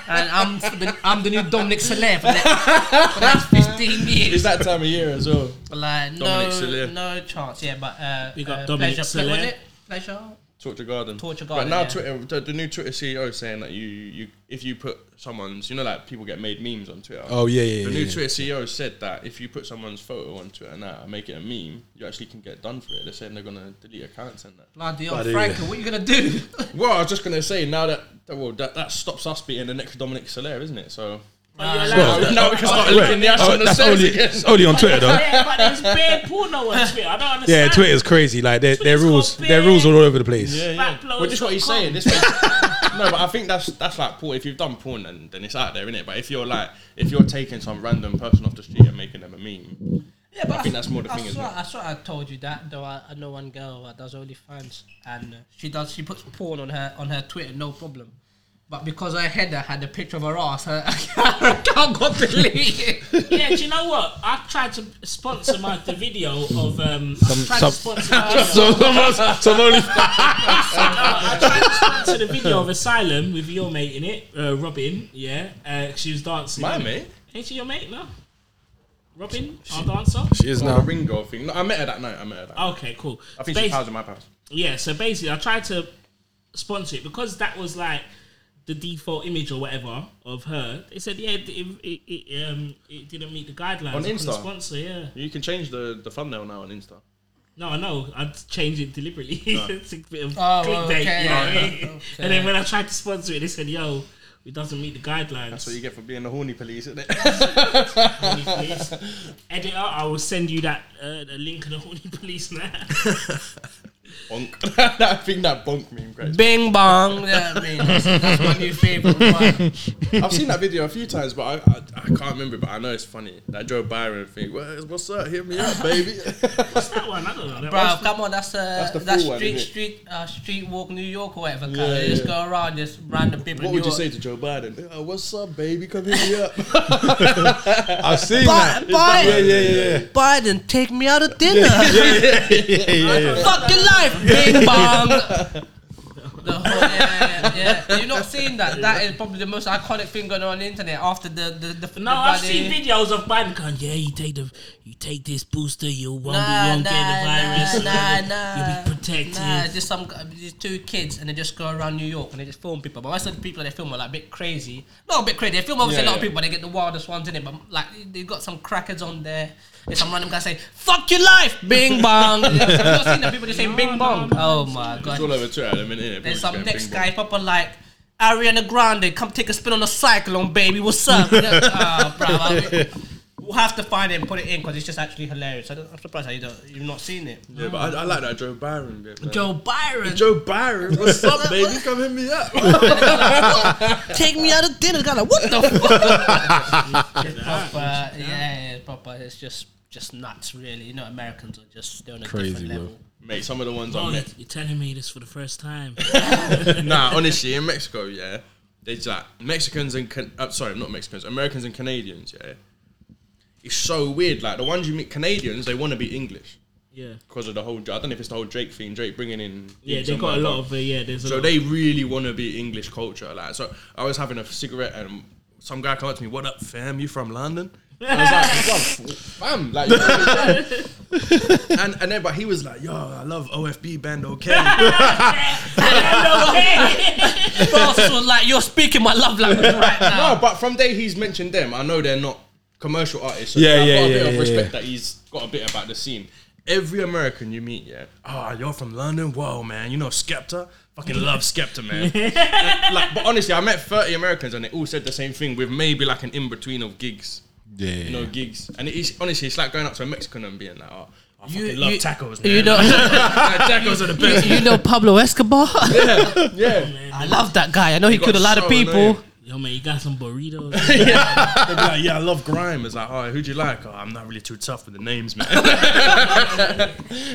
[SPEAKER 4] And I'm the, I'm the new Dominic Soler for that, for that 15
[SPEAKER 6] it's
[SPEAKER 4] years.
[SPEAKER 6] that time of year as well.
[SPEAKER 4] like, no,
[SPEAKER 6] Dominic Soler.
[SPEAKER 4] no chance. Yeah, but uh,
[SPEAKER 5] Big up
[SPEAKER 4] uh,
[SPEAKER 5] Dominic
[SPEAKER 4] pleasure,
[SPEAKER 5] Soler.
[SPEAKER 4] was it? Pleasure.
[SPEAKER 6] Torture Garden.
[SPEAKER 4] Torture Garden,
[SPEAKER 6] But now
[SPEAKER 4] yeah.
[SPEAKER 6] Twitter, the, the new Twitter CEO is saying that you, you, if you put someone's, you know, like people get made memes on Twitter.
[SPEAKER 2] Oh, yeah, yeah,
[SPEAKER 6] The
[SPEAKER 2] yeah,
[SPEAKER 6] new
[SPEAKER 2] yeah.
[SPEAKER 6] Twitter CEO said that if you put someone's photo on Twitter now and make it a meme, you actually can get done for it. They're saying they're gonna delete accounts and that.
[SPEAKER 4] Bloody hell, Franklin, what you gonna do? [LAUGHS]
[SPEAKER 6] Well, I was just gonna say now that that- well that, that stops us being the next Dominic Soler, isn't it? So
[SPEAKER 2] Well,
[SPEAKER 6] now we can start
[SPEAKER 2] well,
[SPEAKER 6] licking the ass
[SPEAKER 2] oh,
[SPEAKER 6] on the
[SPEAKER 2] that's
[SPEAKER 6] stairs
[SPEAKER 2] only,
[SPEAKER 6] again.
[SPEAKER 2] it's only on Twitter
[SPEAKER 6] [LAUGHS]
[SPEAKER 2] though.
[SPEAKER 5] yeah, but there's bare porno on Twitter. I don't understand.
[SPEAKER 2] [LAUGHS] Yeah, Twitter's crazy. Like their, their
[SPEAKER 5] Twitter's
[SPEAKER 2] rules,
[SPEAKER 5] got
[SPEAKER 2] their
[SPEAKER 5] big.
[SPEAKER 2] rules are all over the place.
[SPEAKER 6] Yeah, yeah.
[SPEAKER 5] Backblows
[SPEAKER 6] Well, just what he's
[SPEAKER 5] dot com.
[SPEAKER 6] saying. This way, no, but I think that's that's like porn. If you've done porn, then, then it's out there, innit? But if you're like, if you're taking some random person off the street and making them a meme,
[SPEAKER 4] Yeah, but
[SPEAKER 6] I think that's more the
[SPEAKER 4] I
[SPEAKER 6] thing, isn't
[SPEAKER 4] swear-
[SPEAKER 6] it?
[SPEAKER 4] I swear I told you that. Though I, I know one girl that does OnlyFans, and uh, she does she puts porn on her on her Twitter, no problem. But because her header had a picture of her ass, her, [LAUGHS] her account got deleted.
[SPEAKER 5] Yeah, do you know what? I tried to sponsor my the video of um. I tried
[SPEAKER 2] some-
[SPEAKER 5] to sponsor the
[SPEAKER 6] [LAUGHS]
[SPEAKER 5] video.
[SPEAKER 2] So some, of- some only.
[SPEAKER 5] I tried to sponsor the video of Asylum with your mate in it, uh, Robin. Yeah, uh, she was dancing.
[SPEAKER 6] my mate,
[SPEAKER 5] Ain't she your mate? No. Robin, our dancer.
[SPEAKER 2] [LAUGHS] She is
[SPEAKER 6] no. the
[SPEAKER 2] now.
[SPEAKER 6] Ringo thing. No, I met her that night. I met her. That night.
[SPEAKER 5] Okay, cool.
[SPEAKER 6] I think
[SPEAKER 5] Basi-
[SPEAKER 6] she's housed in my house.
[SPEAKER 5] yeah, so basically, I tried to sponsor it because that was like the default image or whatever of her. They said, yeah, it, it, it, it, um, it didn't meet the guidelines. I
[SPEAKER 6] On
[SPEAKER 5] couldn't
[SPEAKER 6] Insta?
[SPEAKER 5] sponsor, yeah.
[SPEAKER 6] You can change the the thumbnail now on Insta.
[SPEAKER 5] No, I know. I'd change it deliberately. [LAUGHS] it's a bit of
[SPEAKER 4] Oh,
[SPEAKER 5] clickbait.
[SPEAKER 4] okay.
[SPEAKER 5] you know what I
[SPEAKER 4] Okay.
[SPEAKER 5] mean? And then when I tried to sponsor it, they said, yo, it doesn't meet the guidelines.
[SPEAKER 6] That's what you get for being the horny police, isn't it?
[SPEAKER 5] Horny police. Editor, I will send you that uh, the link of the horny police now. [LAUGHS]
[SPEAKER 6] bonk. [LAUGHS] that thing that bonk meme, great.
[SPEAKER 4] [LAUGHS] Bing bong. Yeah, I mean, that's, that's my new favorite [LAUGHS] one.
[SPEAKER 6] I've seen that video a few times, but I, I I can't remember. But I know it's funny. That Joe Byron thing. "Well, What's up? Hit me up, [LAUGHS] baby.
[SPEAKER 5] What's that one? I don't know. That
[SPEAKER 4] Bro,
[SPEAKER 5] one's-
[SPEAKER 4] come on, that's uh, that's,
[SPEAKER 6] the full one,
[SPEAKER 4] street
[SPEAKER 6] isn't it?
[SPEAKER 4] street uh, street walk New York or whatever.
[SPEAKER 6] Yeah,
[SPEAKER 4] Yeah,
[SPEAKER 6] yeah,
[SPEAKER 4] Just
[SPEAKER 6] yeah.
[SPEAKER 4] go around, just random people.
[SPEAKER 6] What
[SPEAKER 4] in
[SPEAKER 6] would
[SPEAKER 4] New
[SPEAKER 6] you
[SPEAKER 4] York.
[SPEAKER 6] say to Joe Biden? Oh, what's up, baby? Come hit me up.
[SPEAKER 2] I've seen
[SPEAKER 4] Bi-
[SPEAKER 2] that. Yeah,
[SPEAKER 4] Biden,
[SPEAKER 2] yeah, yeah,
[SPEAKER 4] Biden, take me out of dinner.
[SPEAKER 2] yeah, yeah, yeah.
[SPEAKER 4] Fuck your life, Bing Bong. The whole, yeah, yeah, yeah. You're not seeing that. That is probably the most iconic thing going on, on the internet after the the. the the
[SPEAKER 5] no, I've
[SPEAKER 4] bloody-
[SPEAKER 5] seen videos of Biden going, yeah, you take the, you take this booster, you won't,
[SPEAKER 4] Nah,
[SPEAKER 5] you won't
[SPEAKER 4] nah,
[SPEAKER 5] get the virus.
[SPEAKER 4] nah,
[SPEAKER 5] [LAUGHS] you'll,
[SPEAKER 4] nah,
[SPEAKER 5] You'll be protected.
[SPEAKER 4] Nah, just some gu- these two kids and they just go around New York and they just film people. But most of the people that they film are like a bit crazy. Not a bit crazy. They film obviously a
[SPEAKER 6] Yeah,
[SPEAKER 4] lot of
[SPEAKER 6] yeah.
[SPEAKER 4] people, but they get the wildest ones in it. But like they got some crackers on there. And some random guy say, "Fuck your life, Bing
[SPEAKER 5] [LAUGHS]
[SPEAKER 4] Bong." You've not seen the people just saying Bing Bong. Oh my god.
[SPEAKER 6] It's all over Twitter at the minute. innit?
[SPEAKER 4] There's some
[SPEAKER 6] People just
[SPEAKER 4] next
[SPEAKER 6] going
[SPEAKER 4] guy
[SPEAKER 6] bing
[SPEAKER 4] proper like Ariana Grande, come take a spin on a cyclone, baby. What's
[SPEAKER 6] [LAUGHS]
[SPEAKER 4] up? Ah, bro, I- we'll have to find it and put it in because it's just actually hilarious. I don't, I'm surprised that you don't, you've not seen it.
[SPEAKER 6] bong. Yeah, but I, I like that Joe Byron bit. man.
[SPEAKER 4] Joe Byron, [LAUGHS]
[SPEAKER 6] Joe Byron, what's [LAUGHS] up, baby? Come hit me up.
[SPEAKER 4] take me out of dinner. Kind of what the
[SPEAKER 6] [LAUGHS]
[SPEAKER 4] fuck? It's proper, yeah, yeah, proper. It's just just nuts, really. You know, Americans are just they're on a
[SPEAKER 2] Crazy,
[SPEAKER 4] different
[SPEAKER 2] bro.
[SPEAKER 4] level.
[SPEAKER 6] [LAUGHS] Mate, some of the ones I
[SPEAKER 5] Oh,
[SPEAKER 6] met.
[SPEAKER 5] you're telling me this for the first time.
[SPEAKER 6] Nah, honestly, in Mexico, yeah, there's that Mexicans and Can- uh, sorry, not Mexicans, Americans and Canadians, yeah. It's so weird. Like the ones you meet, Canadians, they want to be English
[SPEAKER 5] [LAUGHS] yeah.
[SPEAKER 6] because of the whole. I don't know if it's the whole Drake thing. Drake bringing in.
[SPEAKER 5] Yeah,
[SPEAKER 6] English
[SPEAKER 5] they
[SPEAKER 6] and
[SPEAKER 5] got a
[SPEAKER 6] whatever.
[SPEAKER 5] lot of uh, yeah. There's a
[SPEAKER 6] So
[SPEAKER 5] lot
[SPEAKER 6] they really want to be English culture. Like, so I was having a cigarette and some guy came up to me, "What up, fam? You from London?" I was like, "Fam, fam, like." you know what
[SPEAKER 5] [LAUGHS]
[SPEAKER 6] I'm saying? and and then, but he was like, "Yo, I love OFB band,
[SPEAKER 5] [LAUGHS]
[SPEAKER 6] okay."
[SPEAKER 4] [LAUGHS] Francis was like, "You're speaking my love language right now."
[SPEAKER 6] no, but from day he's mentioned them, I know they're not commercial artists. So
[SPEAKER 2] Yeah,
[SPEAKER 6] I've
[SPEAKER 2] yeah,
[SPEAKER 6] got a
[SPEAKER 2] yeah,
[SPEAKER 6] bit
[SPEAKER 2] yeah,
[SPEAKER 6] of respect
[SPEAKER 2] yeah.
[SPEAKER 6] that he's got a bit about the scene. Every American you meet, yeah, ah, you're from London. Whoa, man, you know Skepta. Fucking love Skepta,
[SPEAKER 4] [LAUGHS]
[SPEAKER 6] man. And, like, but honestly, I met 30 Americans and they all said the same thing with maybe like an in between of gigs.
[SPEAKER 2] Yeah.
[SPEAKER 6] You know, gigs. And it's honestly, it's like going up to a Mexican and being like, oh,
[SPEAKER 2] [LAUGHS]
[SPEAKER 6] I fucking
[SPEAKER 4] You-
[SPEAKER 6] love
[SPEAKER 4] you-
[SPEAKER 6] tacos, man.
[SPEAKER 4] you know, [LAUGHS]
[SPEAKER 6] Like, tacos are the
[SPEAKER 4] you,
[SPEAKER 6] best.
[SPEAKER 4] you know Pablo Escobar.
[SPEAKER 6] [LAUGHS] yeah.
[SPEAKER 4] I love that guy. I know he
[SPEAKER 6] got
[SPEAKER 4] killed a lot
[SPEAKER 6] so
[SPEAKER 4] of people.
[SPEAKER 6] annoying.
[SPEAKER 5] Yo, man, you got some burritos.
[SPEAKER 6] [LAUGHS] They'd be like, yeah, I love grime. It's like, oh, who do you like? Oh, I'm not really too tough with the names,
[SPEAKER 2] [LAUGHS]
[SPEAKER 6] man.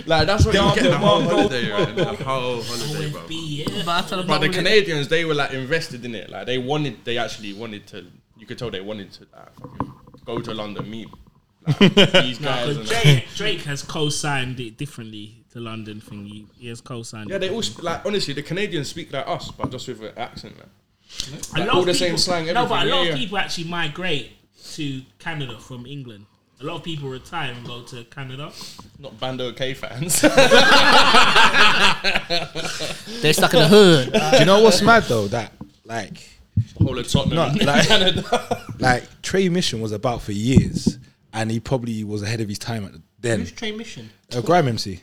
[SPEAKER 6] like, that's what you
[SPEAKER 9] Down
[SPEAKER 6] get
[SPEAKER 9] the
[SPEAKER 6] the whole
[SPEAKER 9] Mongo.
[SPEAKER 6] holiday, right? The whole holiday, bro.
[SPEAKER 5] OFB, yeah.
[SPEAKER 4] But I tell
[SPEAKER 6] But the
[SPEAKER 4] Pablo-
[SPEAKER 6] Canadians, they were like invested in it. Like, they wanted, they actually wanted to, you could tell they wanted to like, fucking go to London, meet
[SPEAKER 2] [LAUGHS]
[SPEAKER 6] like, these
[SPEAKER 5] Because
[SPEAKER 6] guys. and,
[SPEAKER 5] Drake, Drake has co-signed it differently. The London thing, he, he has co-signed.
[SPEAKER 6] yeah,
[SPEAKER 5] it.
[SPEAKER 6] they all, sp- like, honestly, the Canadians speak like us, but just with an accent. Like.
[SPEAKER 5] a
[SPEAKER 6] like,
[SPEAKER 5] lot
[SPEAKER 6] all
[SPEAKER 5] of
[SPEAKER 6] the
[SPEAKER 5] people,
[SPEAKER 6] same slang,
[SPEAKER 5] No, but a
[SPEAKER 6] everything,
[SPEAKER 5] lot
[SPEAKER 6] yeah,
[SPEAKER 5] of
[SPEAKER 6] yeah.
[SPEAKER 5] people actually migrate to Canada from England. A lot of people retire and go to Canada.
[SPEAKER 6] Not Bando K fans. [LAUGHS]
[SPEAKER 4] They're stuck in the hood.
[SPEAKER 2] Do you know what's mad though? That like,
[SPEAKER 6] Whole of Tottenham.
[SPEAKER 2] No, like-
[SPEAKER 6] Canada.
[SPEAKER 2] like Trey Mission was about for years, and he probably was ahead of his time at the, then.
[SPEAKER 4] Who's Trey Mission?
[SPEAKER 2] A grime MC,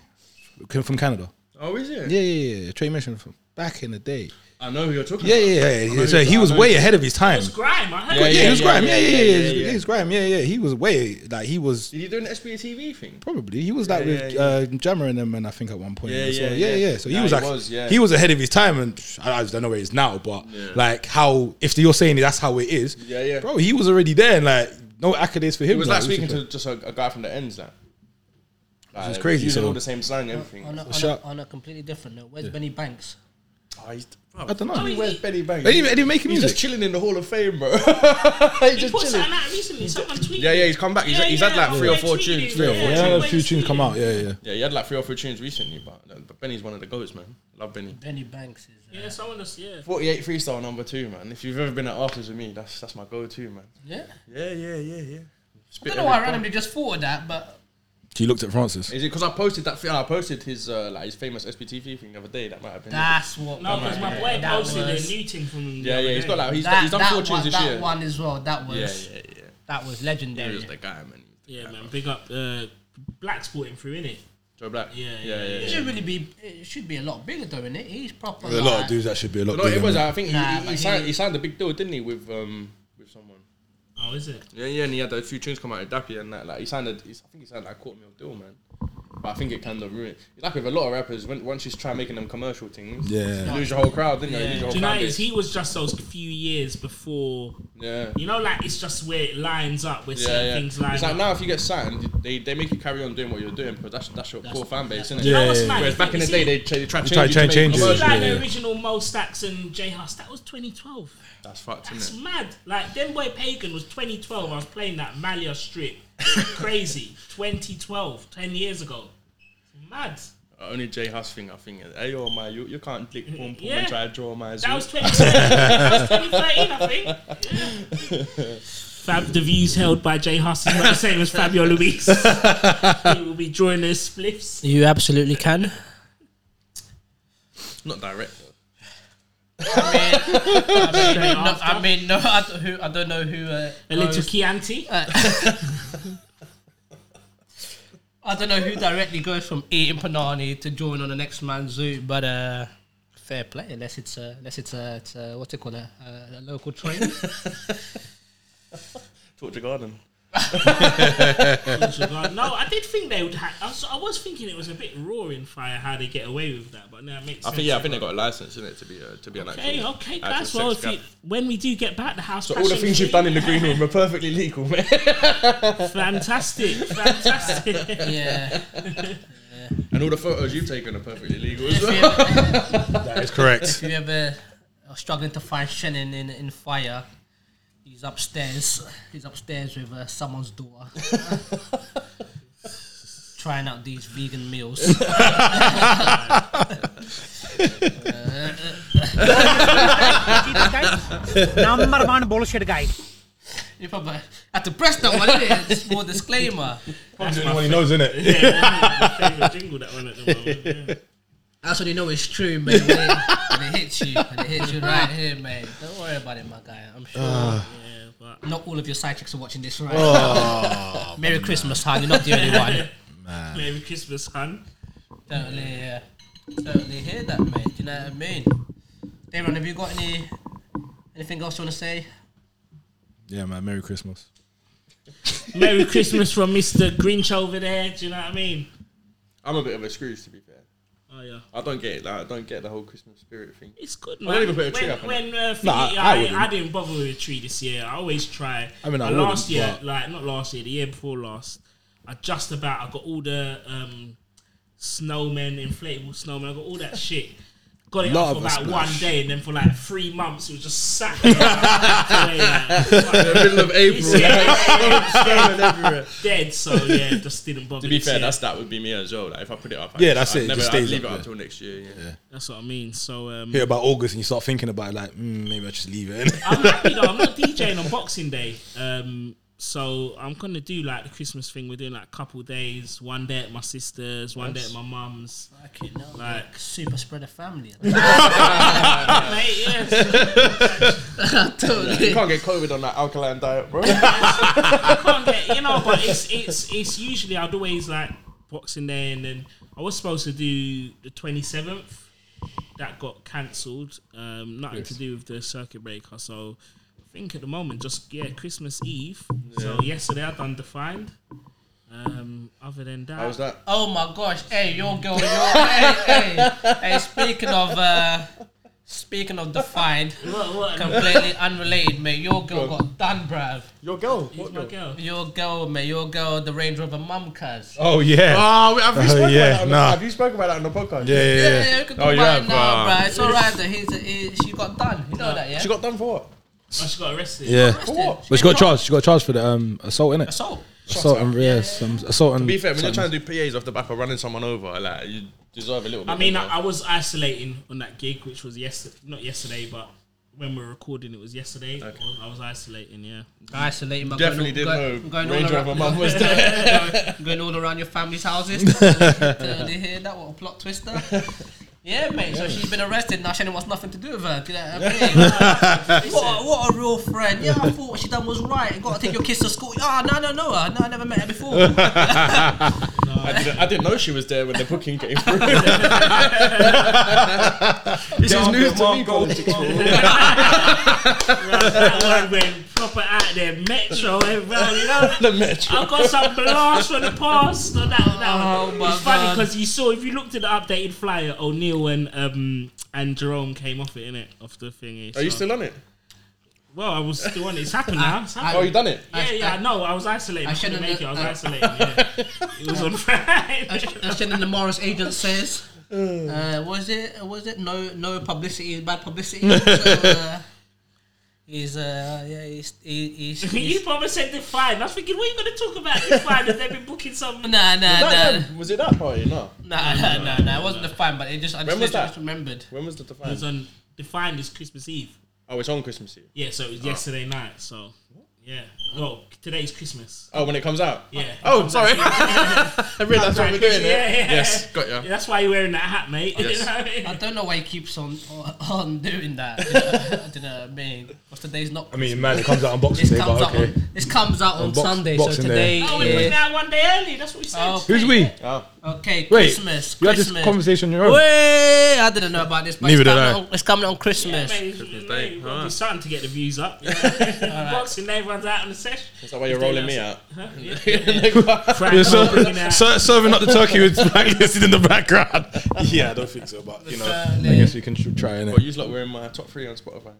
[SPEAKER 2] came from Canada.
[SPEAKER 6] [LAUGHS] Oh, is it?
[SPEAKER 2] Yeah, yeah, yeah. yeah. Trey Mission from back in the day.
[SPEAKER 6] I know who you're talking
[SPEAKER 2] Yeah,
[SPEAKER 6] about.
[SPEAKER 2] yeah, yeah.
[SPEAKER 6] I know
[SPEAKER 2] So
[SPEAKER 6] who-
[SPEAKER 2] he
[SPEAKER 6] I
[SPEAKER 2] was
[SPEAKER 6] know-
[SPEAKER 2] way ahead of his time.
[SPEAKER 5] Grime, I heard.
[SPEAKER 6] Yeah,
[SPEAKER 5] it.
[SPEAKER 2] Yeah, he was grime. Yeah, yeah, yeah.
[SPEAKER 6] yeah, yeah.
[SPEAKER 2] He was grime. Yeah, yeah. He was way like he was
[SPEAKER 6] Did he do an SBA TV thing?
[SPEAKER 2] Probably he was
[SPEAKER 6] yeah,
[SPEAKER 2] like with
[SPEAKER 6] yeah.
[SPEAKER 2] Uh, Jammer and them, and I think at one point,
[SPEAKER 6] Yeah,
[SPEAKER 2] as well.
[SPEAKER 6] yeah,
[SPEAKER 2] yeah,
[SPEAKER 6] yeah.
[SPEAKER 2] yeah, So he
[SPEAKER 6] Nah,
[SPEAKER 2] was
[SPEAKER 6] he
[SPEAKER 2] like, he
[SPEAKER 6] was,
[SPEAKER 2] was,
[SPEAKER 6] yeah.
[SPEAKER 2] ahead of his time, and psh, I I don't know where he is now, but like how if you're saying that's how it is,
[SPEAKER 6] Yeah, yeah.
[SPEAKER 2] bro, he was already there, and like no accolades for him.
[SPEAKER 6] It was like speaking
[SPEAKER 2] was
[SPEAKER 6] to just a, a guy from the ends, that. Like,
[SPEAKER 2] is crazy,
[SPEAKER 6] Using
[SPEAKER 2] so-
[SPEAKER 6] all the same slang, everything.
[SPEAKER 4] On a, on,
[SPEAKER 2] shot.
[SPEAKER 4] a, on a completely different note, where's Benny Banks?
[SPEAKER 6] Oh, he's- bro,
[SPEAKER 2] I don't know.
[SPEAKER 6] Where's Benny Banks?
[SPEAKER 2] They didn't, they didn't make
[SPEAKER 6] He's
[SPEAKER 2] music.
[SPEAKER 6] just chilling in the Hall of Fame, [LAUGHS] bro. he's
[SPEAKER 5] He
[SPEAKER 6] just
[SPEAKER 5] put
[SPEAKER 6] chilling.
[SPEAKER 5] something out recently. Someone tweeted.
[SPEAKER 6] Yeah, yeah, he's come back. He's,
[SPEAKER 5] Yeah,
[SPEAKER 6] he's had
[SPEAKER 5] yeah,
[SPEAKER 6] like three or
[SPEAKER 5] I've
[SPEAKER 6] four
[SPEAKER 5] tweeted
[SPEAKER 6] tunes.
[SPEAKER 5] it.
[SPEAKER 6] Three or
[SPEAKER 5] Yeah,
[SPEAKER 6] four
[SPEAKER 5] yeah.
[SPEAKER 2] yeah,
[SPEAKER 6] tunes.
[SPEAKER 2] a few tunes come out. Yeah, yeah.
[SPEAKER 6] Yeah, he had like three or four tunes recently, but, no, but Benny's one of the goats, man. Love Benny.
[SPEAKER 4] Benny Banks is. Uh,
[SPEAKER 5] Yeah, someone else. Yeah.
[SPEAKER 6] 48 freestyle number two, man. If you've ever been at Arthur's with me, that's that's my go-to, man.
[SPEAKER 4] yeah.
[SPEAKER 6] Yeah, yeah, yeah, yeah.
[SPEAKER 4] I don't know why I randomly just thought of that, but
[SPEAKER 2] He looked at Francis.
[SPEAKER 6] Is it because I posted that? thing I posted his uh, like his famous SPTV thing the other day. That might have been. it.
[SPEAKER 4] that's what.
[SPEAKER 5] No, because my boy
[SPEAKER 4] that
[SPEAKER 5] posted a
[SPEAKER 4] was-
[SPEAKER 5] new thing from him. the
[SPEAKER 6] Yeah,
[SPEAKER 5] other
[SPEAKER 6] yeah, he's
[SPEAKER 5] day.
[SPEAKER 6] got like he's,
[SPEAKER 4] that,
[SPEAKER 6] he's done
[SPEAKER 4] that
[SPEAKER 6] four tunes
[SPEAKER 4] one,
[SPEAKER 6] this
[SPEAKER 4] that
[SPEAKER 6] year.
[SPEAKER 4] one as well. That was
[SPEAKER 6] Yeah, yeah, yeah.
[SPEAKER 4] that was
[SPEAKER 6] He
[SPEAKER 4] legendary.
[SPEAKER 6] was the guy, man.
[SPEAKER 5] Yeah, man, big up uh, Black sporting through in it.
[SPEAKER 6] Joe Black.
[SPEAKER 5] Yeah,
[SPEAKER 6] yeah,
[SPEAKER 5] yeah,
[SPEAKER 6] yeah.
[SPEAKER 4] It should really be. It should be a lot bigger though, innit? He's proper.
[SPEAKER 2] There's a lot of dudes that should be a lot.
[SPEAKER 6] No, it
[SPEAKER 2] bigger,
[SPEAKER 6] was.
[SPEAKER 2] man.
[SPEAKER 6] I think
[SPEAKER 4] Nah,
[SPEAKER 6] he, he,
[SPEAKER 4] but
[SPEAKER 6] he, signed,
[SPEAKER 4] he-
[SPEAKER 6] he signed a big deal, didn't he, with um with someone?
[SPEAKER 5] Oh, is it?
[SPEAKER 6] Yeah, yeah, and he had a few tunes come out of Dappy and that. Like he signed, a, he's, I think he signed like a quarter mil deal, man. But I think it kind of ruined. Like with a lot of rappers, when once you try making them commercial things,
[SPEAKER 2] Yeah.
[SPEAKER 6] you lose your whole crowd, didn't you? you? Lose your whole
[SPEAKER 5] Do you know
[SPEAKER 6] fan
[SPEAKER 5] is
[SPEAKER 6] base.
[SPEAKER 5] he was just those few years before.
[SPEAKER 6] Yeah.
[SPEAKER 5] You know, like it's just where it lines up, where
[SPEAKER 6] Yeah,
[SPEAKER 5] certain
[SPEAKER 6] yeah.
[SPEAKER 5] things line
[SPEAKER 6] it's
[SPEAKER 5] up.
[SPEAKER 6] like now if you get signed, they, they make you carry on doing what you're doing because that's that's your core fan base, isn't it?
[SPEAKER 5] You know what's
[SPEAKER 2] Yeah.
[SPEAKER 5] mad?
[SPEAKER 6] Whereas back in the
[SPEAKER 5] You
[SPEAKER 6] day,
[SPEAKER 5] see-
[SPEAKER 6] they, try they try to
[SPEAKER 2] try
[SPEAKER 6] change,
[SPEAKER 2] to
[SPEAKER 6] you to
[SPEAKER 2] change
[SPEAKER 6] make
[SPEAKER 2] it.
[SPEAKER 5] It was
[SPEAKER 6] commercial.
[SPEAKER 5] like the
[SPEAKER 2] Yeah.
[SPEAKER 5] original Mo Stacks and J House. That was 2012.
[SPEAKER 6] That's fucked,
[SPEAKER 5] That's
[SPEAKER 6] isn't it?
[SPEAKER 5] mad. Like Dem Boy Pagan was 2012. I was playing that Malia strip. Crazy. 2012. 10 years ago. It's mad.
[SPEAKER 6] Uh, Only J House thing, I think. is, Hey, yo, man, you, you can't click boom boom
[SPEAKER 5] Yeah.
[SPEAKER 6] and try to draw my.
[SPEAKER 5] That was 2013. [LAUGHS] that was 2013, I think. Yeah. Fab, the views held by J Huss is not the same as Fabio Luis. he will be drawing those
[SPEAKER 4] [LAUGHS]
[SPEAKER 5] spliffs.
[SPEAKER 4] You absolutely can.
[SPEAKER 6] not direct. Though.
[SPEAKER 5] Straight
[SPEAKER 4] No,
[SPEAKER 5] after.
[SPEAKER 4] I mean, no, I don't, who, I don't know who. Uh,
[SPEAKER 5] a little
[SPEAKER 4] goes-
[SPEAKER 5] Chianti.
[SPEAKER 4] I don't know who directly goes from eating panani to join on the next man's zoo, but uh, fair play unless it's a, unless it's a, it's a what's it called a, a, a local train.
[SPEAKER 6] Talk to Garden.
[SPEAKER 5] no, I did think they would. Ha- I, was, I was thinking it was a bit raw in fire how they get away with that, but now it makes
[SPEAKER 6] I
[SPEAKER 5] sense.
[SPEAKER 6] think yeah, I think they got a license in it to be uh, to be an actual.
[SPEAKER 5] Okay, okay,
[SPEAKER 6] actual
[SPEAKER 5] guys.
[SPEAKER 6] sex
[SPEAKER 5] Well, if
[SPEAKER 6] gap.
[SPEAKER 5] you, when we do get back, the house.
[SPEAKER 6] so all the
[SPEAKER 5] passion
[SPEAKER 6] things you've done in the
[SPEAKER 5] team-
[SPEAKER 6] green room are perfectly legal, [LAUGHS]
[SPEAKER 5] [LAUGHS]
[SPEAKER 6] man. [LAUGHS]
[SPEAKER 5] Fantastic, fantastic.
[SPEAKER 4] Yeah.
[SPEAKER 6] and all the photos you've taken are perfectly legal as well.
[SPEAKER 4] if
[SPEAKER 2] That [LAUGHS] is correct.
[SPEAKER 6] [LAUGHS]
[SPEAKER 4] you ever are struggling to find Shannon in, in fire, he's upstairs. He's upstairs with uh, someone's daughter. [LAUGHS] Trying out these vegan meals. [LAUGHS]
[SPEAKER 8] guys. Number one bullshit guy.
[SPEAKER 4] You probably have to press that one, innit? Just more disclaimer.
[SPEAKER 2] Probably the only one he knows, isn't it?
[SPEAKER 5] My favourite jingle that one at the moment. yeah.
[SPEAKER 4] That's when you know it's true, man. When it, when it hits you, when it hits you right here, man. Don't worry about it, my guy. I'm sure. not all of your side chicks are watching this, right? [LAUGHS] Merry Christmas, hon. You're not the only one.
[SPEAKER 6] [LAUGHS]
[SPEAKER 5] Merry Christmas, hun.
[SPEAKER 4] Totally, yeah. Totally hear that, mate. Do you know what I mean? Daron, have you got any anything else you want to say?
[SPEAKER 2] Yeah, man. Merry Christmas.
[SPEAKER 5] Merry Christmas from Mr. Grinch over there. Do you know what I mean?
[SPEAKER 6] I'm a bit of a Scrooge, to be fair.
[SPEAKER 5] Oh yeah.
[SPEAKER 6] I don't get it. Like, I don't get the whole Christmas spirit thing.
[SPEAKER 5] It's good, man.
[SPEAKER 6] don't even put a tree
[SPEAKER 5] when,
[SPEAKER 6] up on
[SPEAKER 5] When uh,
[SPEAKER 2] Nah,
[SPEAKER 5] I,
[SPEAKER 2] I
[SPEAKER 5] I,
[SPEAKER 2] wouldn't.
[SPEAKER 5] I didn't bother with a tree this year. I always try.
[SPEAKER 2] I mean, I
[SPEAKER 5] But last
[SPEAKER 2] wouldn't,
[SPEAKER 5] year,
[SPEAKER 2] but-
[SPEAKER 5] like not last year, the year before last, I just about I got all the um, snowmen, inflatable snowmen. I got all
[SPEAKER 2] [LAUGHS]
[SPEAKER 5] that shit. Got it
[SPEAKER 2] Lot
[SPEAKER 5] up for
[SPEAKER 2] of
[SPEAKER 5] about
[SPEAKER 2] a
[SPEAKER 5] one
[SPEAKER 2] splash.
[SPEAKER 5] day, and then for like three months, it was just sat. there, [LAUGHS] like,
[SPEAKER 2] [LAUGHS]
[SPEAKER 6] Middle of April.
[SPEAKER 5] yeah, dead. So yeah, just didn't bother.
[SPEAKER 6] To be
[SPEAKER 5] this
[SPEAKER 6] fair,
[SPEAKER 5] year.
[SPEAKER 6] that's that would be me as well. Like if I put it up, I
[SPEAKER 2] Yeah,
[SPEAKER 6] just-
[SPEAKER 2] that's
[SPEAKER 6] I'd
[SPEAKER 2] it, it
[SPEAKER 6] Never,
[SPEAKER 2] just
[SPEAKER 6] I'd
[SPEAKER 2] stays
[SPEAKER 6] leave
[SPEAKER 2] up
[SPEAKER 6] it
[SPEAKER 2] there.
[SPEAKER 6] until next year. Yeah.
[SPEAKER 5] that's what I mean. So um,
[SPEAKER 2] Hear about August and you start thinking about it, like mm, maybe I just leave it.
[SPEAKER 5] I'm happy though. I'm not DJing on Boxing Day. Um, so I'm gonna do like the Christmas thing. We're doing like a couple days. One day at my sister's, one day at my mum's.
[SPEAKER 4] Okay, no.
[SPEAKER 5] Like,
[SPEAKER 4] Super spreader family.
[SPEAKER 5] [LAUGHS] mate, yeah,
[SPEAKER 6] You can't get COVID on that alkaline diet, [LAUGHS] bro.
[SPEAKER 5] I can't get you know. But it's it's it's usually I'd always like Boxing Day, and then I was supposed to do the 27th. That got cancelled. Um, nothing to do with the circuit breaker. So I think at the moment, just yeah, Christmas Eve. So yesterday I done defined. Um, other than that,
[SPEAKER 6] How was that?
[SPEAKER 4] Oh my gosh! Hey, your girl, your hey, hey, hey. Speaking of, uh, speaking of defined,
[SPEAKER 5] What, what?
[SPEAKER 4] completely unrelated, mate. Your girl got done, bruv.
[SPEAKER 6] Your girl.
[SPEAKER 5] Who's my girl?
[SPEAKER 4] Your girl, mate. Your girl, the Range Rover mum, cuz.
[SPEAKER 2] oh [LAUGHS] yeah.
[SPEAKER 6] Oh, have you
[SPEAKER 2] Oh,
[SPEAKER 6] spoken
[SPEAKER 2] yeah,
[SPEAKER 6] about that? On
[SPEAKER 2] nah.
[SPEAKER 6] the, have you spoken about that on the podcast?
[SPEAKER 2] Yeah, yeah, yeah.
[SPEAKER 4] yeah, we can talk
[SPEAKER 6] Oh,
[SPEAKER 4] about
[SPEAKER 6] yeah,
[SPEAKER 4] it now,
[SPEAKER 6] bruv.
[SPEAKER 4] bruv. It's alright that he's, he, she got done. You know that, yeah?
[SPEAKER 6] She got done for what?
[SPEAKER 5] Oh, she got arrested.
[SPEAKER 2] Yeah.
[SPEAKER 4] Arrested.
[SPEAKER 6] what?
[SPEAKER 2] But she got charged. She got charged for the um, assault, innit?
[SPEAKER 4] Assault.
[SPEAKER 2] Assault and yeah, some assault and.
[SPEAKER 6] To be fair, when you're trying to do PAs off the back of running someone over, like you deserve a little. bit
[SPEAKER 5] I mean,
[SPEAKER 6] more.
[SPEAKER 5] I, I was isolating on that gig, which was yesterday, not yesterday, but when we were recording, it was yesterday. I was- I was isolating, yeah. [LAUGHS]
[SPEAKER 4] Isolating, but
[SPEAKER 6] definitely did
[SPEAKER 4] going, all-
[SPEAKER 6] know
[SPEAKER 4] going, going
[SPEAKER 6] Range
[SPEAKER 4] all
[SPEAKER 6] Rover
[SPEAKER 4] around,
[SPEAKER 6] mum was there.
[SPEAKER 4] [LAUGHS] going all around your family's houses. Did you hear that? What a plot twister. Yeah, mate. So she's been arrested. Now Shannon wants nothing to do with her. Do you know what, I
[SPEAKER 6] [LAUGHS]
[SPEAKER 4] mean? what, a, what a real friend. Yeah, I thought what she done was right. You got to take your kids to school. Ah, no, no, no. uh, No, I never met her before. Nah,
[SPEAKER 6] I didn't, I didn't know she was there when the booking came
[SPEAKER 5] [LAUGHS]
[SPEAKER 6] through. this is
[SPEAKER 9] Down
[SPEAKER 6] news
[SPEAKER 9] the
[SPEAKER 6] to me.
[SPEAKER 9] Mongol
[SPEAKER 6] politics, bro.
[SPEAKER 5] that one went proper out there, Metro, everyone, you know.
[SPEAKER 6] The metro.
[SPEAKER 5] I've got some blast from the past on that, that one.
[SPEAKER 4] Oh, my
[SPEAKER 5] it's funny
[SPEAKER 4] God.
[SPEAKER 5] because you saw, if you looked at the updated flyer, O'Neill and um, and Jerome came off it, innit? Off the thingy.
[SPEAKER 6] Are you
[SPEAKER 5] so-
[SPEAKER 6] still on it?
[SPEAKER 5] Well, I was still on it. It's happened now. It's happened.
[SPEAKER 6] Oh, you done it?
[SPEAKER 5] Yeah, yeah, I know. I was isolating. I,
[SPEAKER 4] I
[SPEAKER 5] couldn't
[SPEAKER 4] shouldn't
[SPEAKER 5] make it. I was
[SPEAKER 4] have-
[SPEAKER 6] uh,
[SPEAKER 5] isolating. Yeah. it
[SPEAKER 6] [LAUGHS]
[SPEAKER 5] was on Friday. [LAUGHS]
[SPEAKER 4] Shannon, the Morris agent says. Uh, was it? Was it? No, no publicity is bad publicity. So,
[SPEAKER 2] [LAUGHS]
[SPEAKER 4] uh, he's uh, yeah, he's, he,
[SPEAKER 2] [LAUGHS]
[SPEAKER 4] he's,
[SPEAKER 5] you
[SPEAKER 4] he's
[SPEAKER 5] probably said the fine. I was thinking, what are you going to talk about this fine? And they've been booking
[SPEAKER 6] [LAUGHS]
[SPEAKER 5] some.
[SPEAKER 4] nah, nah,
[SPEAKER 5] uh,
[SPEAKER 6] That-
[SPEAKER 4] nah.
[SPEAKER 6] that- was it that party? No.
[SPEAKER 4] Nah, nah, nah, nah. It wasn't the fine, but it just I just,
[SPEAKER 6] When was
[SPEAKER 4] literally
[SPEAKER 6] that?
[SPEAKER 4] just remembered.
[SPEAKER 6] When was the
[SPEAKER 5] It was
[SPEAKER 6] defiance?
[SPEAKER 5] on the fine is Christmas Eve.
[SPEAKER 6] Oh, it's on Christmas Eve.
[SPEAKER 5] Yeah, so it was yesterday night. So yeah, well, today's Christmas.
[SPEAKER 6] Oh, when it comes out.
[SPEAKER 5] Yeah. [LAUGHS]
[SPEAKER 6] Oh, [LAUGHS] sorry. I realised what we're doing
[SPEAKER 5] Yeah,
[SPEAKER 6] there.
[SPEAKER 5] yeah.
[SPEAKER 6] Yes, got ya.
[SPEAKER 5] Yeah, that's why you're wearing that hat, mate. [LAUGHS]
[SPEAKER 6] Yes.
[SPEAKER 4] I
[SPEAKER 5] Oh,
[SPEAKER 4] don't know why he keeps on [LAUGHS] on doing that. [LAUGHS] You know, do you know what I mean? Because today's not.
[SPEAKER 2] I mean, man, it comes out on
[SPEAKER 4] this
[SPEAKER 2] Boxing Day,
[SPEAKER 4] comes
[SPEAKER 2] but
[SPEAKER 4] out
[SPEAKER 2] okay.
[SPEAKER 4] on this comes out on,
[SPEAKER 2] Box-
[SPEAKER 4] Sunday, so
[SPEAKER 2] Boxing Day.
[SPEAKER 4] today
[SPEAKER 5] oh, we put
[SPEAKER 4] is.
[SPEAKER 5] that one day early. That's what we said.
[SPEAKER 4] Oh,
[SPEAKER 2] Who's we?
[SPEAKER 6] Oh,
[SPEAKER 4] Okay,
[SPEAKER 2] Wait,
[SPEAKER 4] Christmas.
[SPEAKER 2] you had this
[SPEAKER 4] Christmas.
[SPEAKER 2] conversation on your own?
[SPEAKER 4] Wait, I didn't know about this. But
[SPEAKER 2] Neither
[SPEAKER 4] it's
[SPEAKER 2] did
[SPEAKER 4] coming
[SPEAKER 2] I.
[SPEAKER 4] On, it's coming on Christmas.
[SPEAKER 5] Mate,
[SPEAKER 6] Day,
[SPEAKER 5] mate,
[SPEAKER 6] alright.
[SPEAKER 5] We're starting to get the views up.
[SPEAKER 6] [LAUGHS]
[SPEAKER 5] Boxing, everyone's out on the session.
[SPEAKER 6] [LAUGHS] Is that why you're rolling me out?
[SPEAKER 5] [LAUGHS]
[SPEAKER 6] [LAUGHS]
[SPEAKER 5] Frank, Hall
[SPEAKER 2] You're ser-
[SPEAKER 5] bringing out-
[SPEAKER 2] ser- serving up the turkey with [LAUGHS] blacklisted in the background. [LAUGHS] yeah, I don't think so, but you know, I guess we can tr- try
[SPEAKER 6] But
[SPEAKER 4] Oh,
[SPEAKER 2] it.
[SPEAKER 6] you lot were in my top three on Spotify.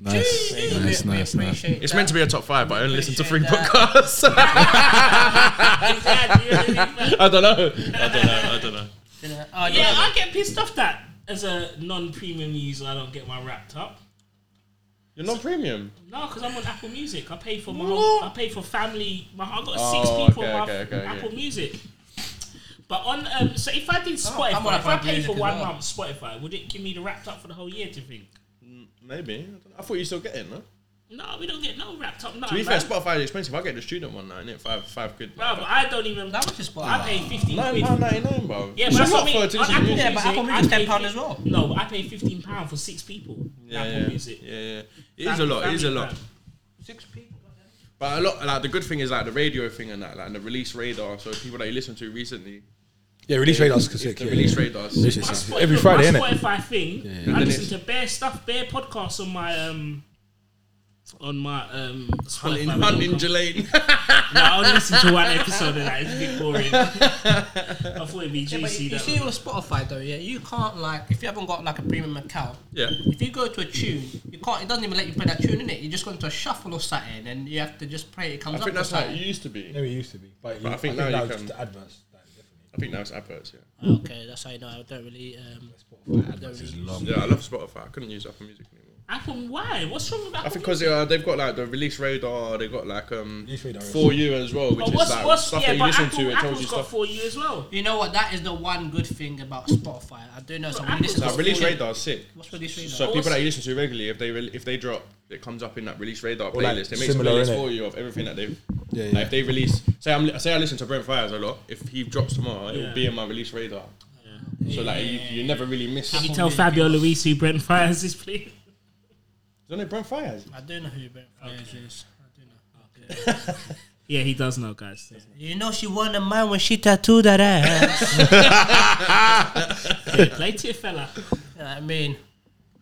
[SPEAKER 2] Nice, nice, nice, nice.
[SPEAKER 6] It's meant to be a top five, but I only listen to three podcasts. [LAUGHS] I
[SPEAKER 5] Exactly, you know what I mean?
[SPEAKER 6] don't know. I don't know. I don't know.
[SPEAKER 4] Oh,
[SPEAKER 5] Yeah, I get pissed off that as a non-premium user, I don't get my wrapped up.
[SPEAKER 6] You're not premium.
[SPEAKER 5] No, because I'm on Apple Music. I pay for my whole, I pay for family. My I've got six
[SPEAKER 6] Oh,
[SPEAKER 5] people
[SPEAKER 6] okay,
[SPEAKER 5] on my
[SPEAKER 6] okay, okay,
[SPEAKER 5] Apple
[SPEAKER 6] okay.
[SPEAKER 5] Music. But on um, so if I did Spotify,
[SPEAKER 4] Oh, I'm on
[SPEAKER 5] if I
[SPEAKER 4] Apple
[SPEAKER 5] pay
[SPEAKER 4] Music
[SPEAKER 5] for
[SPEAKER 4] as
[SPEAKER 5] one
[SPEAKER 4] well.
[SPEAKER 5] month Spotify, would it give me the wrapped up for the whole year? Do you think?
[SPEAKER 6] Maybe. I, don't know. I thought you were still getting, no?
[SPEAKER 5] No, we don't get no wrapped up. No,
[SPEAKER 6] To be fair,
[SPEAKER 5] man.
[SPEAKER 6] Spotify is expensive. I get the student one now, innit? Five, five quid.
[SPEAKER 5] Bruv, I don't even.
[SPEAKER 4] That was just Spotify.
[SPEAKER 5] I pay fifteen
[SPEAKER 6] Nine,
[SPEAKER 5] quid.
[SPEAKER 6] nine ninety nine, bro.
[SPEAKER 5] Yeah, but that's what I mean.
[SPEAKER 6] to
[SPEAKER 5] On
[SPEAKER 6] listen to
[SPEAKER 5] Apple
[SPEAKER 6] music.
[SPEAKER 5] Music,
[SPEAKER 4] Yeah, but Apple Music's
[SPEAKER 5] I pay
[SPEAKER 4] £10 as
[SPEAKER 5] 15
[SPEAKER 4] well.
[SPEAKER 5] No, I pay fifteen pound for six people.
[SPEAKER 6] Yeah,
[SPEAKER 5] Apple
[SPEAKER 6] yeah.
[SPEAKER 5] Music.
[SPEAKER 6] Yeah, yeah. It is a lot. It is a lot.
[SPEAKER 4] Six people.
[SPEAKER 6] But a lot, like the good thing is like the radio thing and that, like the release radar. So people that you listen to recently,
[SPEAKER 2] Yeah, release radars. Cause
[SPEAKER 6] the
[SPEAKER 2] yeah,
[SPEAKER 6] release
[SPEAKER 2] yeah.
[SPEAKER 6] radars. [LAUGHS]
[SPEAKER 2] This
[SPEAKER 5] My
[SPEAKER 2] is
[SPEAKER 5] Spotify,
[SPEAKER 2] every Friday,
[SPEAKER 5] my
[SPEAKER 2] innit?
[SPEAKER 5] Spotify thing. I
[SPEAKER 6] Then
[SPEAKER 5] listen
[SPEAKER 6] it's-
[SPEAKER 5] to bare stuff, bare podcasts on my um on my um Spotify.
[SPEAKER 6] Hunting, hunting Jelaine.
[SPEAKER 5] No, I only listen to one episode of that. It's a bit boring. I thought it'd be
[SPEAKER 4] Yeah, but
[SPEAKER 5] juicy.
[SPEAKER 4] you, you
[SPEAKER 5] that
[SPEAKER 4] see with Spotify though, yeah, you can't like if you haven't got like a premium account.
[SPEAKER 6] [LAUGHS] yeah.
[SPEAKER 4] If you go to a tune, you can't. It doesn't even let you play that tune in it. You just go into a shuffle or something, and you have to just play. It comes
[SPEAKER 6] I
[SPEAKER 4] up.
[SPEAKER 6] think that's
[SPEAKER 4] or
[SPEAKER 6] how it
[SPEAKER 4] something.
[SPEAKER 6] used to be.
[SPEAKER 2] Maybe it used to be, but,
[SPEAKER 6] I think now you
[SPEAKER 2] that was
[SPEAKER 6] can-
[SPEAKER 2] just adverts. like, definitely.
[SPEAKER 6] I think now it's adverts. Yeah.
[SPEAKER 4] Okay, that's how you know. I don't really. Um,
[SPEAKER 2] This is long.
[SPEAKER 6] Um, Yeah, I love Spotify. I couldn't use Apple Music anymore.
[SPEAKER 5] Apple, why? What's wrong with Apple?
[SPEAKER 6] I think because uh, they've got like the release radar. They've got like um
[SPEAKER 2] Release radar is-
[SPEAKER 6] for you as well, which
[SPEAKER 5] But
[SPEAKER 6] is
[SPEAKER 5] what's,
[SPEAKER 6] like
[SPEAKER 5] what's,
[SPEAKER 6] stuff
[SPEAKER 5] yeah,
[SPEAKER 6] that you
[SPEAKER 5] but
[SPEAKER 6] listen
[SPEAKER 5] Apple,
[SPEAKER 6] to. It tells
[SPEAKER 5] Apple's
[SPEAKER 6] you
[SPEAKER 5] got
[SPEAKER 6] stuff.
[SPEAKER 5] for you as well.
[SPEAKER 4] you know what? That is the one good thing about Spotify. I do know. So when you listen
[SPEAKER 6] So
[SPEAKER 4] to
[SPEAKER 6] release
[SPEAKER 4] Spotify-
[SPEAKER 6] radar is sick.
[SPEAKER 4] What's release radar?
[SPEAKER 6] So people that you listen to regularly, if they re- if they drop, it comes up in that release radar playlist.
[SPEAKER 2] like
[SPEAKER 6] it makes
[SPEAKER 2] similar,
[SPEAKER 6] a playlist
[SPEAKER 2] innit?
[SPEAKER 6] for you of everything that they've.
[SPEAKER 2] Yeah,
[SPEAKER 6] like
[SPEAKER 2] yeah.
[SPEAKER 6] if they release, say I'm say I listen to Brent Fires a lot. If he drops tomorrow, it
[SPEAKER 5] Yeah.
[SPEAKER 6] will be in my release radar. So like you, you never really miss.
[SPEAKER 5] Can you
[SPEAKER 6] Isn't
[SPEAKER 5] tell Fabio Luis who Brent Fires is, please?
[SPEAKER 6] it Brent Fires?
[SPEAKER 4] I do know who Brent Fires is. I do know.
[SPEAKER 5] Yeah, he does know, guys.
[SPEAKER 4] You know she won a man when she tattooed that ass.
[SPEAKER 5] Play to your fella.
[SPEAKER 4] You know what I mean,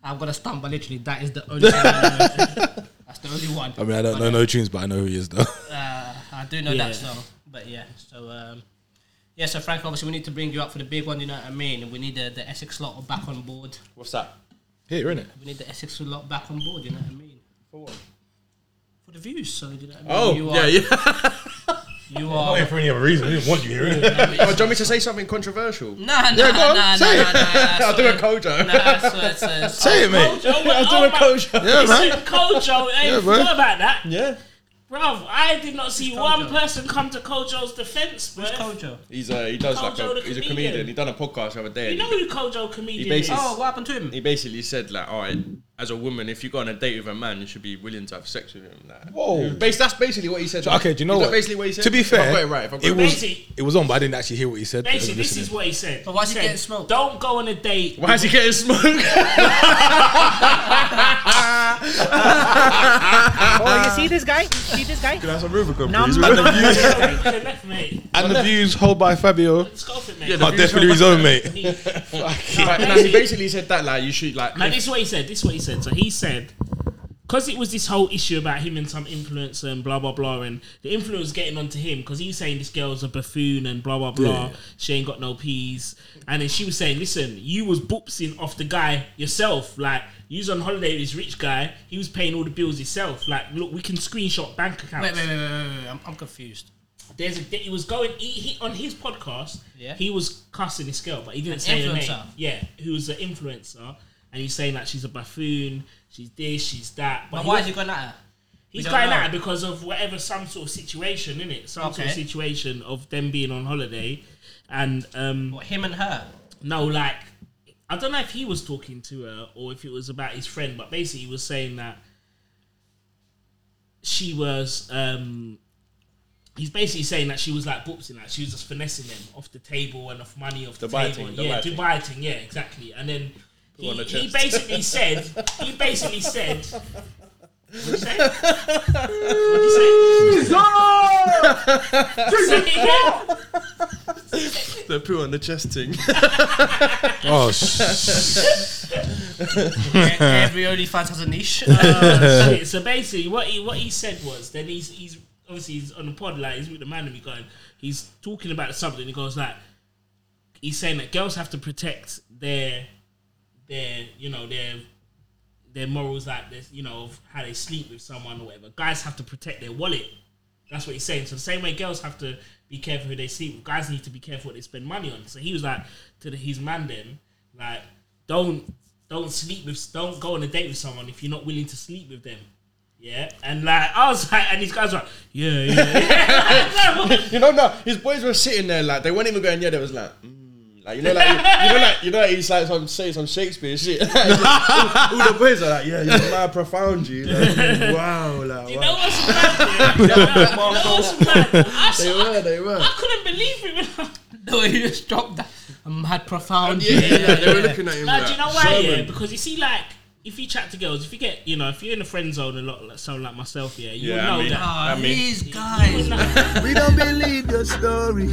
[SPEAKER 4] I'm gonna stump, but literally that is the only. one I know. [LAUGHS] That's the only one.
[SPEAKER 2] I mean, I don't know no tunes, but I know who he is though.
[SPEAKER 4] Uh, I do know
[SPEAKER 5] Yeah.
[SPEAKER 4] that song, but yeah. So um, yeah, so Frank, obviously we need to bring you up for the big one. You know what I mean? We need the, the Essex lot back on board.
[SPEAKER 6] What's that?
[SPEAKER 2] Here, innit?
[SPEAKER 4] We need the Essex lot back on board. You know what I mean?
[SPEAKER 6] For what?
[SPEAKER 4] For the views, so you know what I mean?
[SPEAKER 6] Oh
[SPEAKER 4] you
[SPEAKER 6] yeah, [LAUGHS]
[SPEAKER 4] are,
[SPEAKER 6] yeah.
[SPEAKER 4] You are.
[SPEAKER 2] for any other reason. I didn't want you here. [LAUGHS] Innit?
[SPEAKER 6] oh, do you want me to say something controversial?
[SPEAKER 4] Nah, nah,
[SPEAKER 6] Yeah, go
[SPEAKER 4] nah,
[SPEAKER 6] on,
[SPEAKER 4] nah, nah,
[SPEAKER 6] say
[SPEAKER 4] nah,
[SPEAKER 6] it. [LAUGHS]
[SPEAKER 2] [LAUGHS]
[SPEAKER 6] I'll do a Kojo.
[SPEAKER 4] Nah, so it's,
[SPEAKER 6] [LAUGHS]
[SPEAKER 4] uh,
[SPEAKER 2] Say it, mate.
[SPEAKER 5] Kojo, well,
[SPEAKER 6] I'll do a
[SPEAKER 5] my-
[SPEAKER 6] Kojo.
[SPEAKER 2] Yeah,
[SPEAKER 5] Listen,
[SPEAKER 2] man.
[SPEAKER 5] Kojo, I
[SPEAKER 2] Yeah,
[SPEAKER 5] ain't
[SPEAKER 2] bro.
[SPEAKER 5] forgot about that.
[SPEAKER 6] Yeah.
[SPEAKER 5] Bruv, I did not see one
[SPEAKER 4] Kojo?
[SPEAKER 5] person come to Kojo's defense, bro.
[SPEAKER 4] Kojo.
[SPEAKER 6] He's uh, he does like
[SPEAKER 5] Kojo
[SPEAKER 6] a,
[SPEAKER 5] the
[SPEAKER 6] he's a
[SPEAKER 5] comedian.
[SPEAKER 6] comedian. He done a podcast the other day.
[SPEAKER 5] You know who Kojo comedian
[SPEAKER 6] He bases-
[SPEAKER 5] is?
[SPEAKER 4] Oh, what happened to him?
[SPEAKER 6] he basically said like, all right, as a woman, if you go on a date with a man, you should be willing to have sex with him. Like,
[SPEAKER 2] Whoa.
[SPEAKER 6] Bas- that's basically what he said.
[SPEAKER 2] Okay, do you know
[SPEAKER 6] Is that
[SPEAKER 2] what?
[SPEAKER 6] Basically, what he said.
[SPEAKER 2] To be
[SPEAKER 6] If I've
[SPEAKER 2] fair,
[SPEAKER 6] got it right. If I've got
[SPEAKER 2] it
[SPEAKER 6] it
[SPEAKER 2] was
[SPEAKER 5] Basically-
[SPEAKER 2] it was on, but I didn't actually hear what he said.
[SPEAKER 5] Basically, this is
[SPEAKER 2] Listening.
[SPEAKER 5] what he said.
[SPEAKER 4] But why is he
[SPEAKER 5] said,
[SPEAKER 4] getting smoked?
[SPEAKER 5] Don't go on a date.
[SPEAKER 6] why is he getting [LAUGHS]
[SPEAKER 2] [LAUGHS]
[SPEAKER 6] smoke?
[SPEAKER 8] Oh, you see this guy? See this guy?
[SPEAKER 2] That's a Rubicon.
[SPEAKER 8] Number
[SPEAKER 5] Straight to the left, mate.
[SPEAKER 2] And the views held by Fabio
[SPEAKER 5] Let's go for it, mate.
[SPEAKER 6] Yeah, the
[SPEAKER 2] are
[SPEAKER 6] views
[SPEAKER 2] definitely his own, mate.
[SPEAKER 6] Like, no, he basically said that like you should like.
[SPEAKER 5] Now, this is what he said. This is what he said. So he said, because it was this whole issue about him and some influencer and blah blah blah, and the influence getting onto him because he was saying this girl's a buffoon and blah blah blah. She ain't got no peas, and then she was saying, "Listen, you was boopsing off the guy yourself. Like you was on holiday with this rich guy. He was paying all the bills himself. Like look, we can screenshot bank accounts.
[SPEAKER 4] Wait, wait, wait, wait, wait, wait. I'm, I'm confused.
[SPEAKER 5] There's a he was going he, he on his podcast.
[SPEAKER 4] Yeah.
[SPEAKER 5] He was cussing this girl, but he didn't say her
[SPEAKER 4] influencer.
[SPEAKER 5] name. Yeah, who was an influencer, and he's saying like she's a buffoon, she's this, she's that. But
[SPEAKER 4] But
[SPEAKER 5] he-
[SPEAKER 4] why is he going at her? We
[SPEAKER 5] he's
[SPEAKER 4] don't
[SPEAKER 5] going
[SPEAKER 4] know.
[SPEAKER 5] at her because of whatever some sort of situation in it, some sort of
[SPEAKER 4] Okay.
[SPEAKER 5] situation of them being on holiday, and um
[SPEAKER 4] What, him and her?
[SPEAKER 5] no, like I don't know if he was talking to her or if it was about his friend, but basically he was saying that she was. um He's basically saying that she was like boopsing, like she was just finessing them off the table and off money off the
[SPEAKER 6] Dubai
[SPEAKER 5] table.
[SPEAKER 6] thing,
[SPEAKER 5] yeah,
[SPEAKER 6] Dubai thing.
[SPEAKER 5] Dubai thing. Yeah, exactly. And then he,
[SPEAKER 6] on the
[SPEAKER 5] he
[SPEAKER 6] chest.
[SPEAKER 5] basically said,
[SPEAKER 6] [LAUGHS]
[SPEAKER 5] he basically said, what'd you say? [LAUGHS] What'd you say? say it again.
[SPEAKER 6] the poo on the chest thing.
[SPEAKER 2] Oh, sh-
[SPEAKER 4] Every OnlyFans has a niche.
[SPEAKER 5] Uh, shit. So basically, what he what he said was then he's he's obviously he's on the pod like he's with the man and he going he's talking about something. He goes like he's saying that girls have to protect their their you know their their morals like this you know of how they sleep with someone or whatever. Guys have to protect their wallet. That's what he's saying. So the same way girls have to be careful who they sleep with, guys need to be careful what they spend money on. So he was like to the, his man then, like don't don't sleep with don't go on a date with someone if you're not willing to sleep with them. Yeah, and like I was like, and these guys were like, yeah, [LAUGHS] yeah. Like, what?
[SPEAKER 6] [LAUGHS] you know, no, his boys were sitting there like they weren't even going. Yeah, they was like. mm, Like, you know, like you, you know, like you know, like, he's like some say some Shakespeare shit. [LAUGHS] all, all the boys are like, yeah, you're mad profound, [LAUGHS] you. Like, wow, like,
[SPEAKER 5] you
[SPEAKER 6] wow.
[SPEAKER 5] know what's mad? yeah? You know what's mad? [LAUGHS] I,
[SPEAKER 6] They
[SPEAKER 5] saw-
[SPEAKER 6] were, they were.
[SPEAKER 5] I couldn't believe it. When I,
[SPEAKER 4] no, he just dropped that. Mad profound.
[SPEAKER 6] Yeah, yeah, yeah, they were looking at him.
[SPEAKER 5] Like,
[SPEAKER 6] like,
[SPEAKER 5] do you know why? Yeah,
[SPEAKER 6] Sherman.
[SPEAKER 5] because you see, like, if you chat to girls, if you get, you know, if you're in a friend zone a lot, like someone like myself, yeah, you
[SPEAKER 6] Yeah, I
[SPEAKER 5] know
[SPEAKER 6] mean-
[SPEAKER 5] that. [LAUGHS]
[SPEAKER 4] Ah,
[SPEAKER 6] I mean-
[SPEAKER 4] these guys.
[SPEAKER 6] We don't believe
[SPEAKER 5] [LAUGHS]
[SPEAKER 6] your story.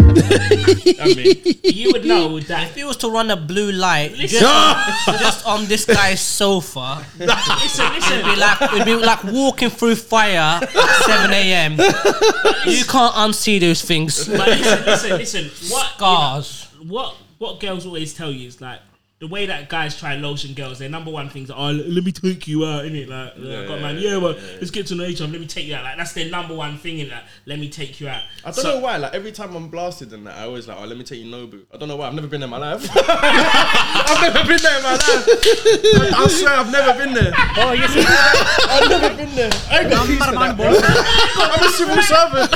[SPEAKER 5] You would know that.
[SPEAKER 4] If he was to run a blue light just,
[SPEAKER 5] Listen.
[SPEAKER 4] [LAUGHS] just on this guy's sofa,
[SPEAKER 5] listen, listen.
[SPEAKER 4] it'd be like it'd be like walking through fire at 7 a.m. You can't unsee those things.
[SPEAKER 5] But listen, listen, listen. What,
[SPEAKER 4] Scars.
[SPEAKER 5] what, what girls always tell you is like. The way that guys try lotion girls, their number one things are, oh, let let me take you out, innit? Like, yeah, got man, yeah, well, let's get to know each other, let me take you out. Like, that's their number one thing, in that, let me take you out.
[SPEAKER 6] I don't
[SPEAKER 5] So-
[SPEAKER 6] know why. Like every time I'm blasted and that, I always like, oh, let me take you Nobu. I don't know why. I've never been there in my life. [LAUGHS] I've never been there in my life. I swear, I've never been there. Oh yes, I've never been there. I ain't got keys to that. bro. I'm a civil servant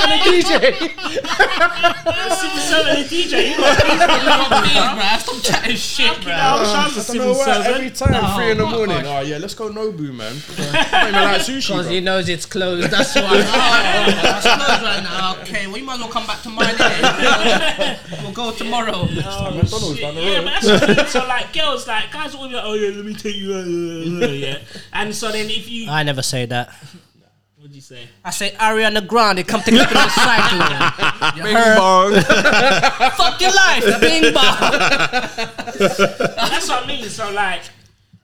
[SPEAKER 6] and a DJ.
[SPEAKER 5] Civil servant and DJ. You got
[SPEAKER 4] Stop chatting shit,
[SPEAKER 5] Al Sham's a
[SPEAKER 6] [LAUGHS] I don't
[SPEAKER 5] civil
[SPEAKER 6] know why. Every
[SPEAKER 5] servant.
[SPEAKER 6] time, three in the morning. Oh yeah, let's go Nobu, man. I don't even like sushi.
[SPEAKER 4] Because
[SPEAKER 6] bro.
[SPEAKER 4] he knows it's closed, that's why. [LAUGHS] oh, yeah, it's closed right now. Okay, well, you might as well come back to mine. [LAUGHS] innit? we'll go tomorrow.
[SPEAKER 6] McDonald's down the
[SPEAKER 5] Yeah,
[SPEAKER 6] road.
[SPEAKER 5] but that's what I mean. So like girls, like guys, will be like, oh yeah, let me take you out, yeah, yeah, yeah. [LAUGHS] And so then if you,
[SPEAKER 4] I never say that.
[SPEAKER 5] what'd you say?
[SPEAKER 4] I say Ariana Grande, come take a look at the [LAUGHS] cycling. You heard? [LAUGHS] Fuck your life, bing bong.
[SPEAKER 5] That's what I mean. So like,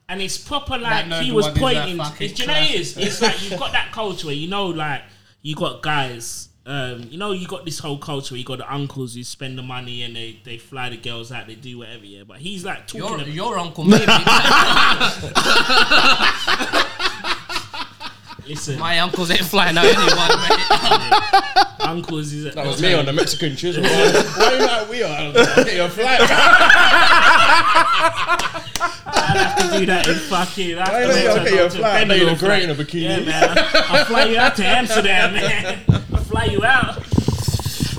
[SPEAKER 5] and it's proper like
[SPEAKER 4] no
[SPEAKER 5] he was
[SPEAKER 4] one is that
[SPEAKER 5] pointing.
[SPEAKER 4] fucking
[SPEAKER 5] it's- Do you know what it is? It's like you've got that culture. where You know, like you got guys. Um, you know, you got this whole culture. Where you got the uncles who spend the money and they, they fly the girls out. They do whatever. Yeah, but he's like talking.
[SPEAKER 4] Your,
[SPEAKER 5] about,
[SPEAKER 4] your [LAUGHS] uncle, maybe.
[SPEAKER 5] listen,
[SPEAKER 4] My uncles ain't flying out anyone, mate.
[SPEAKER 5] uncles is
[SPEAKER 6] That was me on the Mexican chisel. Why are you not at we are? I'll get your flight.
[SPEAKER 5] to do that in fucking. I
[SPEAKER 6] Hey,
[SPEAKER 5] have to wait
[SPEAKER 6] look,
[SPEAKER 5] till I
[SPEAKER 6] okay,
[SPEAKER 5] go
[SPEAKER 6] you're
[SPEAKER 5] to
[SPEAKER 6] flat. I know you look
[SPEAKER 5] Bengal
[SPEAKER 6] great in a
[SPEAKER 5] flight.
[SPEAKER 6] bikini.
[SPEAKER 5] Yeah, man. I'll fly you out to Amsterdam, man. [LAUGHS] I'll fly you out. [LAUGHS]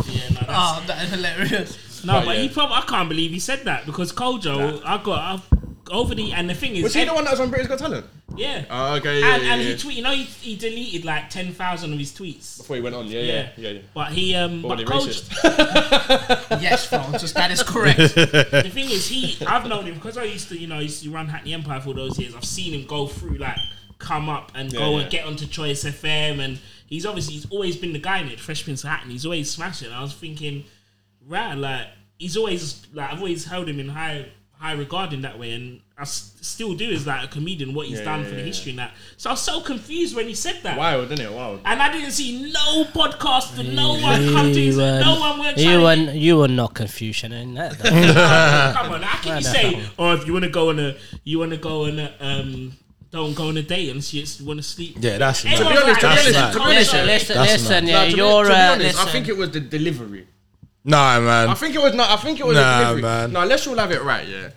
[SPEAKER 5] Yeah, no,
[SPEAKER 4] [LAUGHS]
[SPEAKER 5] that's,
[SPEAKER 4] Oh, that is hilarious.
[SPEAKER 5] no, but
[SPEAKER 6] yeah.
[SPEAKER 5] he probably. I can't believe he said that because Kojo, I got I've, over the and the thing is,
[SPEAKER 6] Was he the one that was on Britain's Got Talent?
[SPEAKER 5] Yeah.
[SPEAKER 6] Oh, okay, yeah,
[SPEAKER 5] and
[SPEAKER 6] yeah,
[SPEAKER 5] and
[SPEAKER 6] yeah.
[SPEAKER 5] he tweet. You know, he, he deleted like ten thousand of his tweets.
[SPEAKER 6] Before he went on, yeah, yeah,
[SPEAKER 5] Yeah.
[SPEAKER 6] yeah, yeah.
[SPEAKER 5] But he um,
[SPEAKER 6] But were
[SPEAKER 5] but
[SPEAKER 6] they
[SPEAKER 5] Kojo,
[SPEAKER 6] racist? [LAUGHS]
[SPEAKER 4] Yes, Francis, that is correct. [LAUGHS]
[SPEAKER 5] the thing is, he I've known him because I used to, you know, I used to run Hackney Empire for all those years. I've seen him go through like come up and
[SPEAKER 6] Yeah,
[SPEAKER 5] go
[SPEAKER 6] yeah.
[SPEAKER 5] and get onto Choice FM, and he's obviously he's always been the guy in it, Fresh Prince of Hackney. He's always smashing. I was thinking, right, like he's always like I've always held him in high high regard in that way, and I s- still do is like a comedian what he's
[SPEAKER 6] Yeah,
[SPEAKER 5] done
[SPEAKER 6] yeah,
[SPEAKER 5] for the
[SPEAKER 6] yeah,
[SPEAKER 5] history and that. So I was so confused when he said that.
[SPEAKER 6] Wild, isn't it? Wild.
[SPEAKER 5] And I didn't see no podcast for no one come to his, no one were trying
[SPEAKER 4] you
[SPEAKER 5] to
[SPEAKER 4] were, you were not Confucian in that.
[SPEAKER 5] Come on, how can you say, oh, if you want to go on a, you want to go on a, um, don't go on a date and she just want to sleep.
[SPEAKER 2] yeah, that's
[SPEAKER 5] Everyone's
[SPEAKER 2] mad.
[SPEAKER 5] like,
[SPEAKER 2] That's
[SPEAKER 5] listen,
[SPEAKER 2] mad.
[SPEAKER 5] come on,
[SPEAKER 4] listen, listen,
[SPEAKER 2] That's
[SPEAKER 4] listen.
[SPEAKER 2] mad.
[SPEAKER 4] Yeah,
[SPEAKER 6] Nah, to be-
[SPEAKER 4] you're.
[SPEAKER 6] to be
[SPEAKER 4] uh,
[SPEAKER 6] honest,
[SPEAKER 4] listen.
[SPEAKER 6] I think it was the delivery.
[SPEAKER 2] Nah, man.
[SPEAKER 6] I think it was not. I think it was
[SPEAKER 2] Nah,
[SPEAKER 6] the delivery.
[SPEAKER 2] man.
[SPEAKER 6] No, let's all have it right. Yeah.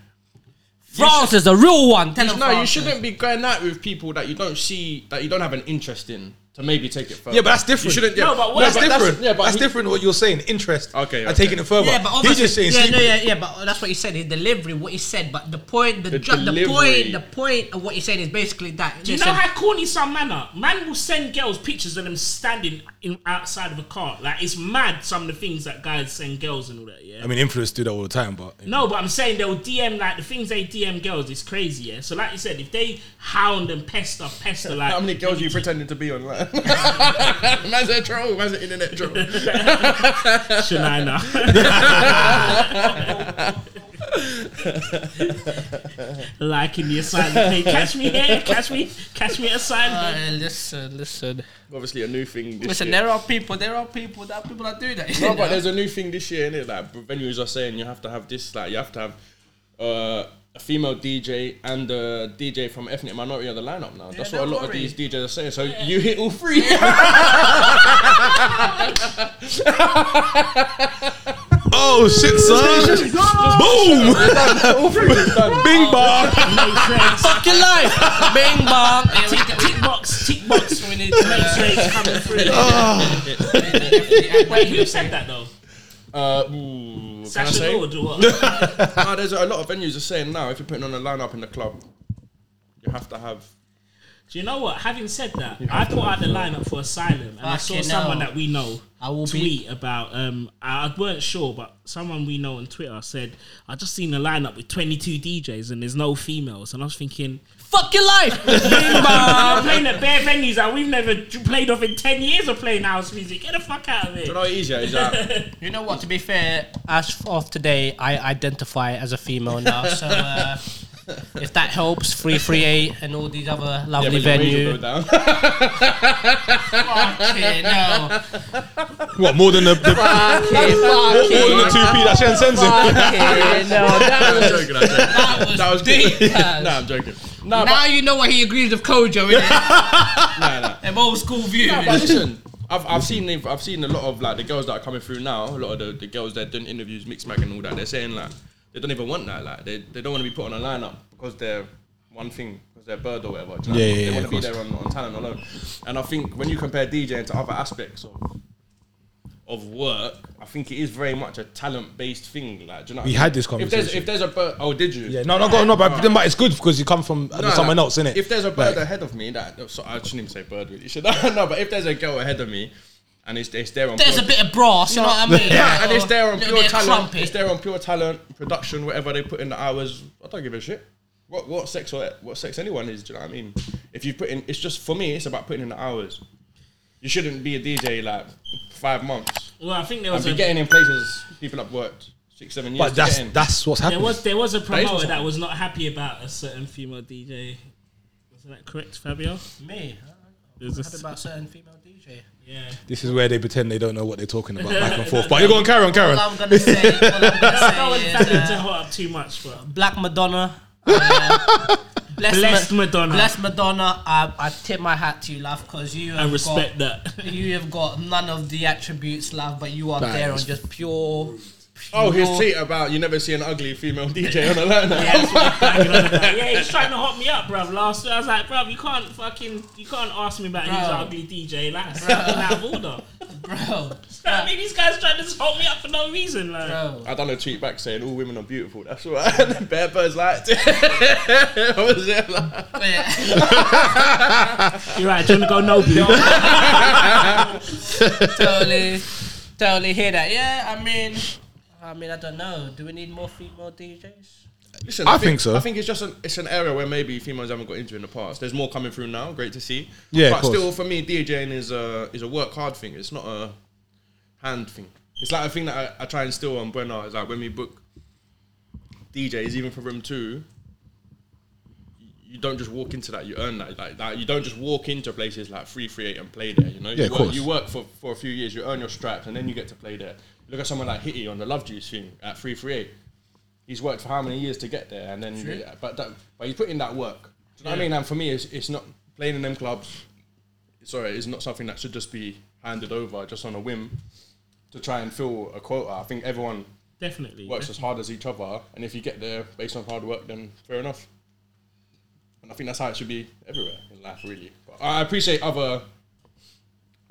[SPEAKER 4] France is the real one. Tell him
[SPEAKER 6] No, you
[SPEAKER 4] France.
[SPEAKER 6] shouldn't be going out with people that you don't see, that you don't have an interest in, to maybe take it further.
[SPEAKER 2] Yeah, but that's different.
[SPEAKER 6] You shouldn't. Yeah,
[SPEAKER 5] No, but what-
[SPEAKER 2] that's
[SPEAKER 5] but that's-
[SPEAKER 2] different.
[SPEAKER 6] yeah, but
[SPEAKER 2] that's
[SPEAKER 6] he-
[SPEAKER 2] different. What you're saying, interest.
[SPEAKER 6] Okay,
[SPEAKER 2] I'm
[SPEAKER 6] okay.
[SPEAKER 2] taking it further.
[SPEAKER 4] Yeah, but
[SPEAKER 2] he's
[SPEAKER 4] obviously,
[SPEAKER 2] just saying
[SPEAKER 4] yeah, no,
[SPEAKER 2] sleep.
[SPEAKER 4] yeah, yeah, but that's what he said. His delivery, what he said, but the point, the,
[SPEAKER 6] The
[SPEAKER 4] ju- the
[SPEAKER 6] delivery.
[SPEAKER 4] point, the point of what he's saying is basically that.
[SPEAKER 5] Do you know how corny some man are? Man will send girls pictures of them standing in, outside of a car. Like it's mad some of the things that guys send girls and all that. Yeah.
[SPEAKER 2] I mean, influencers do that all the time, but
[SPEAKER 5] No, but I'm saying they'll DM like the things they DM girls is crazy. Yeah. So like you said, if they hound and pester, pester like
[SPEAKER 6] How many girls are you pretending to be online? [LAUGHS] man's a troll. Man's an internet troll.
[SPEAKER 4] [LAUGHS]
[SPEAKER 5] Shanina. Liking the assignment. Hey, catch me here. Catch me. Catch me at assignment.
[SPEAKER 4] Uh, listen, listen,
[SPEAKER 6] Obviously, a new thing. This
[SPEAKER 4] listen.
[SPEAKER 6] year.
[SPEAKER 4] There are people. There are people. There are people that do that.
[SPEAKER 6] No, but there's a new thing this year, innit? Like venues are saying you have to have this, like you have to have uh, a female DJ and a DJ from ethnic minority on the lineup now. That's what a
[SPEAKER 4] don't
[SPEAKER 6] lot
[SPEAKER 4] worry.
[SPEAKER 6] of these DJs are saying. So you hit all three.
[SPEAKER 2] Oh shit, son! Boom!
[SPEAKER 6] all three. is done.
[SPEAKER 2] Bing bong!
[SPEAKER 5] Matrix.
[SPEAKER 4] Fuck your
[SPEAKER 6] [LAUGHS]
[SPEAKER 4] life. Bing bang. Here we go.
[SPEAKER 5] Tick box. Tick box.
[SPEAKER 4] We
[SPEAKER 5] When
[SPEAKER 4] need
[SPEAKER 5] the Matrix coming
[SPEAKER 6] Oh.
[SPEAKER 5] through.
[SPEAKER 4] to.
[SPEAKER 5] Wait, who said that though?
[SPEAKER 6] Uh, ooh, can I
[SPEAKER 5] Sasha
[SPEAKER 6] say?
[SPEAKER 5] Lord or what?
[SPEAKER 6] Nah, there's a lot of venues are saying now if you're putting on a lineup in the club, you have to have.
[SPEAKER 5] Do you know what? Having said that, I put out the lineup for Asylum, and I saw
[SPEAKER 4] Fucking
[SPEAKER 5] someone
[SPEAKER 4] hell.
[SPEAKER 5] that we know
[SPEAKER 4] I will be-
[SPEAKER 5] tweet about. Um, I I weren't sure, but someone we know on Twitter said, "I just seen a lineup with 22 DJs and there's no females," and I was thinking,
[SPEAKER 4] Fuck your life. [LAUGHS] Bing
[SPEAKER 5] "We're
[SPEAKER 4] bang.
[SPEAKER 5] playing at bare venues that we've never d- played off in 10 years of playing house music. Get the fuck out of
[SPEAKER 6] You
[SPEAKER 5] here!"
[SPEAKER 6] know, easier is
[SPEAKER 4] [LAUGHS]
[SPEAKER 6] that.
[SPEAKER 4] [LAUGHS] You know what? To be fair, as of today, I identify as a female now. So uh, if that helps, three three eight and all these other
[SPEAKER 6] Yeah,
[SPEAKER 4] lovely
[SPEAKER 6] but your wage will go
[SPEAKER 4] venues. [LAUGHS]
[SPEAKER 6] down.
[SPEAKER 4] Fucking no.
[SPEAKER 2] What more than the, the more than the two p that Shen sends
[SPEAKER 6] [LAUGHS]
[SPEAKER 2] him?
[SPEAKER 4] Fucking no.
[SPEAKER 6] I'm
[SPEAKER 4] That was,
[SPEAKER 6] joking. I'm joking.
[SPEAKER 4] that was
[SPEAKER 6] That was
[SPEAKER 4] deep.
[SPEAKER 6] good.
[SPEAKER 4] man.
[SPEAKER 6] nah, I'm joking.
[SPEAKER 4] now you know why he agrees with Kojo. Innit?
[SPEAKER 6] Nah, nah.
[SPEAKER 4] Them old school view.
[SPEAKER 6] No, but listen, I've, I've seen they've- I've seen a lot of like the girls that are coming through now. A lot of the, the girls that doing interviews, mix mag and all that. They're saying like they don't even want that. Like they, they don't want to be put on a lineup because they're one thing because they're bird or whatever. Do you know?
[SPEAKER 2] Yeah, yeah,
[SPEAKER 6] they
[SPEAKER 2] yeah,
[SPEAKER 6] want
[SPEAKER 2] of
[SPEAKER 6] to be
[SPEAKER 2] course.
[SPEAKER 6] there on, on talent alone. And I think when you compare DJing to other aspects of of work, I think it is very much a talent based thing. Like do you know, what
[SPEAKER 2] We
[SPEAKER 6] I mean?
[SPEAKER 2] had this
[SPEAKER 6] If there's, if there's a bird, oh, did you?
[SPEAKER 2] Yeah, no, no, go, no, but, but it's good because you come from uh,
[SPEAKER 6] No,
[SPEAKER 2] someone
[SPEAKER 6] no.
[SPEAKER 2] else, innit?
[SPEAKER 6] If there's a bird
[SPEAKER 2] Like-
[SPEAKER 6] ahead of me, that no, so I shouldn't even say bird really. [LAUGHS] Should I? no, but if there's a girl ahead of me, and it's, it's there on
[SPEAKER 4] There's
[SPEAKER 6] pure,
[SPEAKER 4] a bit of brass, you know what I mean?
[SPEAKER 6] yeah, and it's there on
[SPEAKER 4] Little
[SPEAKER 6] pure
[SPEAKER 4] bit of
[SPEAKER 6] talent.
[SPEAKER 4] trumpet.
[SPEAKER 6] It's there on pure talent, production, whatever they put in the hours. I don't give a shit. What what sex or what sex anyone is? Do you know what I mean? If you put in, it's just for me. It's about putting in the hours. You shouldn't be a DJ like five months
[SPEAKER 5] Well, I think there
[SPEAKER 6] and
[SPEAKER 5] was
[SPEAKER 6] be
[SPEAKER 5] a,
[SPEAKER 6] getting in places people have worked six seven years.
[SPEAKER 2] but
[SPEAKER 6] to
[SPEAKER 2] that's
[SPEAKER 6] get in.
[SPEAKER 2] that's what's
[SPEAKER 5] there
[SPEAKER 2] happening.
[SPEAKER 5] was there was a
[SPEAKER 6] is
[SPEAKER 5] promoter
[SPEAKER 6] what's
[SPEAKER 5] that was not happy about a certain female DJ. Is that correct, Fabio?
[SPEAKER 4] Me.
[SPEAKER 5] There's a
[SPEAKER 4] What
[SPEAKER 5] s-
[SPEAKER 4] about certain female DJ?
[SPEAKER 5] yeah.
[SPEAKER 2] this is where they pretend they don't know what they're talking
[SPEAKER 6] [LAUGHS]
[SPEAKER 2] about back and forth. But you're going carry on, carry
[SPEAKER 4] All
[SPEAKER 2] on.
[SPEAKER 4] I'm gonna say, all I'm [LAUGHS]
[SPEAKER 5] Don't
[SPEAKER 4] gonna
[SPEAKER 5] want
[SPEAKER 4] say is
[SPEAKER 5] Fabio to
[SPEAKER 4] uh,
[SPEAKER 5] hot up too much, but
[SPEAKER 4] Black Madonna. uh,
[SPEAKER 5] Blessed
[SPEAKER 4] Ma-
[SPEAKER 5] Madonna.
[SPEAKER 4] Blessed Madonna. I, I tip my hat to you, love, because you
[SPEAKER 5] I
[SPEAKER 4] have
[SPEAKER 5] respect
[SPEAKER 4] got,
[SPEAKER 5] that.
[SPEAKER 4] You have got none of the attributes, love, but you are
[SPEAKER 2] That
[SPEAKER 4] there on
[SPEAKER 2] is-
[SPEAKER 4] just pure.
[SPEAKER 6] oh, his
[SPEAKER 4] pure- [LAUGHS]
[SPEAKER 6] tweet about you never see an ugly female [LAUGHS] DJ on a lineup.
[SPEAKER 5] Yeah,
[SPEAKER 6] [LAUGHS]
[SPEAKER 5] that's what I'm bragging on about. Yeah, he's trying to hot me up, bruv. Last year, I was like, bruv, you can't fucking, you can't ask me about who's
[SPEAKER 4] Bruv.
[SPEAKER 5] ugly DJ. Like, that's fucking out of order.
[SPEAKER 4] bro,
[SPEAKER 5] I mean, these guys trying to hot me up for no reason. Like,
[SPEAKER 4] bro.
[SPEAKER 6] I done a tweet back saying all women are beautiful. That's what [LAUGHS] I, Bear Bird's liked. [LAUGHS] I was there like,
[SPEAKER 4] Yeah.
[SPEAKER 5] you're right. Do you want to go no blue?
[SPEAKER 4] totally, totally hear that. Yeah, I mean, I mean, I don't know. Do we need more female DJs?
[SPEAKER 6] Listen,
[SPEAKER 2] I think so.
[SPEAKER 6] I think it's just an it's an area where maybe females haven't got into in the past. There's more coming through now. Great to see.
[SPEAKER 2] Yeah, of
[SPEAKER 6] but
[SPEAKER 2] course.
[SPEAKER 6] still, for me, DJing is a is a work hard thing. It's not a hand thing. It's like a thing that I, I try and still on Brenner. It's like when we book DJs, even for room two. You don't just walk into that. You earn that. Like that. You don't just walk into places like three three eight and play there. You know.
[SPEAKER 2] Yeah,
[SPEAKER 6] you
[SPEAKER 2] of
[SPEAKER 6] work,
[SPEAKER 2] course.
[SPEAKER 6] You work for, for a few years. You earn your straps, and then you get to play there. Look at someone like Hitty on the Love Juice thing at three three eight he's worked for how many years to get there, and then but that, but he's put in that work. Do you know what I mean? And for me, it's, it's not playing in them clubs. Sorry, it's not something that should just be handed over just on a whim to try and fill a quota. I think everyone
[SPEAKER 5] Definitely.
[SPEAKER 6] works as hard as each other, and if you get there based on hard work, then fair enough. And I think that's how it should be everywhere in life, really. But I appreciate other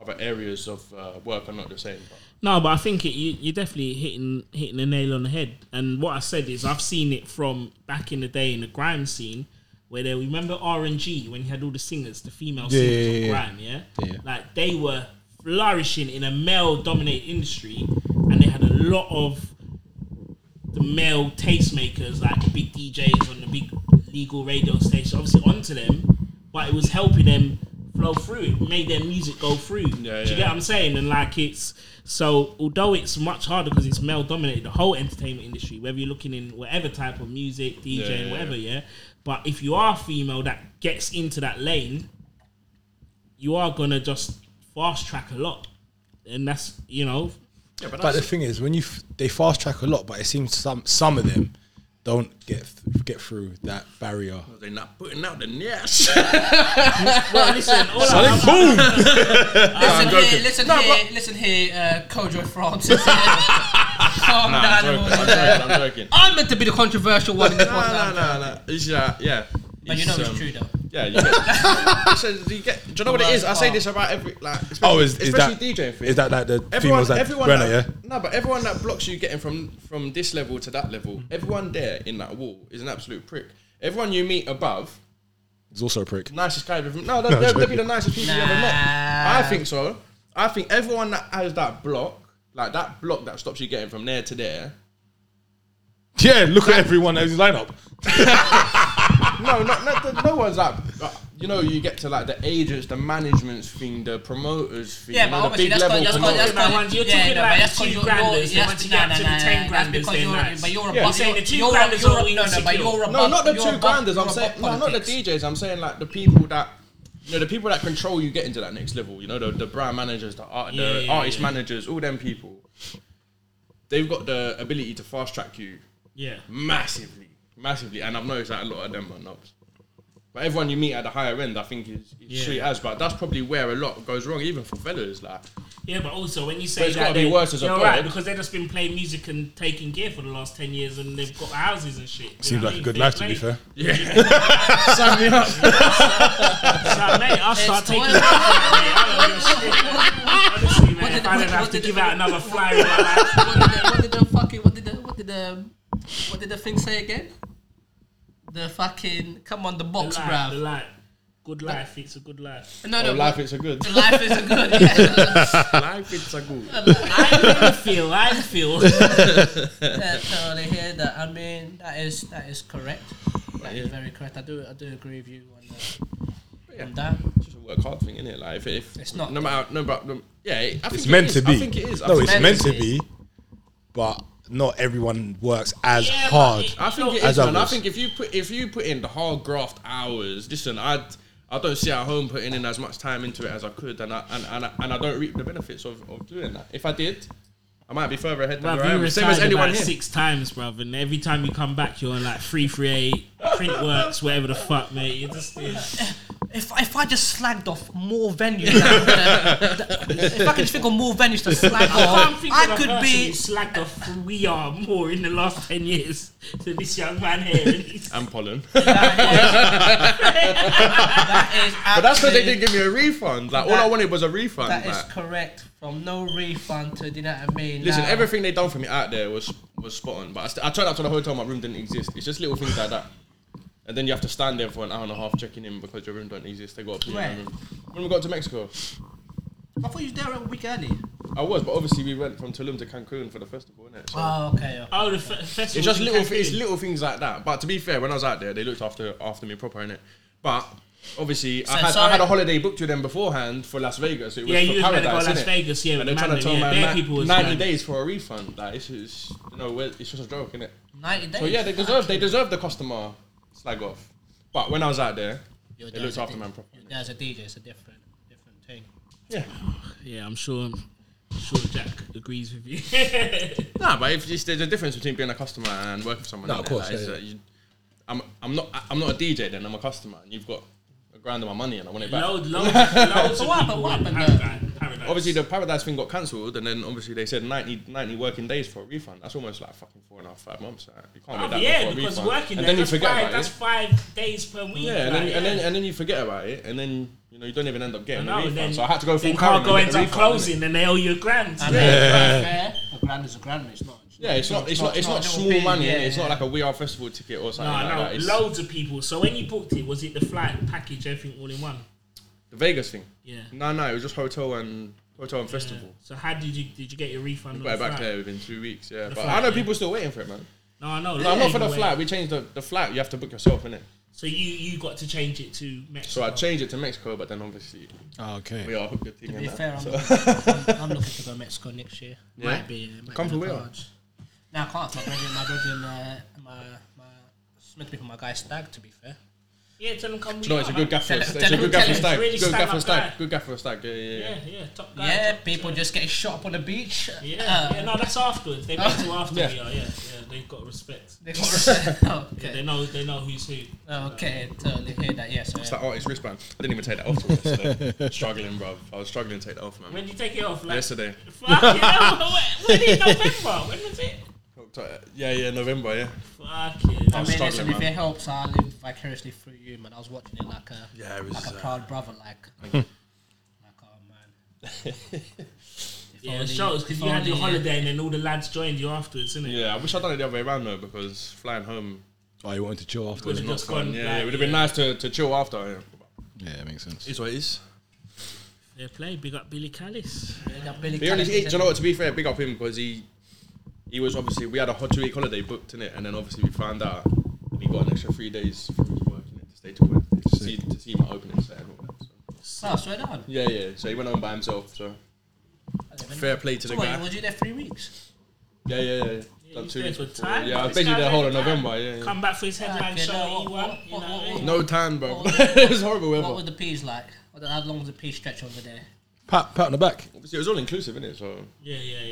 [SPEAKER 6] other areas of uh, work are not the same. But
[SPEAKER 5] No, but I think it, you, you're definitely hitting hitting the nail on the head. And what I said is, I've seen it from back in the day in the grime scene, where they remember R and G when you had all the singers, the female
[SPEAKER 2] Yeah,
[SPEAKER 5] singers
[SPEAKER 2] yeah, yeah,
[SPEAKER 5] of
[SPEAKER 2] yeah.
[SPEAKER 5] grime, yeah?
[SPEAKER 2] Yeah.
[SPEAKER 5] like they were flourishing in a male dominated industry, and they had a lot of the male tastemakers, like the big DJs on the big legal radio station, obviously onto them, but it was helping them flow through it, made their music go through.
[SPEAKER 6] Yeah,
[SPEAKER 5] Do you get
[SPEAKER 6] yeah.
[SPEAKER 5] what I'm saying? And like it's so although it's much harder because it's male dominated, the whole entertainment industry, whether you're looking in whatever type of music, DJ,
[SPEAKER 6] Yeah, yeah,
[SPEAKER 5] whatever, yeah. But if you are female that gets into that lane, you are gonna just fast track a lot, and that's you know.
[SPEAKER 6] Yeah, but
[SPEAKER 2] But the
[SPEAKER 6] that's,
[SPEAKER 2] thing is, when you f- they fast track a lot, but it seems some some of them don't get th- get through that barrier.
[SPEAKER 6] they're not putting out the yes.
[SPEAKER 5] Well, listen, all I- I'm-
[SPEAKER 2] Boom!
[SPEAKER 4] Listen
[SPEAKER 6] Goku.
[SPEAKER 4] here, listen
[SPEAKER 6] No,
[SPEAKER 4] here, listen here, uh, Kojo Francis. [LAUGHS] Calm
[SPEAKER 6] I'm
[SPEAKER 4] down.
[SPEAKER 6] joking. I'm
[SPEAKER 4] everyone.
[SPEAKER 6] joking. I'm joking.
[SPEAKER 4] I'm meant to be the controversial one in the podcast.
[SPEAKER 6] [LAUGHS] No, no, no, no. It's, uh, yeah.
[SPEAKER 4] But you know it's
[SPEAKER 6] um,
[SPEAKER 4] true though.
[SPEAKER 6] Yeah, you [LAUGHS] get, so you get. Do you know what it is? I say this about every like.
[SPEAKER 2] Oh, is, is
[SPEAKER 6] especially
[SPEAKER 2] that
[SPEAKER 6] DJing thing.
[SPEAKER 2] Is that like the
[SPEAKER 6] everyone?
[SPEAKER 2] females that
[SPEAKER 6] everyone.
[SPEAKER 2] Brenner,
[SPEAKER 6] that,
[SPEAKER 2] yeah?
[SPEAKER 6] No, but everyone that blocks you getting from from this level to that level, everyone there in that wall is an absolute prick. Everyone you meet above,
[SPEAKER 2] He's also a prick.
[SPEAKER 6] nicest guy you've ever. No, they'll, they'll, they'll be the nicest people you ever met.
[SPEAKER 4] Nah.
[SPEAKER 6] I think so. I think everyone that has that block, like that block that stops you getting from there to there.
[SPEAKER 2] Yeah, look at everyone in his lineup.
[SPEAKER 6] No, no, no, no, no one's like. uh, You know, you get to like the agents, the management's thing, the promoters thing.
[SPEAKER 4] Yeah,
[SPEAKER 6] you
[SPEAKER 4] but
[SPEAKER 6] know, the
[SPEAKER 4] obviously
[SPEAKER 6] big
[SPEAKER 4] that's
[SPEAKER 6] level
[SPEAKER 4] got, that's got, that's
[SPEAKER 6] promoters.
[SPEAKER 4] got,
[SPEAKER 5] No, ones, you're
[SPEAKER 4] yeah,
[SPEAKER 5] talking
[SPEAKER 4] no,
[SPEAKER 5] like
[SPEAKER 4] but that's
[SPEAKER 5] the
[SPEAKER 4] got
[SPEAKER 5] two
[SPEAKER 4] your-
[SPEAKER 5] granders,
[SPEAKER 4] your-
[SPEAKER 5] the
[SPEAKER 4] yes,
[SPEAKER 5] ones you
[SPEAKER 4] nah,
[SPEAKER 5] got
[SPEAKER 4] nah,
[SPEAKER 5] to the
[SPEAKER 4] nah,
[SPEAKER 5] ten
[SPEAKER 4] nah,
[SPEAKER 5] granders,
[SPEAKER 4] because
[SPEAKER 5] they're
[SPEAKER 4] you're-
[SPEAKER 5] nice.
[SPEAKER 4] But you're
[SPEAKER 6] Yeah.
[SPEAKER 4] above,
[SPEAKER 5] Saying the two
[SPEAKER 4] you're,
[SPEAKER 5] granders
[SPEAKER 4] you're,
[SPEAKER 5] are all
[SPEAKER 4] no, no, but
[SPEAKER 5] insecure.
[SPEAKER 4] you're above,
[SPEAKER 6] No, not the
[SPEAKER 4] you're
[SPEAKER 6] two
[SPEAKER 4] above,
[SPEAKER 6] grinders. I'm
[SPEAKER 4] you're
[SPEAKER 6] saying
[SPEAKER 4] above
[SPEAKER 6] no, not the
[SPEAKER 4] politics.
[SPEAKER 6] DJs. I'm saying like the people that you know, the people that control you getting to that next level. You know, the, the brand managers, the art,
[SPEAKER 5] Yeah,
[SPEAKER 6] the
[SPEAKER 5] yeah,
[SPEAKER 6] artist
[SPEAKER 5] yeah.
[SPEAKER 6] managers, all them people. They've got the ability to fast track you
[SPEAKER 5] yeah.
[SPEAKER 6] massively, massively, and I've noticed that a lot of them are knobs. But everyone you meet at the higher end, I think, is, is
[SPEAKER 5] Yeah.
[SPEAKER 6] sweet as. But that's probably where a lot goes wrong, even for fellas. Like,
[SPEAKER 5] Yeah, but also when you
[SPEAKER 6] But
[SPEAKER 5] say
[SPEAKER 6] it's
[SPEAKER 5] that,
[SPEAKER 6] gotta be
[SPEAKER 5] they,
[SPEAKER 6] worse as a
[SPEAKER 5] you're
[SPEAKER 6] pod.
[SPEAKER 5] right because they've just been playing music and taking gear for the last ten years, and they've got houses and shit. you
[SPEAKER 2] Seems
[SPEAKER 5] know what
[SPEAKER 2] like a
[SPEAKER 5] I
[SPEAKER 2] good
[SPEAKER 5] mean?
[SPEAKER 2] life, to be
[SPEAKER 5] They've
[SPEAKER 2] fair.
[SPEAKER 6] sign me up.
[SPEAKER 5] Nah, mate, I'll start
[SPEAKER 4] It's
[SPEAKER 5] taking.
[SPEAKER 4] what-
[SPEAKER 5] Mate, I don't give a shit. Honestly, man,
[SPEAKER 4] did-
[SPEAKER 5] if I
[SPEAKER 4] what-
[SPEAKER 5] didn't have
[SPEAKER 4] what
[SPEAKER 5] to
[SPEAKER 4] did-
[SPEAKER 5] give
[SPEAKER 4] what-
[SPEAKER 5] out another flyer, in my life,
[SPEAKER 4] what did the, what did the fucking what did the what did the what did the thing say again? The fucking come on the
[SPEAKER 5] the
[SPEAKER 4] box,
[SPEAKER 5] life, the
[SPEAKER 4] bruv.
[SPEAKER 5] life, good life, it's a good life.
[SPEAKER 4] No,
[SPEAKER 6] Oh,
[SPEAKER 4] no,
[SPEAKER 6] life is a
[SPEAKER 4] [LAUGHS]
[SPEAKER 6] good. [LAUGHS]
[SPEAKER 4] the life is a good. Yeah.
[SPEAKER 6] life is a good.
[SPEAKER 4] Um,
[SPEAKER 5] I feel, I feel.
[SPEAKER 4] yeah, totally hear that. I mean, that is that is correct. That is very correct. I do I do agree with you on that. On that.
[SPEAKER 6] It's just a work hard thing, isn't it? Like, if, if
[SPEAKER 4] It's not.
[SPEAKER 6] No matter, no, but no, yeah, it- I think
[SPEAKER 2] It's
[SPEAKER 6] it
[SPEAKER 2] meant
[SPEAKER 6] is.
[SPEAKER 2] to be.
[SPEAKER 6] I think it is. I
[SPEAKER 2] No,
[SPEAKER 6] think
[SPEAKER 2] it's
[SPEAKER 6] it
[SPEAKER 2] meant
[SPEAKER 6] is.
[SPEAKER 2] to be, but not everyone works as
[SPEAKER 5] Yeah, but
[SPEAKER 2] hard.
[SPEAKER 5] it-
[SPEAKER 6] I think it
[SPEAKER 2] As
[SPEAKER 6] is, man. I
[SPEAKER 2] others.
[SPEAKER 6] think if you put if you put in the hard graft hours, listen, I I don't see at home putting in as much time into it as I could, and I and, and, I, and I don't reap the benefits of, of doing that. If I did, I might be further ahead than
[SPEAKER 5] [LAUGHS] Bruv,
[SPEAKER 6] where I
[SPEAKER 5] you
[SPEAKER 6] am.
[SPEAKER 5] retired
[SPEAKER 6] Same as anyone
[SPEAKER 5] about
[SPEAKER 6] here. [LAUGHS]
[SPEAKER 5] six times, bruv, and every time you come back, you're on like three, three, eight, print works, whatever the fuck, mate. You just. yeah.
[SPEAKER 4] If, if I just slagged off more
[SPEAKER 6] [LAUGHS]
[SPEAKER 4] venues, that, that, if I could just think of more venues to slag
[SPEAKER 5] I
[SPEAKER 4] off,
[SPEAKER 5] can't
[SPEAKER 4] I
[SPEAKER 5] think of a
[SPEAKER 4] could
[SPEAKER 5] person
[SPEAKER 4] be.
[SPEAKER 5] who slagged off we are more in the last ten years than this young
[SPEAKER 4] [LAUGHS]
[SPEAKER 5] man here. And he's
[SPEAKER 6] And pollen,
[SPEAKER 4] That is
[SPEAKER 6] but that's because they
[SPEAKER 4] actually-
[SPEAKER 6] didn't give me a refund. Like all
[SPEAKER 4] That-
[SPEAKER 6] I wanted was a refund.
[SPEAKER 4] That is
[SPEAKER 6] like.
[SPEAKER 4] correct. From no refund to, do you know what I mean?
[SPEAKER 6] Listen,
[SPEAKER 4] Now-
[SPEAKER 6] everything they done for me out there was was spot on. But I, st- I turned up to the hotel, my room didn't exist. It's just little things like that. And then you have to stand there for an hour and a half checking in because your room don't exist. They got a
[SPEAKER 4] Where?
[SPEAKER 6] room. When we got to Mexico,
[SPEAKER 4] I thought you were there a week early.
[SPEAKER 6] I was, but obviously we went from Tulum to Cancun for the festival, innit? So
[SPEAKER 4] Oh, okay. okay.
[SPEAKER 5] oh, the fe- festival.
[SPEAKER 6] it's just
[SPEAKER 5] in
[SPEAKER 6] little,
[SPEAKER 5] Cancun.
[SPEAKER 6] thi- it's little things like that. But to be fair, when I was out there, they looked after after me proper, innit? But obviously, I,
[SPEAKER 4] So
[SPEAKER 6] had, I
[SPEAKER 4] sorry-
[SPEAKER 6] had a holiday booked with them beforehand for Las Vegas. It was
[SPEAKER 5] Yeah,
[SPEAKER 6] for
[SPEAKER 5] you was meant to go to
[SPEAKER 6] paradise,
[SPEAKER 5] Las
[SPEAKER 6] innit?
[SPEAKER 5] Vegas, yeah,
[SPEAKER 6] and
[SPEAKER 5] with
[SPEAKER 6] they're trying to
[SPEAKER 5] Mandy,
[SPEAKER 6] tell
[SPEAKER 5] yeah,
[SPEAKER 6] my
[SPEAKER 5] bare
[SPEAKER 6] man
[SPEAKER 5] people was
[SPEAKER 6] 90
[SPEAKER 5] mad.
[SPEAKER 6] days for a refund. Like, it's just, you know, it's just a joke, innit?
[SPEAKER 4] 90 days.
[SPEAKER 6] So yeah, they deserve they deserve the customer slag off. But when I was out there,
[SPEAKER 4] You're
[SPEAKER 6] they
[SPEAKER 4] there as
[SPEAKER 6] looked
[SPEAKER 4] a
[SPEAKER 6] after
[SPEAKER 4] D-
[SPEAKER 6] man properly.
[SPEAKER 4] you're there as a DJ, it's a different, different thing.
[SPEAKER 6] Yeah.
[SPEAKER 5] Yeah, I'm sure. I'm sure Jack agrees with you. [LAUGHS]
[SPEAKER 6] Nah, but if it's, there's a difference between being a customer and working for someone.
[SPEAKER 2] No,
[SPEAKER 6] innit?
[SPEAKER 2] of course,
[SPEAKER 6] Like, it's,
[SPEAKER 2] yeah,
[SPEAKER 6] uh,
[SPEAKER 2] yeah.
[SPEAKER 6] you- I'm I'm not I'm not a DJ then. I'm a customer, and you've got a grand of my money, and I want it back.
[SPEAKER 5] loads,
[SPEAKER 6] [LAUGHS]
[SPEAKER 5] loads, loads
[SPEAKER 4] So
[SPEAKER 5] of
[SPEAKER 4] what
[SPEAKER 5] people
[SPEAKER 4] happened- what
[SPEAKER 5] in
[SPEAKER 4] happened
[SPEAKER 5] Paradise- Paradise.
[SPEAKER 6] Obviously, the paradise thing got cancelled, and then obviously they said 90, 90 working days for a refund. That's almost like fucking four and a half, five months. like, You can't do
[SPEAKER 5] Oh,
[SPEAKER 6] that
[SPEAKER 5] yeah,
[SPEAKER 6] for a
[SPEAKER 5] because
[SPEAKER 6] refund.
[SPEAKER 5] working
[SPEAKER 6] and
[SPEAKER 5] there,
[SPEAKER 6] then you
[SPEAKER 5] that's,
[SPEAKER 6] forget
[SPEAKER 5] five,
[SPEAKER 6] about
[SPEAKER 5] that's
[SPEAKER 6] it.
[SPEAKER 5] five days per week.
[SPEAKER 6] Yeah, and then,
[SPEAKER 5] like,
[SPEAKER 6] and
[SPEAKER 5] yeah.
[SPEAKER 6] then and then you forget about it, and then you know you don't even end up getting
[SPEAKER 5] No,
[SPEAKER 6] a refund.
[SPEAKER 5] then-
[SPEAKER 6] so I had to go full
[SPEAKER 5] then
[SPEAKER 6] Karen and
[SPEAKER 5] cargo
[SPEAKER 6] get
[SPEAKER 5] ends
[SPEAKER 6] a
[SPEAKER 5] up
[SPEAKER 6] refund, innit?
[SPEAKER 5] closing, and they owe you a grand.
[SPEAKER 4] I mean, yeah. fair, a grand is a grand, it's not.
[SPEAKER 6] Yeah, it's not, it's not, it's not,
[SPEAKER 4] a little
[SPEAKER 6] small
[SPEAKER 4] bit,
[SPEAKER 6] money.
[SPEAKER 4] yeah,
[SPEAKER 6] innit? It's not
[SPEAKER 4] yeah.
[SPEAKER 6] like a We Are Festival ticket or something
[SPEAKER 5] No,
[SPEAKER 6] like
[SPEAKER 5] Oh, no,
[SPEAKER 6] that. It's
[SPEAKER 5] loads of people. So when you booked it, was it the flight package, everything all in one?
[SPEAKER 6] the Vegas thing.
[SPEAKER 5] Yeah.
[SPEAKER 6] No, no, it was just hotel and hotel and festival.
[SPEAKER 5] So how did you did you get your refund?
[SPEAKER 6] Got
[SPEAKER 5] on
[SPEAKER 6] it
[SPEAKER 5] the
[SPEAKER 6] back
[SPEAKER 5] flight?
[SPEAKER 6] there within two weeks. Yeah, but
[SPEAKER 5] flight,
[SPEAKER 6] I know
[SPEAKER 5] yeah.
[SPEAKER 6] people still waiting for it, man.
[SPEAKER 5] No, I know. loads
[SPEAKER 6] No, not for the
[SPEAKER 5] of people
[SPEAKER 6] flight. We changed the, the flight. You have to book yourself, innit?
[SPEAKER 5] So you you got to change it to
[SPEAKER 6] So
[SPEAKER 5] Mexico.
[SPEAKER 6] I changed it to Mexico, but then obviously
[SPEAKER 2] Oh,
[SPEAKER 6] we
[SPEAKER 2] okay.
[SPEAKER 6] are hooked at
[SPEAKER 4] To be fair, I'm,
[SPEAKER 6] so.
[SPEAKER 4] looking, [LAUGHS] I'm looking to go to Mexico next year.
[SPEAKER 6] Yeah.
[SPEAKER 4] Might be. Uh, might
[SPEAKER 6] Come
[SPEAKER 4] be
[SPEAKER 6] for
[SPEAKER 4] the
[SPEAKER 6] Will.
[SPEAKER 4] cards. No, I can't. My brother, my brother and uh, my my meant to be for my guy Stag. To be fair,
[SPEAKER 5] yeah, tell them come.
[SPEAKER 6] [LAUGHS] No, it's a good gaff for a
[SPEAKER 4] Tell-
[SPEAKER 6] stag.
[SPEAKER 4] tell
[SPEAKER 6] It's a
[SPEAKER 4] him-
[SPEAKER 6] good gaff
[SPEAKER 4] tell
[SPEAKER 6] for a
[SPEAKER 4] him
[SPEAKER 6] stag.
[SPEAKER 5] really
[SPEAKER 6] Good gaff for a
[SPEAKER 5] stand up
[SPEAKER 6] stag.
[SPEAKER 5] guy.
[SPEAKER 6] Good gaff for a stag. Yeah, yeah, yeah.
[SPEAKER 5] Yeah, yeah, top guy.
[SPEAKER 4] yeah,
[SPEAKER 5] top-
[SPEAKER 4] people
[SPEAKER 5] yeah.
[SPEAKER 4] just getting shot up on the beach. Um,
[SPEAKER 5] Yeah, yeah, no, that's afterwards. They go to after
[SPEAKER 6] Yeah.
[SPEAKER 5] we are. Yeah, yeah, they've got respect.
[SPEAKER 4] [LAUGHS] They got [LAUGHS]
[SPEAKER 5] They
[SPEAKER 4] okay,
[SPEAKER 5] know they know who's who.
[SPEAKER 4] okay, totally hear that. Yes, yeah,
[SPEAKER 6] It's
[SPEAKER 4] so,
[SPEAKER 6] that artist wristband. I didn't even take that off. Today. struggling, bro. I was struggling to take that off, man.
[SPEAKER 5] When did you take it off? Like, [LAUGHS]
[SPEAKER 6] Yesterday.
[SPEAKER 5] Fucking
[SPEAKER 6] [LAUGHS]
[SPEAKER 5] hell, when- when in November? When was it?
[SPEAKER 6] Yeah, yeah, November, yeah.
[SPEAKER 5] Fucking.
[SPEAKER 4] I
[SPEAKER 5] hell.
[SPEAKER 4] mean, listen,
[SPEAKER 6] struggling,
[SPEAKER 4] if
[SPEAKER 6] man.
[SPEAKER 4] it helps, I live vicariously through you, man. I was watching it like a
[SPEAKER 6] Yeah, it was,
[SPEAKER 4] like a
[SPEAKER 6] uh,
[SPEAKER 4] proud brother,
[SPEAKER 6] [LAUGHS]
[SPEAKER 4] like like oh man. If
[SPEAKER 5] Yeah,
[SPEAKER 4] only-
[SPEAKER 5] it shows because
[SPEAKER 4] if
[SPEAKER 5] you had
[SPEAKER 4] only-
[SPEAKER 5] your holiday and then all the lads joined you afterwards, innit?
[SPEAKER 6] Yeah, I wish I'd done it the other way around though, because flying home
[SPEAKER 2] Oh, you wanted to chill after?
[SPEAKER 5] Because you just gone.
[SPEAKER 6] Yeah,
[SPEAKER 5] like,
[SPEAKER 6] it would have been nice to, to chill after. Yeah.
[SPEAKER 2] Yeah, it makes sense.
[SPEAKER 6] Is what it is.
[SPEAKER 5] Fair play. Big up Billy Callis.
[SPEAKER 4] Yeah, Billy
[SPEAKER 6] He
[SPEAKER 4] Connolly
[SPEAKER 6] only, he-
[SPEAKER 4] said-
[SPEAKER 6] do you know what? To be fair, big up him because he he was obviously we had a hot two week holiday booked in it, and then obviously we found out and he got an extra three days from his work innit, to stay till Wednesday to see, to see my opening set and all that. So.
[SPEAKER 4] Oh, straight on.
[SPEAKER 6] Yeah, yeah. So he went home by himself. So fair play to the
[SPEAKER 4] Wait,
[SPEAKER 6] guy.
[SPEAKER 4] was you there three weeks?
[SPEAKER 6] Yeah, yeah,
[SPEAKER 5] Yeah,
[SPEAKER 6] yeah. Done
[SPEAKER 5] he's
[SPEAKER 6] two
[SPEAKER 5] there
[SPEAKER 6] weeks
[SPEAKER 5] for
[SPEAKER 6] before.
[SPEAKER 5] time,
[SPEAKER 6] Yeah, I
[SPEAKER 5] but
[SPEAKER 6] was
[SPEAKER 5] this
[SPEAKER 6] basically
[SPEAKER 5] guy
[SPEAKER 6] there whole of
[SPEAKER 5] had time.
[SPEAKER 6] November. Yeah, yeah.
[SPEAKER 5] Come back for his headline
[SPEAKER 4] Okay,
[SPEAKER 5] show.
[SPEAKER 4] no,
[SPEAKER 5] he won. You know what I mean?
[SPEAKER 6] No tan, bro. [LAUGHS]
[SPEAKER 4] What-
[SPEAKER 6] it was horrible weather.
[SPEAKER 4] What were the peas like? What- How long was the pea stretch over there?
[SPEAKER 2] Pat, pat on
[SPEAKER 5] [LAUGHS]
[SPEAKER 2] the back.
[SPEAKER 6] Obviously, it was all inclusive, innit? So
[SPEAKER 5] Yeah, yeah, yeah, yeah,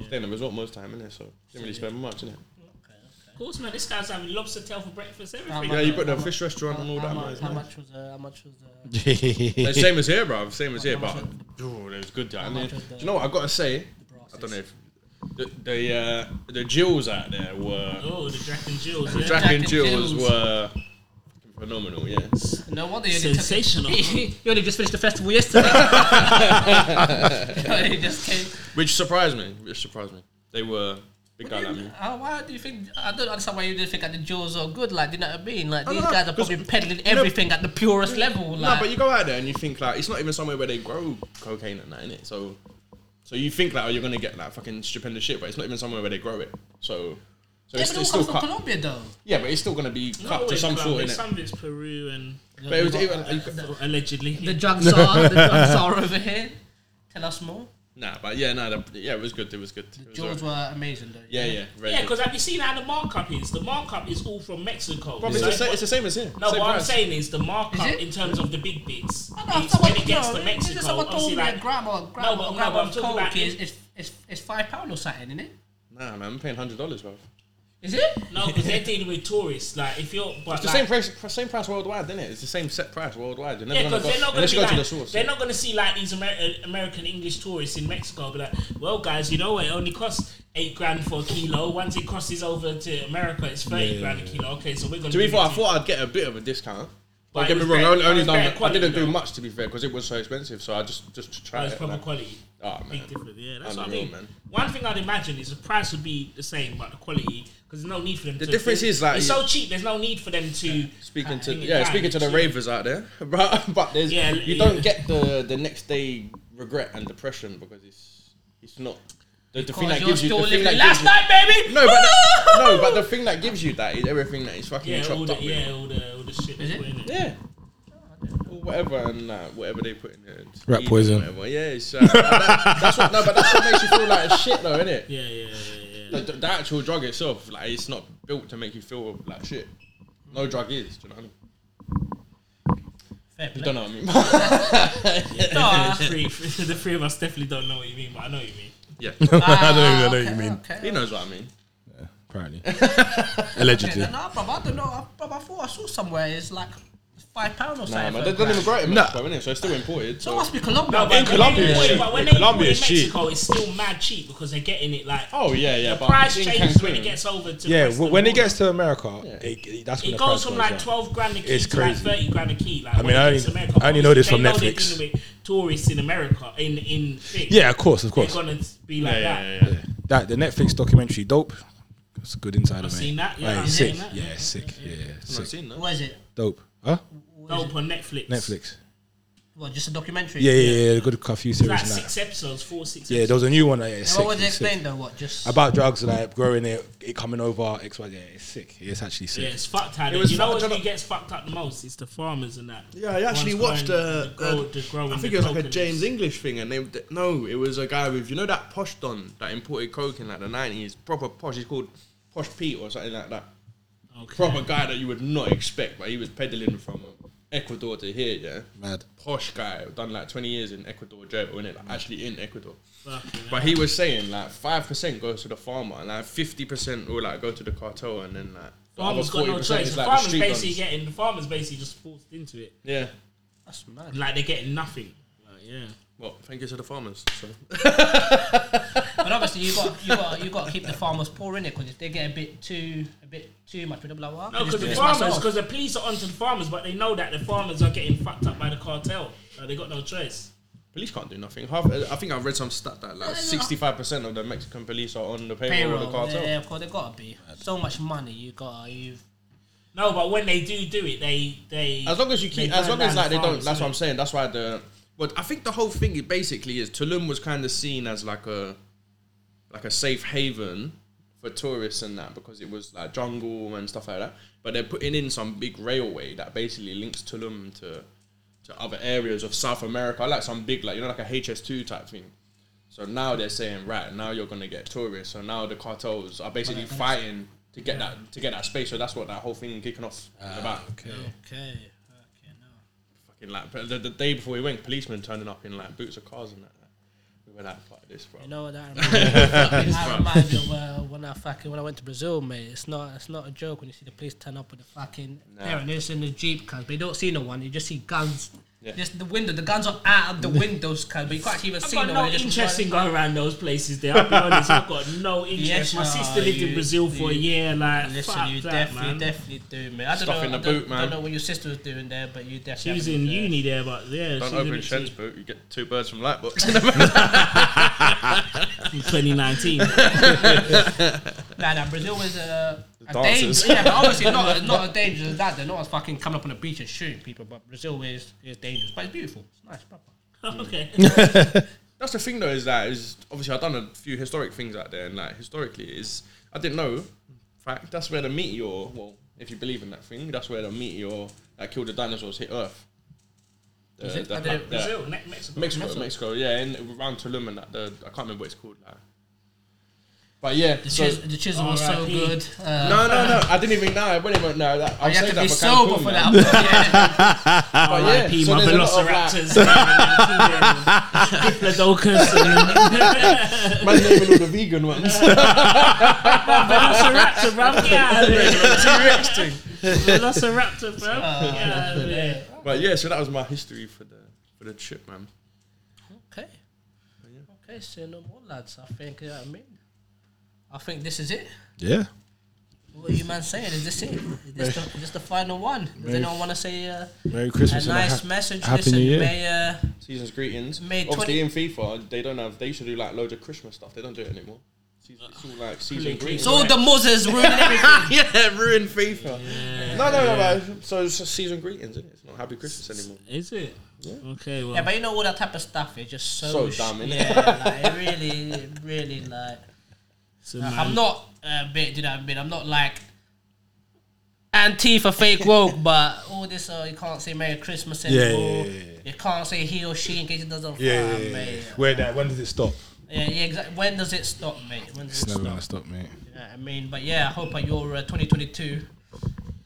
[SPEAKER 5] yeah.
[SPEAKER 6] staying in the resort most time, innit? So didn't really spend much, innit?
[SPEAKER 5] Of course, man. This guy's having lobster tail for breakfast. Everything.
[SPEAKER 6] Yeah, you put the fish restaurant and all
[SPEAKER 4] How
[SPEAKER 6] that.
[SPEAKER 4] much,
[SPEAKER 6] man.
[SPEAKER 4] how much was uh, how much was
[SPEAKER 6] [LAUGHS]
[SPEAKER 4] uh,
[SPEAKER 6] Like, same as here, bro. Same as here,
[SPEAKER 4] much
[SPEAKER 6] but oh, it was good. yeah. I mean,
[SPEAKER 4] much
[SPEAKER 6] do
[SPEAKER 4] was the-
[SPEAKER 6] you know what? I gotta say, I don't know if the the uh, the jewels out there were
[SPEAKER 5] Oh, the Jack and Jills.
[SPEAKER 6] the
[SPEAKER 5] yeah.
[SPEAKER 6] Jack and
[SPEAKER 4] and
[SPEAKER 6] jewels
[SPEAKER 4] Jills.
[SPEAKER 6] were phenomenal. Yeah,
[SPEAKER 4] No wonder you only took it-
[SPEAKER 5] Sensational.
[SPEAKER 4] [LAUGHS] you only just finished the festival
[SPEAKER 6] [LAUGHS]
[SPEAKER 4] yesterday. [LAUGHS] you only just came.
[SPEAKER 6] which surprised me. Which surprised me. They were big guy like me.
[SPEAKER 4] Oh, why do you think? I don't understand why you didn't think that the jaws are good. Like, do you know what I mean? Like,
[SPEAKER 6] I
[SPEAKER 4] these
[SPEAKER 6] don't know,
[SPEAKER 4] guys are
[SPEAKER 6] 'cause-
[SPEAKER 4] probably peddling everything at the purest level. Like,
[SPEAKER 6] no, but you go out there and you think like it's not even somewhere where they grow cocaine and that in it. So, so you think like oh, you're gonna get like fucking stupendous shit, but it's not even somewhere where they grow it. So, so
[SPEAKER 4] yeah, but it all
[SPEAKER 6] it's, it's
[SPEAKER 4] comes
[SPEAKER 6] still
[SPEAKER 4] from
[SPEAKER 6] cut.
[SPEAKER 4] Colombia, though.
[SPEAKER 6] Yeah, but it's still gonna be
[SPEAKER 5] Not
[SPEAKER 6] cut to
[SPEAKER 5] always
[SPEAKER 6] some
[SPEAKER 5] Colombia,
[SPEAKER 6] sort in
[SPEAKER 5] Some of it's Peru and
[SPEAKER 6] But it was even.
[SPEAKER 5] allegedly.
[SPEAKER 4] The drugs are the
[SPEAKER 6] [LAUGHS]
[SPEAKER 4] drugs are over here. Tell us more.
[SPEAKER 6] Nah, but yeah, nah, the, yeah, it was good. It was good. It was
[SPEAKER 4] Jaws
[SPEAKER 6] alright.
[SPEAKER 4] were amazing, though.
[SPEAKER 6] yeah, yeah, very
[SPEAKER 5] Yeah,
[SPEAKER 6] good.
[SPEAKER 5] because have you seen how the markup is? The markup is all from Mexico.
[SPEAKER 6] Bro, it's,
[SPEAKER 5] So
[SPEAKER 6] the same, it's the same as here.
[SPEAKER 5] No,
[SPEAKER 6] same
[SPEAKER 5] what I'm
[SPEAKER 6] price.
[SPEAKER 5] saying is the markup
[SPEAKER 4] Is it?
[SPEAKER 5] in terms of the big bits.
[SPEAKER 4] I don't know,
[SPEAKER 5] it's
[SPEAKER 4] someone,
[SPEAKER 5] when it gets to Mexico,
[SPEAKER 4] someone told
[SPEAKER 5] obviously,
[SPEAKER 4] me
[SPEAKER 5] like,
[SPEAKER 4] a gram or gram,
[SPEAKER 5] No, but-
[SPEAKER 4] a
[SPEAKER 5] no,
[SPEAKER 4] gram
[SPEAKER 5] but I'm
[SPEAKER 4] of
[SPEAKER 5] talking
[SPEAKER 4] coke
[SPEAKER 5] about
[SPEAKER 4] is,
[SPEAKER 5] in-
[SPEAKER 4] is, is, is five pound or something, isn't it?
[SPEAKER 6] Nah, man, I'm paying hundred dollars, bro.
[SPEAKER 4] Is it?
[SPEAKER 5] no, because they're dealing with tourists. Like, if you're, but
[SPEAKER 6] It's the
[SPEAKER 5] like,
[SPEAKER 6] same price, pr- same price worldwide, isn't it? It's the same set price worldwide. You're never
[SPEAKER 5] Yeah,
[SPEAKER 6] gonna
[SPEAKER 5] because
[SPEAKER 6] go,
[SPEAKER 5] they're not going
[SPEAKER 6] unless
[SPEAKER 5] to
[SPEAKER 6] you go
[SPEAKER 5] be
[SPEAKER 6] to the
[SPEAKER 5] like,
[SPEAKER 6] source.
[SPEAKER 5] they're not going to see like these Amer- uh, American English tourists in Mexico. Be like, well, guys, you know what? It only costs eight grand for a kilo. Once it crosses over to America, it's thirty grand a kilo. Okay, so we're going
[SPEAKER 6] to be fair, I thought I'd get a bit of a discount. Don't
[SPEAKER 5] But
[SPEAKER 6] get
[SPEAKER 5] it
[SPEAKER 6] me
[SPEAKER 5] was
[SPEAKER 6] wrong, I
[SPEAKER 5] better- but it
[SPEAKER 6] only, only
[SPEAKER 5] was
[SPEAKER 6] done,
[SPEAKER 5] better
[SPEAKER 6] I didn't do
[SPEAKER 5] quality,
[SPEAKER 6] much to be fair because it was so expensive. So I just just tried
[SPEAKER 5] it's
[SPEAKER 6] it.
[SPEAKER 5] proper
[SPEAKER 6] Like,
[SPEAKER 5] quality.
[SPEAKER 6] oh man,
[SPEAKER 5] Big difference, yeah. That's what I
[SPEAKER 6] Unreal,
[SPEAKER 5] mean.
[SPEAKER 6] man.
[SPEAKER 5] One thing I'd imagine is the price would be the same, but the quality because there's no need for them.
[SPEAKER 6] The
[SPEAKER 5] to,
[SPEAKER 6] difference is, like,
[SPEAKER 5] it's
[SPEAKER 6] you-
[SPEAKER 5] so cheap. There's no need for them to
[SPEAKER 6] speaking to
[SPEAKER 5] I think
[SPEAKER 6] yeah,
[SPEAKER 5] it's
[SPEAKER 6] speaking to the
[SPEAKER 5] right,
[SPEAKER 6] ravers out there, [LAUGHS] but but there's
[SPEAKER 5] Yeah,
[SPEAKER 6] you
[SPEAKER 5] yeah.
[SPEAKER 6] don't get the the next day regret and depression because it's it's not the, the thing
[SPEAKER 4] Because
[SPEAKER 6] that
[SPEAKER 4] you're
[SPEAKER 6] gives you
[SPEAKER 4] still
[SPEAKER 6] the thing that
[SPEAKER 4] living last
[SPEAKER 6] gives you,
[SPEAKER 4] night, baby. [LAUGHS]
[SPEAKER 6] no, but the, no, but the thing that gives you that is everything that is fucking
[SPEAKER 5] Yeah, all
[SPEAKER 6] chopped
[SPEAKER 5] the
[SPEAKER 6] up. with.
[SPEAKER 5] yeah, all the all the shit.
[SPEAKER 4] Is
[SPEAKER 5] they
[SPEAKER 4] it?
[SPEAKER 5] put in it.
[SPEAKER 6] Yeah. Or whatever and uh, whatever they put in there. It's
[SPEAKER 2] Rat
[SPEAKER 6] weed or
[SPEAKER 2] poison.
[SPEAKER 6] Whatever. Yeah, it's, uh, that, that's what. No, but that's what makes you feel like shit, though, isn't it?
[SPEAKER 5] Yeah, yeah, yeah, yeah.
[SPEAKER 6] The, the, the actual drug itself, like, it's not built to make you feel like shit. No drug is. Do you know what I mean?
[SPEAKER 4] Fair play.
[SPEAKER 6] You don't know what I mean. [LAUGHS]
[SPEAKER 5] No,
[SPEAKER 2] Ah.
[SPEAKER 5] the three, the three of us definitely don't know what you mean, but I know what you mean.
[SPEAKER 6] Yeah,
[SPEAKER 2] [LAUGHS] I don't even know what you mean.
[SPEAKER 6] he knows what I mean.
[SPEAKER 2] Apparently,
[SPEAKER 4] Okay,
[SPEAKER 5] [LAUGHS]
[SPEAKER 2] allegedly.
[SPEAKER 4] then, nah, bruv, I don't know. I, bruv, I thought I saw somewhere it's like five pound or
[SPEAKER 6] Nah,
[SPEAKER 4] something.
[SPEAKER 6] man,
[SPEAKER 4] for a
[SPEAKER 6] they don't
[SPEAKER 4] gram.
[SPEAKER 6] even grow it in Mexico, innit? So it's still imported.
[SPEAKER 4] So it
[SPEAKER 6] So.
[SPEAKER 4] must be Colombia.
[SPEAKER 5] No, but
[SPEAKER 4] man.
[SPEAKER 5] when
[SPEAKER 9] Colombia
[SPEAKER 5] they
[SPEAKER 9] is
[SPEAKER 5] do it-
[SPEAKER 9] cheap.
[SPEAKER 5] But when they do it in
[SPEAKER 9] Colombia is cheap.
[SPEAKER 5] Mexico, it's still mad cheap because they're getting it like.
[SPEAKER 6] Oh yeah, yeah.
[SPEAKER 5] the
[SPEAKER 6] but
[SPEAKER 5] price
[SPEAKER 6] in
[SPEAKER 5] changes when
[SPEAKER 6] Cancun-
[SPEAKER 5] it gets over to.
[SPEAKER 2] Yeah,
[SPEAKER 5] the
[SPEAKER 2] w- when it
[SPEAKER 5] Western
[SPEAKER 2] gets to America, it, it- that's
[SPEAKER 5] border. It
[SPEAKER 2] when the
[SPEAKER 5] goes
[SPEAKER 2] price
[SPEAKER 5] from
[SPEAKER 2] goes
[SPEAKER 5] like
[SPEAKER 2] up.
[SPEAKER 5] twelve grand a key
[SPEAKER 2] It's
[SPEAKER 5] to like
[SPEAKER 2] crazy.
[SPEAKER 5] thirty grand a key. Like, when
[SPEAKER 2] mean,
[SPEAKER 5] it
[SPEAKER 2] I
[SPEAKER 5] gets
[SPEAKER 2] only-
[SPEAKER 5] to America,
[SPEAKER 2] I only know this
[SPEAKER 5] obviously,
[SPEAKER 2] from
[SPEAKER 5] they know they're
[SPEAKER 2] Netflix.
[SPEAKER 5] dealing with Tourists in America, in in thing.
[SPEAKER 2] Yeah, of course, of
[SPEAKER 5] they're
[SPEAKER 2] course.
[SPEAKER 5] gonna be like
[SPEAKER 6] Yeah,
[SPEAKER 5] that.
[SPEAKER 6] yeah, yeah, yeah.
[SPEAKER 2] That the Netflix documentary, dope. It's a good insider,
[SPEAKER 5] I've
[SPEAKER 2] mate.
[SPEAKER 5] seen that, yeah,
[SPEAKER 2] Aye,
[SPEAKER 5] I've
[SPEAKER 2] sick.
[SPEAKER 5] seen that,
[SPEAKER 2] Yeah,
[SPEAKER 5] yeah,
[SPEAKER 2] sick. Yeah,
[SPEAKER 6] I've
[SPEAKER 2] sick.
[SPEAKER 6] seen that.
[SPEAKER 4] What is it?
[SPEAKER 2] Dope. Huh?
[SPEAKER 5] Dope on Netflix.
[SPEAKER 2] Netflix.
[SPEAKER 4] Well, just a documentary.
[SPEAKER 2] Yeah, yeah, yeah. Good curfew series.
[SPEAKER 5] Like
[SPEAKER 2] and that.
[SPEAKER 5] six episodes, four, six
[SPEAKER 2] Yeah, there was a new one. Like, yeah,
[SPEAKER 4] And
[SPEAKER 2] sick,
[SPEAKER 4] what was it
[SPEAKER 2] it's sick.
[SPEAKER 4] explained though? What just
[SPEAKER 2] about drugs, like growing it, it coming over X Y. Yeah, it's sick. It's actually sick.
[SPEAKER 5] Yeah, it's fucked out.
[SPEAKER 6] It was
[SPEAKER 5] you know
[SPEAKER 6] fucked
[SPEAKER 5] what
[SPEAKER 6] up.
[SPEAKER 5] who gets fucked up the most? It's the farmers and that.
[SPEAKER 6] Yeah, I actually
[SPEAKER 5] One's
[SPEAKER 6] watched.
[SPEAKER 5] growing
[SPEAKER 6] Uh,
[SPEAKER 5] the grow-
[SPEAKER 6] uh,
[SPEAKER 5] the growing
[SPEAKER 6] I think
[SPEAKER 5] the
[SPEAKER 6] it was like a
[SPEAKER 5] coconuts.
[SPEAKER 6] James English thing, and they they- no, it was a guy with you know that posh don that imported coke in like the nineties, proper posh. He's called Posh Pete or something like that.
[SPEAKER 5] Okay.
[SPEAKER 6] Proper guy that you would not expect, but he was peddling from Ecuador to here. Yeah,
[SPEAKER 2] Mad.
[SPEAKER 6] posh guy done like twenty years in Ecuador jail, innit? Like, actually in Ecuador.
[SPEAKER 5] Fucking hell.
[SPEAKER 6] But he was saying like five percent goes to the farmer, and like fifty percent will like go to the cartel, and then like the other
[SPEAKER 5] farmers got no
[SPEAKER 6] 40%
[SPEAKER 5] choice.
[SPEAKER 6] is,
[SPEAKER 5] The
[SPEAKER 6] like,
[SPEAKER 5] farmers
[SPEAKER 6] street
[SPEAKER 5] basically
[SPEAKER 6] dons.
[SPEAKER 5] getting the farmers basically just forced into it.
[SPEAKER 6] yeah.
[SPEAKER 5] Like they're getting nothing. Like, yeah.
[SPEAKER 6] Well, thank you to the farmers. So. [LAUGHS]
[SPEAKER 4] But obviously, you got you got you got to keep the farmers poor in it because if they get a bit too a bit too much, we're like, well, I
[SPEAKER 5] No,
[SPEAKER 4] can just do
[SPEAKER 5] because the
[SPEAKER 4] this
[SPEAKER 5] farmers,
[SPEAKER 4] myself.
[SPEAKER 5] because the police are onto the farmers, but they know that the farmers are getting fucked up by the cartel. Like, they got no choice.
[SPEAKER 6] Police can't do nothing. Half, I think I read some stat that
[SPEAKER 4] no, no.
[SPEAKER 6] like sixty-five percent of the Mexican police are on the payroll,
[SPEAKER 4] payroll,
[SPEAKER 6] of the cartel.
[SPEAKER 4] yeah, yeah, of course they gotta be. So much money you got, you've
[SPEAKER 5] No, but when they do do it, they they
[SPEAKER 6] As long as you
[SPEAKER 5] they
[SPEAKER 6] keep, as
[SPEAKER 5] burn
[SPEAKER 6] long as
[SPEAKER 5] down
[SPEAKER 6] like
[SPEAKER 5] the
[SPEAKER 6] they don't.
[SPEAKER 5] farms,
[SPEAKER 6] That's what I'm
[SPEAKER 5] innit?
[SPEAKER 6] saying. That's why the. But I think the whole thing it basically is Tulum was kind of seen as like a, like a safe haven for tourists and that because it was like jungle and stuff like that. But they're putting in some big railway that basically links Tulum to, to other areas of South America. Like some big like you know like a HS2 type thing. So now they're saying right now you're gonna get tourists. So now the cartels are basically fighting to get that to get that space. So that's what that whole thing kicking off is
[SPEAKER 5] Ah,
[SPEAKER 6] about
[SPEAKER 4] okay, okay, no.
[SPEAKER 6] fucking like but the, the day before we went, policemen turning up in like boots of cars and that. like, We were like, fuck this, bro.
[SPEAKER 4] You know what that reminds me?
[SPEAKER 6] [LAUGHS]
[SPEAKER 4] that reminds me of uh, when I fucking when I went to Brazil, mate. It's not it's not a joke when you see the police turn up with the fucking there and this in the jeep, cuz but you don't see no one. You just see guns.
[SPEAKER 6] Yeah.
[SPEAKER 4] Just the window. The guns are out
[SPEAKER 6] [LAUGHS]
[SPEAKER 4] of the windows, cuz but you can't even
[SPEAKER 5] I've
[SPEAKER 4] see
[SPEAKER 5] got
[SPEAKER 4] no
[SPEAKER 5] no
[SPEAKER 4] one. They're just
[SPEAKER 5] interest in
[SPEAKER 4] running.
[SPEAKER 5] going around those places there. I'll be honest, I've got no interest.
[SPEAKER 4] Yes,
[SPEAKER 5] My
[SPEAKER 4] nah,
[SPEAKER 5] sister lived in
[SPEAKER 4] you-
[SPEAKER 5] Brazil for a
[SPEAKER 4] you-
[SPEAKER 5] year. Like,
[SPEAKER 4] Listen,
[SPEAKER 5] fuck
[SPEAKER 4] you
[SPEAKER 5] that,
[SPEAKER 4] definitely,
[SPEAKER 5] man.
[SPEAKER 4] definitely do, mate. I don't
[SPEAKER 6] Stuff
[SPEAKER 4] know.
[SPEAKER 6] in the
[SPEAKER 4] I don't, don't
[SPEAKER 6] boot, man.
[SPEAKER 4] know what your sister was doing there, but you definitely.
[SPEAKER 5] She was
[SPEAKER 4] have
[SPEAKER 5] in
[SPEAKER 4] to-
[SPEAKER 5] uni there, but yeah,
[SPEAKER 6] Don't
[SPEAKER 5] she was
[SPEAKER 6] open
[SPEAKER 5] in-
[SPEAKER 6] Shen's boot, you get two birds from light [LAUGHS] box.
[SPEAKER 5] in
[SPEAKER 6] [LAUGHS]
[SPEAKER 5] 2019.
[SPEAKER 4] Nah, nah, Brazil is a, a
[SPEAKER 6] Dancers.
[SPEAKER 4] danger. Yeah, but obviously
[SPEAKER 6] [LAUGHS]
[SPEAKER 4] not not as dangerous as that. They're not as fucking coming up on the beach and shooting people. But Brazil is is dangerous, but it's beautiful. It's nice, proper. [LAUGHS]
[SPEAKER 5] okay.
[SPEAKER 6] That's the thing though, is that is obviously I've done a few historic things out there, and like historically is I didn't know. Fact, that's where the meteor. Well, if you believe in that thing, that's where the meteor that killed the dinosaurs hit Earth. The-
[SPEAKER 4] it?
[SPEAKER 6] the-
[SPEAKER 4] I didn't-
[SPEAKER 6] the-
[SPEAKER 5] Brazil, ne- Mexico.
[SPEAKER 6] Mexico, Mexico, yeah, and around Tulum and that. The, I can't remember what it's called. Like. But yeah,
[SPEAKER 4] The,
[SPEAKER 6] so-
[SPEAKER 4] chis- the chisel was so
[SPEAKER 5] R.I.P..
[SPEAKER 4] good. Uh,
[SPEAKER 6] No, no, no. I didn't even know. I wouldn't even know that. I'm
[SPEAKER 4] Oh, you have
[SPEAKER 6] saying
[SPEAKER 4] to be
[SPEAKER 6] that for
[SPEAKER 4] sober
[SPEAKER 6] Cancun,
[SPEAKER 4] for
[SPEAKER 6] man.
[SPEAKER 4] that.
[SPEAKER 6] [LAUGHS]
[SPEAKER 4] yeah.
[SPEAKER 6] But yeah,
[SPEAKER 5] R.I.P.
[SPEAKER 4] Oh,
[SPEAKER 6] so
[SPEAKER 5] my
[SPEAKER 6] there's a lot of, like,
[SPEAKER 5] Velociraptors. Diplodocus. and-
[SPEAKER 6] [LAUGHS] Man, naming all the vegan
[SPEAKER 4] [LAUGHS]
[SPEAKER 6] ones.
[SPEAKER 5] Velociraptor, bruv. Get out of there. Velociraptor, bruv.
[SPEAKER 4] Ah,
[SPEAKER 5] Get out of there.
[SPEAKER 6] but yeah, so that was my history for the for the trip, man.
[SPEAKER 4] Okay. Okay, so no more lads. I think you know what I mean. I think this is it.
[SPEAKER 2] Yeah.
[SPEAKER 4] What are you man saying? Is this it? Is this, the, is this the final one? Does anyone want to say uh,
[SPEAKER 2] Merry
[SPEAKER 4] a
[SPEAKER 2] Christmas. and
[SPEAKER 4] nice
[SPEAKER 2] ha-
[SPEAKER 4] message?
[SPEAKER 2] Happy
[SPEAKER 4] Listen,
[SPEAKER 2] New Year.
[SPEAKER 4] May, uh,
[SPEAKER 6] Season's greetings.
[SPEAKER 4] May
[SPEAKER 6] Obviously, in FIFA, they don't have. They used to do like loads of Christmas stuff. They don't do it anymore. Season, it's all like season greetings.
[SPEAKER 4] so the Moses ruining everything.
[SPEAKER 6] [LAUGHS] yeah, ruined FIFA. No, no, no, no. So it's just season greetings, isn't it? It's not Happy Christmas anymore.
[SPEAKER 5] Is it? Okay, well.
[SPEAKER 4] Yeah, but you know all that type of stuff is just so,
[SPEAKER 6] So
[SPEAKER 4] sh-
[SPEAKER 6] dumb, innit?
[SPEAKER 4] Yeah, like, it really, really like.
[SPEAKER 5] so
[SPEAKER 4] I'm not a bit, do you know what I mean? I'm not like anti for fake woke, but all this, uh, you can't say Merry Christmas
[SPEAKER 2] yeah,
[SPEAKER 4] anymore.
[SPEAKER 2] yeah, yeah,
[SPEAKER 4] You can't say he or she in case it doesn't.
[SPEAKER 2] Yeah,
[SPEAKER 4] fly,
[SPEAKER 2] yeah, yeah, yeah.
[SPEAKER 4] mate.
[SPEAKER 2] Where that? When does it stop?
[SPEAKER 4] yeah, yeah. Exactly. When does it stop, mate? When does
[SPEAKER 2] It's
[SPEAKER 4] it
[SPEAKER 2] never
[SPEAKER 4] stop?
[SPEAKER 2] gonna stop, mate.
[SPEAKER 4] You know what I mean, but yeah, I hope that your uh, 2022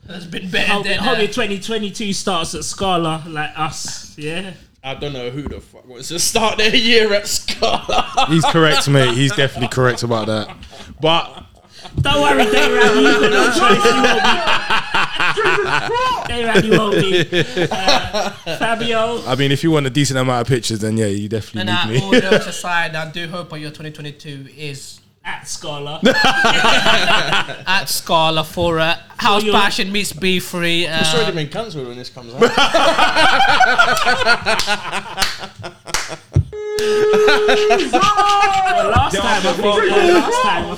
[SPEAKER 4] has been better
[SPEAKER 5] Hope,
[SPEAKER 4] than.
[SPEAKER 5] hope
[SPEAKER 4] uh,
[SPEAKER 5] your 2022 starts at Scala like us, yeah?
[SPEAKER 6] I don't know who the fuck wants to start their year at Scala.
[SPEAKER 2] [LAUGHS] He's correct, mate. He's definitely correct about that. But
[SPEAKER 5] Don't worry, they ran you got
[SPEAKER 4] [LAUGHS]
[SPEAKER 5] no choice. You won't be. they ran you won't be.
[SPEAKER 4] [LAUGHS]
[SPEAKER 5] Uh, Fabio,
[SPEAKER 2] I mean, if you want a decent amount of pictures, then yeah, you definitely
[SPEAKER 4] and uh,
[SPEAKER 2] need
[SPEAKER 4] all
[SPEAKER 2] me.
[SPEAKER 4] jokes aside, I do hope that your 2022 is
[SPEAKER 5] at Scala.
[SPEAKER 4] at Scala for uh, House
[SPEAKER 5] you're-
[SPEAKER 4] Passion meets B3. Uh,
[SPEAKER 6] It's already been cancelled when this comes out.
[SPEAKER 5] last, time, I think, uh, last time, I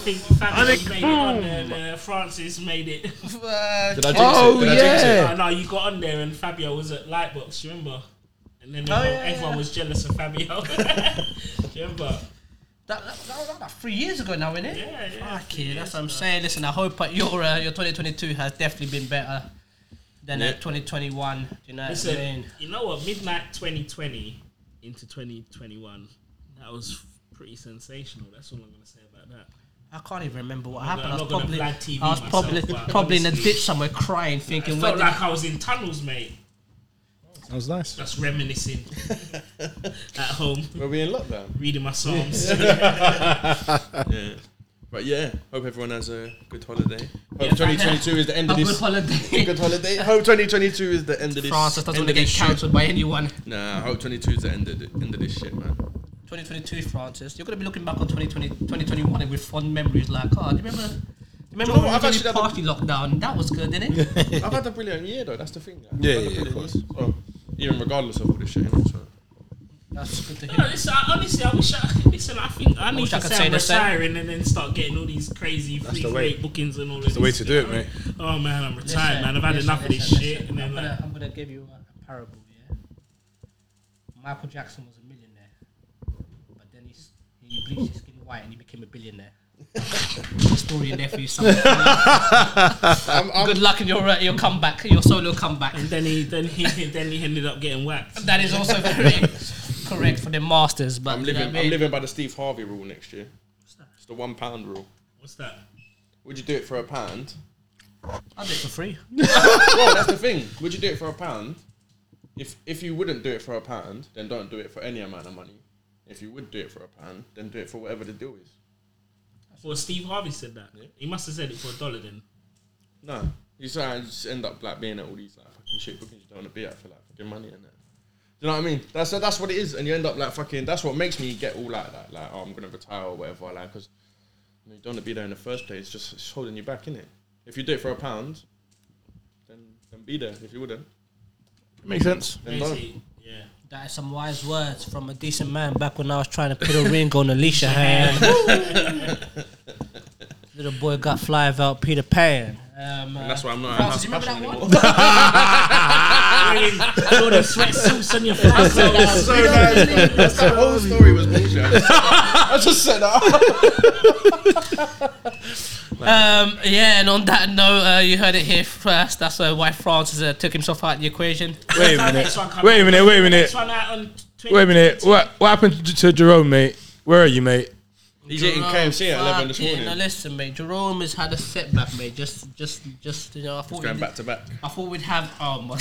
[SPEAKER 5] think Fabio made it on there. Uh, Francis made it. [LAUGHS]
[SPEAKER 4] uh, oh,
[SPEAKER 6] Did I jinx it? Did I jinx
[SPEAKER 5] no,
[SPEAKER 6] it?
[SPEAKER 5] no, you got on there and Fabio was at Lightbox, you remember? And then the whole- everyone was jealous of Fabio. [LAUGHS] Do you remember?
[SPEAKER 4] That, that, that was about three years ago now, innit?
[SPEAKER 5] Yeah, yeah,
[SPEAKER 4] Fuck
[SPEAKER 5] three
[SPEAKER 4] yeah, that's what I'm
[SPEAKER 5] years
[SPEAKER 4] saying. Listen, I hope that your uh, your 2022 has definitely been better than uh,
[SPEAKER 6] Yeah.
[SPEAKER 4] 2021. Do you know what I
[SPEAKER 5] Listen,
[SPEAKER 4] mean?
[SPEAKER 5] you know what? Midnight 2020 into 2021, that was pretty sensational. That's all I'm going to say about that.
[SPEAKER 4] I can't even remember what
[SPEAKER 5] I'm not
[SPEAKER 4] happened. I was
[SPEAKER 5] gonna
[SPEAKER 4] probably,
[SPEAKER 5] black TV
[SPEAKER 4] I was
[SPEAKER 5] myself,
[SPEAKER 4] probably,
[SPEAKER 5] but
[SPEAKER 4] probably in a
[SPEAKER 5] honestly-
[SPEAKER 4] ditch somewhere crying,
[SPEAKER 5] I
[SPEAKER 4] thinking,
[SPEAKER 5] felt
[SPEAKER 4] "Where did
[SPEAKER 5] like I was in tunnels, mate.
[SPEAKER 2] [LAUGHS] That was nice.
[SPEAKER 5] Just reminiscing at home,
[SPEAKER 6] Were we in lockdown?
[SPEAKER 5] reading my psalms.
[SPEAKER 6] Yeah. But yeah, hope everyone has a good holiday. Hope
[SPEAKER 4] Yeah.
[SPEAKER 6] 2022 is the end
[SPEAKER 4] a
[SPEAKER 6] of
[SPEAKER 4] good
[SPEAKER 6] this. [LAUGHS]
[SPEAKER 5] [LAUGHS]
[SPEAKER 6] Good
[SPEAKER 4] holiday?"
[SPEAKER 6] holiday. Hope 2022 is the end of this.
[SPEAKER 4] Francis doesn't
[SPEAKER 6] end
[SPEAKER 4] want to
[SPEAKER 6] of
[SPEAKER 4] get
[SPEAKER 6] this shit.
[SPEAKER 4] cancelled by anyone.
[SPEAKER 6] Nah, hope 22 is the end of, the, end of this shit, man.
[SPEAKER 4] 2022, Francis, you're gonna be looking back on 2020, 2021 with fond memories. Like, oh, do you remember? Do you remember
[SPEAKER 6] know
[SPEAKER 4] when
[SPEAKER 6] what?
[SPEAKER 4] we
[SPEAKER 6] I've
[SPEAKER 4] did
[SPEAKER 6] actually had a-
[SPEAKER 4] party lockdown? That was good, didn't it?
[SPEAKER 6] [LAUGHS] I've had a brilliant year though. That's the thing. I've
[SPEAKER 2] Yeah,
[SPEAKER 6] had a
[SPEAKER 2] yeah,
[SPEAKER 6] brilliant
[SPEAKER 2] of course.
[SPEAKER 6] year. So, even regardless of all this shit. innit, So.
[SPEAKER 4] That's good to
[SPEAKER 5] No,
[SPEAKER 4] hear.
[SPEAKER 5] listen, I, honestly, I wish I listen. I think I need
[SPEAKER 4] wish
[SPEAKER 5] to
[SPEAKER 4] I could
[SPEAKER 5] say,
[SPEAKER 4] say
[SPEAKER 5] I'm
[SPEAKER 4] the same.
[SPEAKER 5] retiring and then start getting all these crazy free
[SPEAKER 2] the way.
[SPEAKER 5] rate bookings and all That's
[SPEAKER 2] the way to do it, mate.
[SPEAKER 5] Oh man, I'm retired,
[SPEAKER 4] Listen,
[SPEAKER 5] man. I've had
[SPEAKER 4] listen,
[SPEAKER 5] enough of this
[SPEAKER 4] listen,
[SPEAKER 5] shit.
[SPEAKER 4] listen.
[SPEAKER 5] And then
[SPEAKER 4] I'm,
[SPEAKER 5] like,
[SPEAKER 4] gonna, I'm gonna give you a, a parable. Yeah, Michael Jackson was a millionaire, but then he s- he bleached his skin white and he became a billionaire. There's a story in there for you.
[SPEAKER 6] [LAUGHS]
[SPEAKER 4] Son. Good luck in your uh, your comeback, your solo comeback.
[SPEAKER 5] and then he, [LAUGHS] then he, then he ended up getting whacked.
[SPEAKER 4] That is also very correct for the masters. But
[SPEAKER 6] I'm
[SPEAKER 4] you know
[SPEAKER 6] living.
[SPEAKER 4] what I
[SPEAKER 6] I'm
[SPEAKER 4] mean?
[SPEAKER 6] living by the Steve Harvey rule next year. It's the one pound rule.
[SPEAKER 5] What's that?
[SPEAKER 6] Would you do it for a pound?
[SPEAKER 4] I did it for free.
[SPEAKER 6] Well, that's the thing. Would you do it for a pound? If if you wouldn't do it for a pound, then don't do it for any amount of money. If you would do it for a pound, then do it for whatever the deal is.
[SPEAKER 5] Well, Steve Harvey said that. He must have said it for a dollar then.
[SPEAKER 6] No, you just, I just end up like being at all these like fucking shit bookings you don't want to be at for like fucking money and that. Do you know what I mean? That's that's what it is, and you end up like fucking. That's what makes me get all like that. Like, oh, I'm gonna retire or whatever. Like, because you, know, you don't want to be there in the first place. Just it's holding you back, innit? If you do it for a pound, then then be there. If you wouldn't,
[SPEAKER 2] Makes sense.
[SPEAKER 6] then don't.
[SPEAKER 5] Yeah.
[SPEAKER 4] That is some wise words from a decent man back when I was trying to put a ring on Alicia hand. [LAUGHS] Little boy got fly about Peter Pan. Um,
[SPEAKER 6] And that's why I'm not. at
[SPEAKER 4] Francis, you
[SPEAKER 6] House of
[SPEAKER 4] remember that
[SPEAKER 6] Passion
[SPEAKER 4] one?
[SPEAKER 6] anymore.
[SPEAKER 5] Wearing all the sweatsuits [LAUGHS] on your face.
[SPEAKER 6] That's so nice. man. That's the whole story was bullshit. I just- I just said that.
[SPEAKER 4] Um, yeah, and on that note, uh, you heard it here first. That's uh, why Francis uh, took himself out of the equation.
[SPEAKER 2] Wait a
[SPEAKER 5] Our
[SPEAKER 2] minute.
[SPEAKER 5] next one coming.
[SPEAKER 2] Wait a minute. Wait a minute.
[SPEAKER 5] Next one out on Twitter.
[SPEAKER 2] Wait a minute. What what happened to- to Jerome, mate? Where are you, mate?
[SPEAKER 6] He's eating KFC at 11 this
[SPEAKER 4] fuck yeah, Now
[SPEAKER 6] morning.
[SPEAKER 4] listen, mate. Jerome has had a setback, mate. Just, just, just. You know, I thought
[SPEAKER 6] Going
[SPEAKER 4] we
[SPEAKER 6] back to back.
[SPEAKER 4] I thought we'd have. Oh my.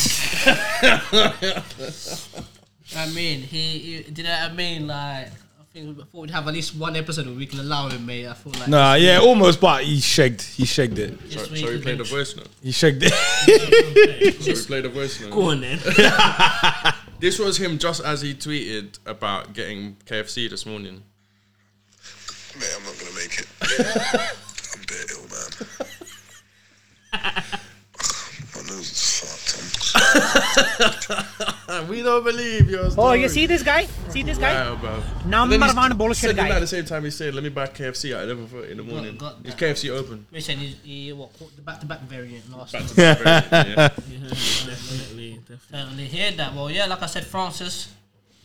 [SPEAKER 4] [LAUGHS] I mean, he, he. Do you know what I mean? Like, I think I thought we'd have at least one episode where we can allow him, mate. I feel like.
[SPEAKER 2] Nah, yeah, almost, but he shagged. He shagged it.
[SPEAKER 4] this
[SPEAKER 6] So,
[SPEAKER 4] week
[SPEAKER 6] so we
[SPEAKER 4] has
[SPEAKER 6] played
[SPEAKER 4] been-
[SPEAKER 6] a voice note.
[SPEAKER 2] He shagged it. [LAUGHS]
[SPEAKER 6] So we played a voice note.
[SPEAKER 5] Go on then.
[SPEAKER 6] [LAUGHS] This was him just as he tweeted about getting KFC this morning.
[SPEAKER 10] Mate, I'm not gonna make
[SPEAKER 6] [LAUGHS]
[SPEAKER 10] it. I'm a bit ill, man. My nose is fucked. I'm
[SPEAKER 6] [LAUGHS] we don't believe your story.
[SPEAKER 8] Oh, you see this guy? See this guy?
[SPEAKER 6] Wow, bro.
[SPEAKER 8] Number
[SPEAKER 6] And then he
[SPEAKER 8] one
[SPEAKER 6] s-
[SPEAKER 8] bullshit
[SPEAKER 6] said it
[SPEAKER 8] guy.
[SPEAKER 6] At the same time, he said, "Let me buy KFC at 11:30 in the morning."
[SPEAKER 4] God
[SPEAKER 6] Is
[SPEAKER 4] damn.
[SPEAKER 6] KFC open?
[SPEAKER 4] Listen, he, he what caught the back-to-back variant last
[SPEAKER 6] Back
[SPEAKER 4] night.
[SPEAKER 6] to the yeah.
[SPEAKER 5] Definitely, definitely.
[SPEAKER 4] Certainly hear that. Well, yeah, like I said, Francis.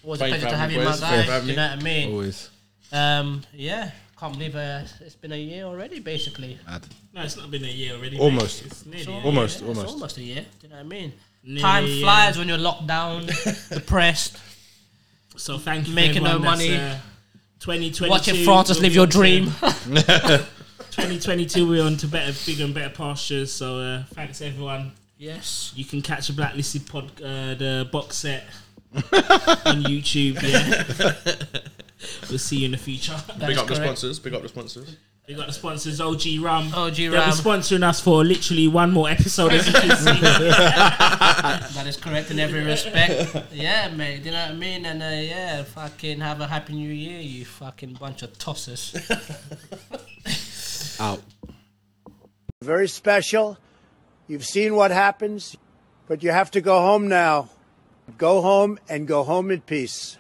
[SPEAKER 4] Always
[SPEAKER 6] Thank
[SPEAKER 4] a pleasure
[SPEAKER 6] you
[SPEAKER 4] to
[SPEAKER 6] for
[SPEAKER 4] have you,
[SPEAKER 6] having
[SPEAKER 4] my
[SPEAKER 6] me, boys. Thank you for
[SPEAKER 4] guy.
[SPEAKER 6] having
[SPEAKER 4] You know what I mean?
[SPEAKER 2] Always.
[SPEAKER 4] Um, yeah, can't believe uh, it's been a year already, basically.
[SPEAKER 5] No, it's not been a year already. mate.
[SPEAKER 2] Almost.
[SPEAKER 5] It's nearly. a year.
[SPEAKER 2] Almost,
[SPEAKER 4] Yeah, it's
[SPEAKER 2] almost.
[SPEAKER 4] almost a year. Do you know what I mean?
[SPEAKER 5] Nearly
[SPEAKER 4] Time
[SPEAKER 5] a year.
[SPEAKER 4] flies when you're locked down, depressed.
[SPEAKER 5] So thank you.
[SPEAKER 4] Making
[SPEAKER 5] for
[SPEAKER 4] no
[SPEAKER 5] everyone that's,
[SPEAKER 4] money.
[SPEAKER 5] Uh, 2022.
[SPEAKER 4] Watching Francis live your
[SPEAKER 5] we'll be on to-
[SPEAKER 4] dream.
[SPEAKER 5] [LAUGHS] 2022, we're on to better, bigger and better pastures. So uh, thanks everyone.
[SPEAKER 4] yes.
[SPEAKER 5] You can catch a blacklisted pod, uh, the box set
[SPEAKER 4] [LAUGHS]
[SPEAKER 5] on YouTube. Yeah. we'll see you in the future.
[SPEAKER 6] Big
[SPEAKER 4] That's
[SPEAKER 6] up the
[SPEAKER 4] correct.
[SPEAKER 6] sponsors. Big up the sponsors.
[SPEAKER 5] We got the sponsors OG Rum.
[SPEAKER 4] OG
[SPEAKER 5] They'll
[SPEAKER 4] Rum.
[SPEAKER 5] be sponsoring us for literally one more episode, as you
[SPEAKER 4] [LAUGHS]
[SPEAKER 5] can see.
[SPEAKER 4] That is correct in every respect. yeah, mate. Do you know what I mean? And uh, yeah, fucking have a happy new year, you fucking bunch of tossers.
[SPEAKER 2] Out.
[SPEAKER 11] very special. You've seen what happens, but you have to go home now. Go home and go home in peace.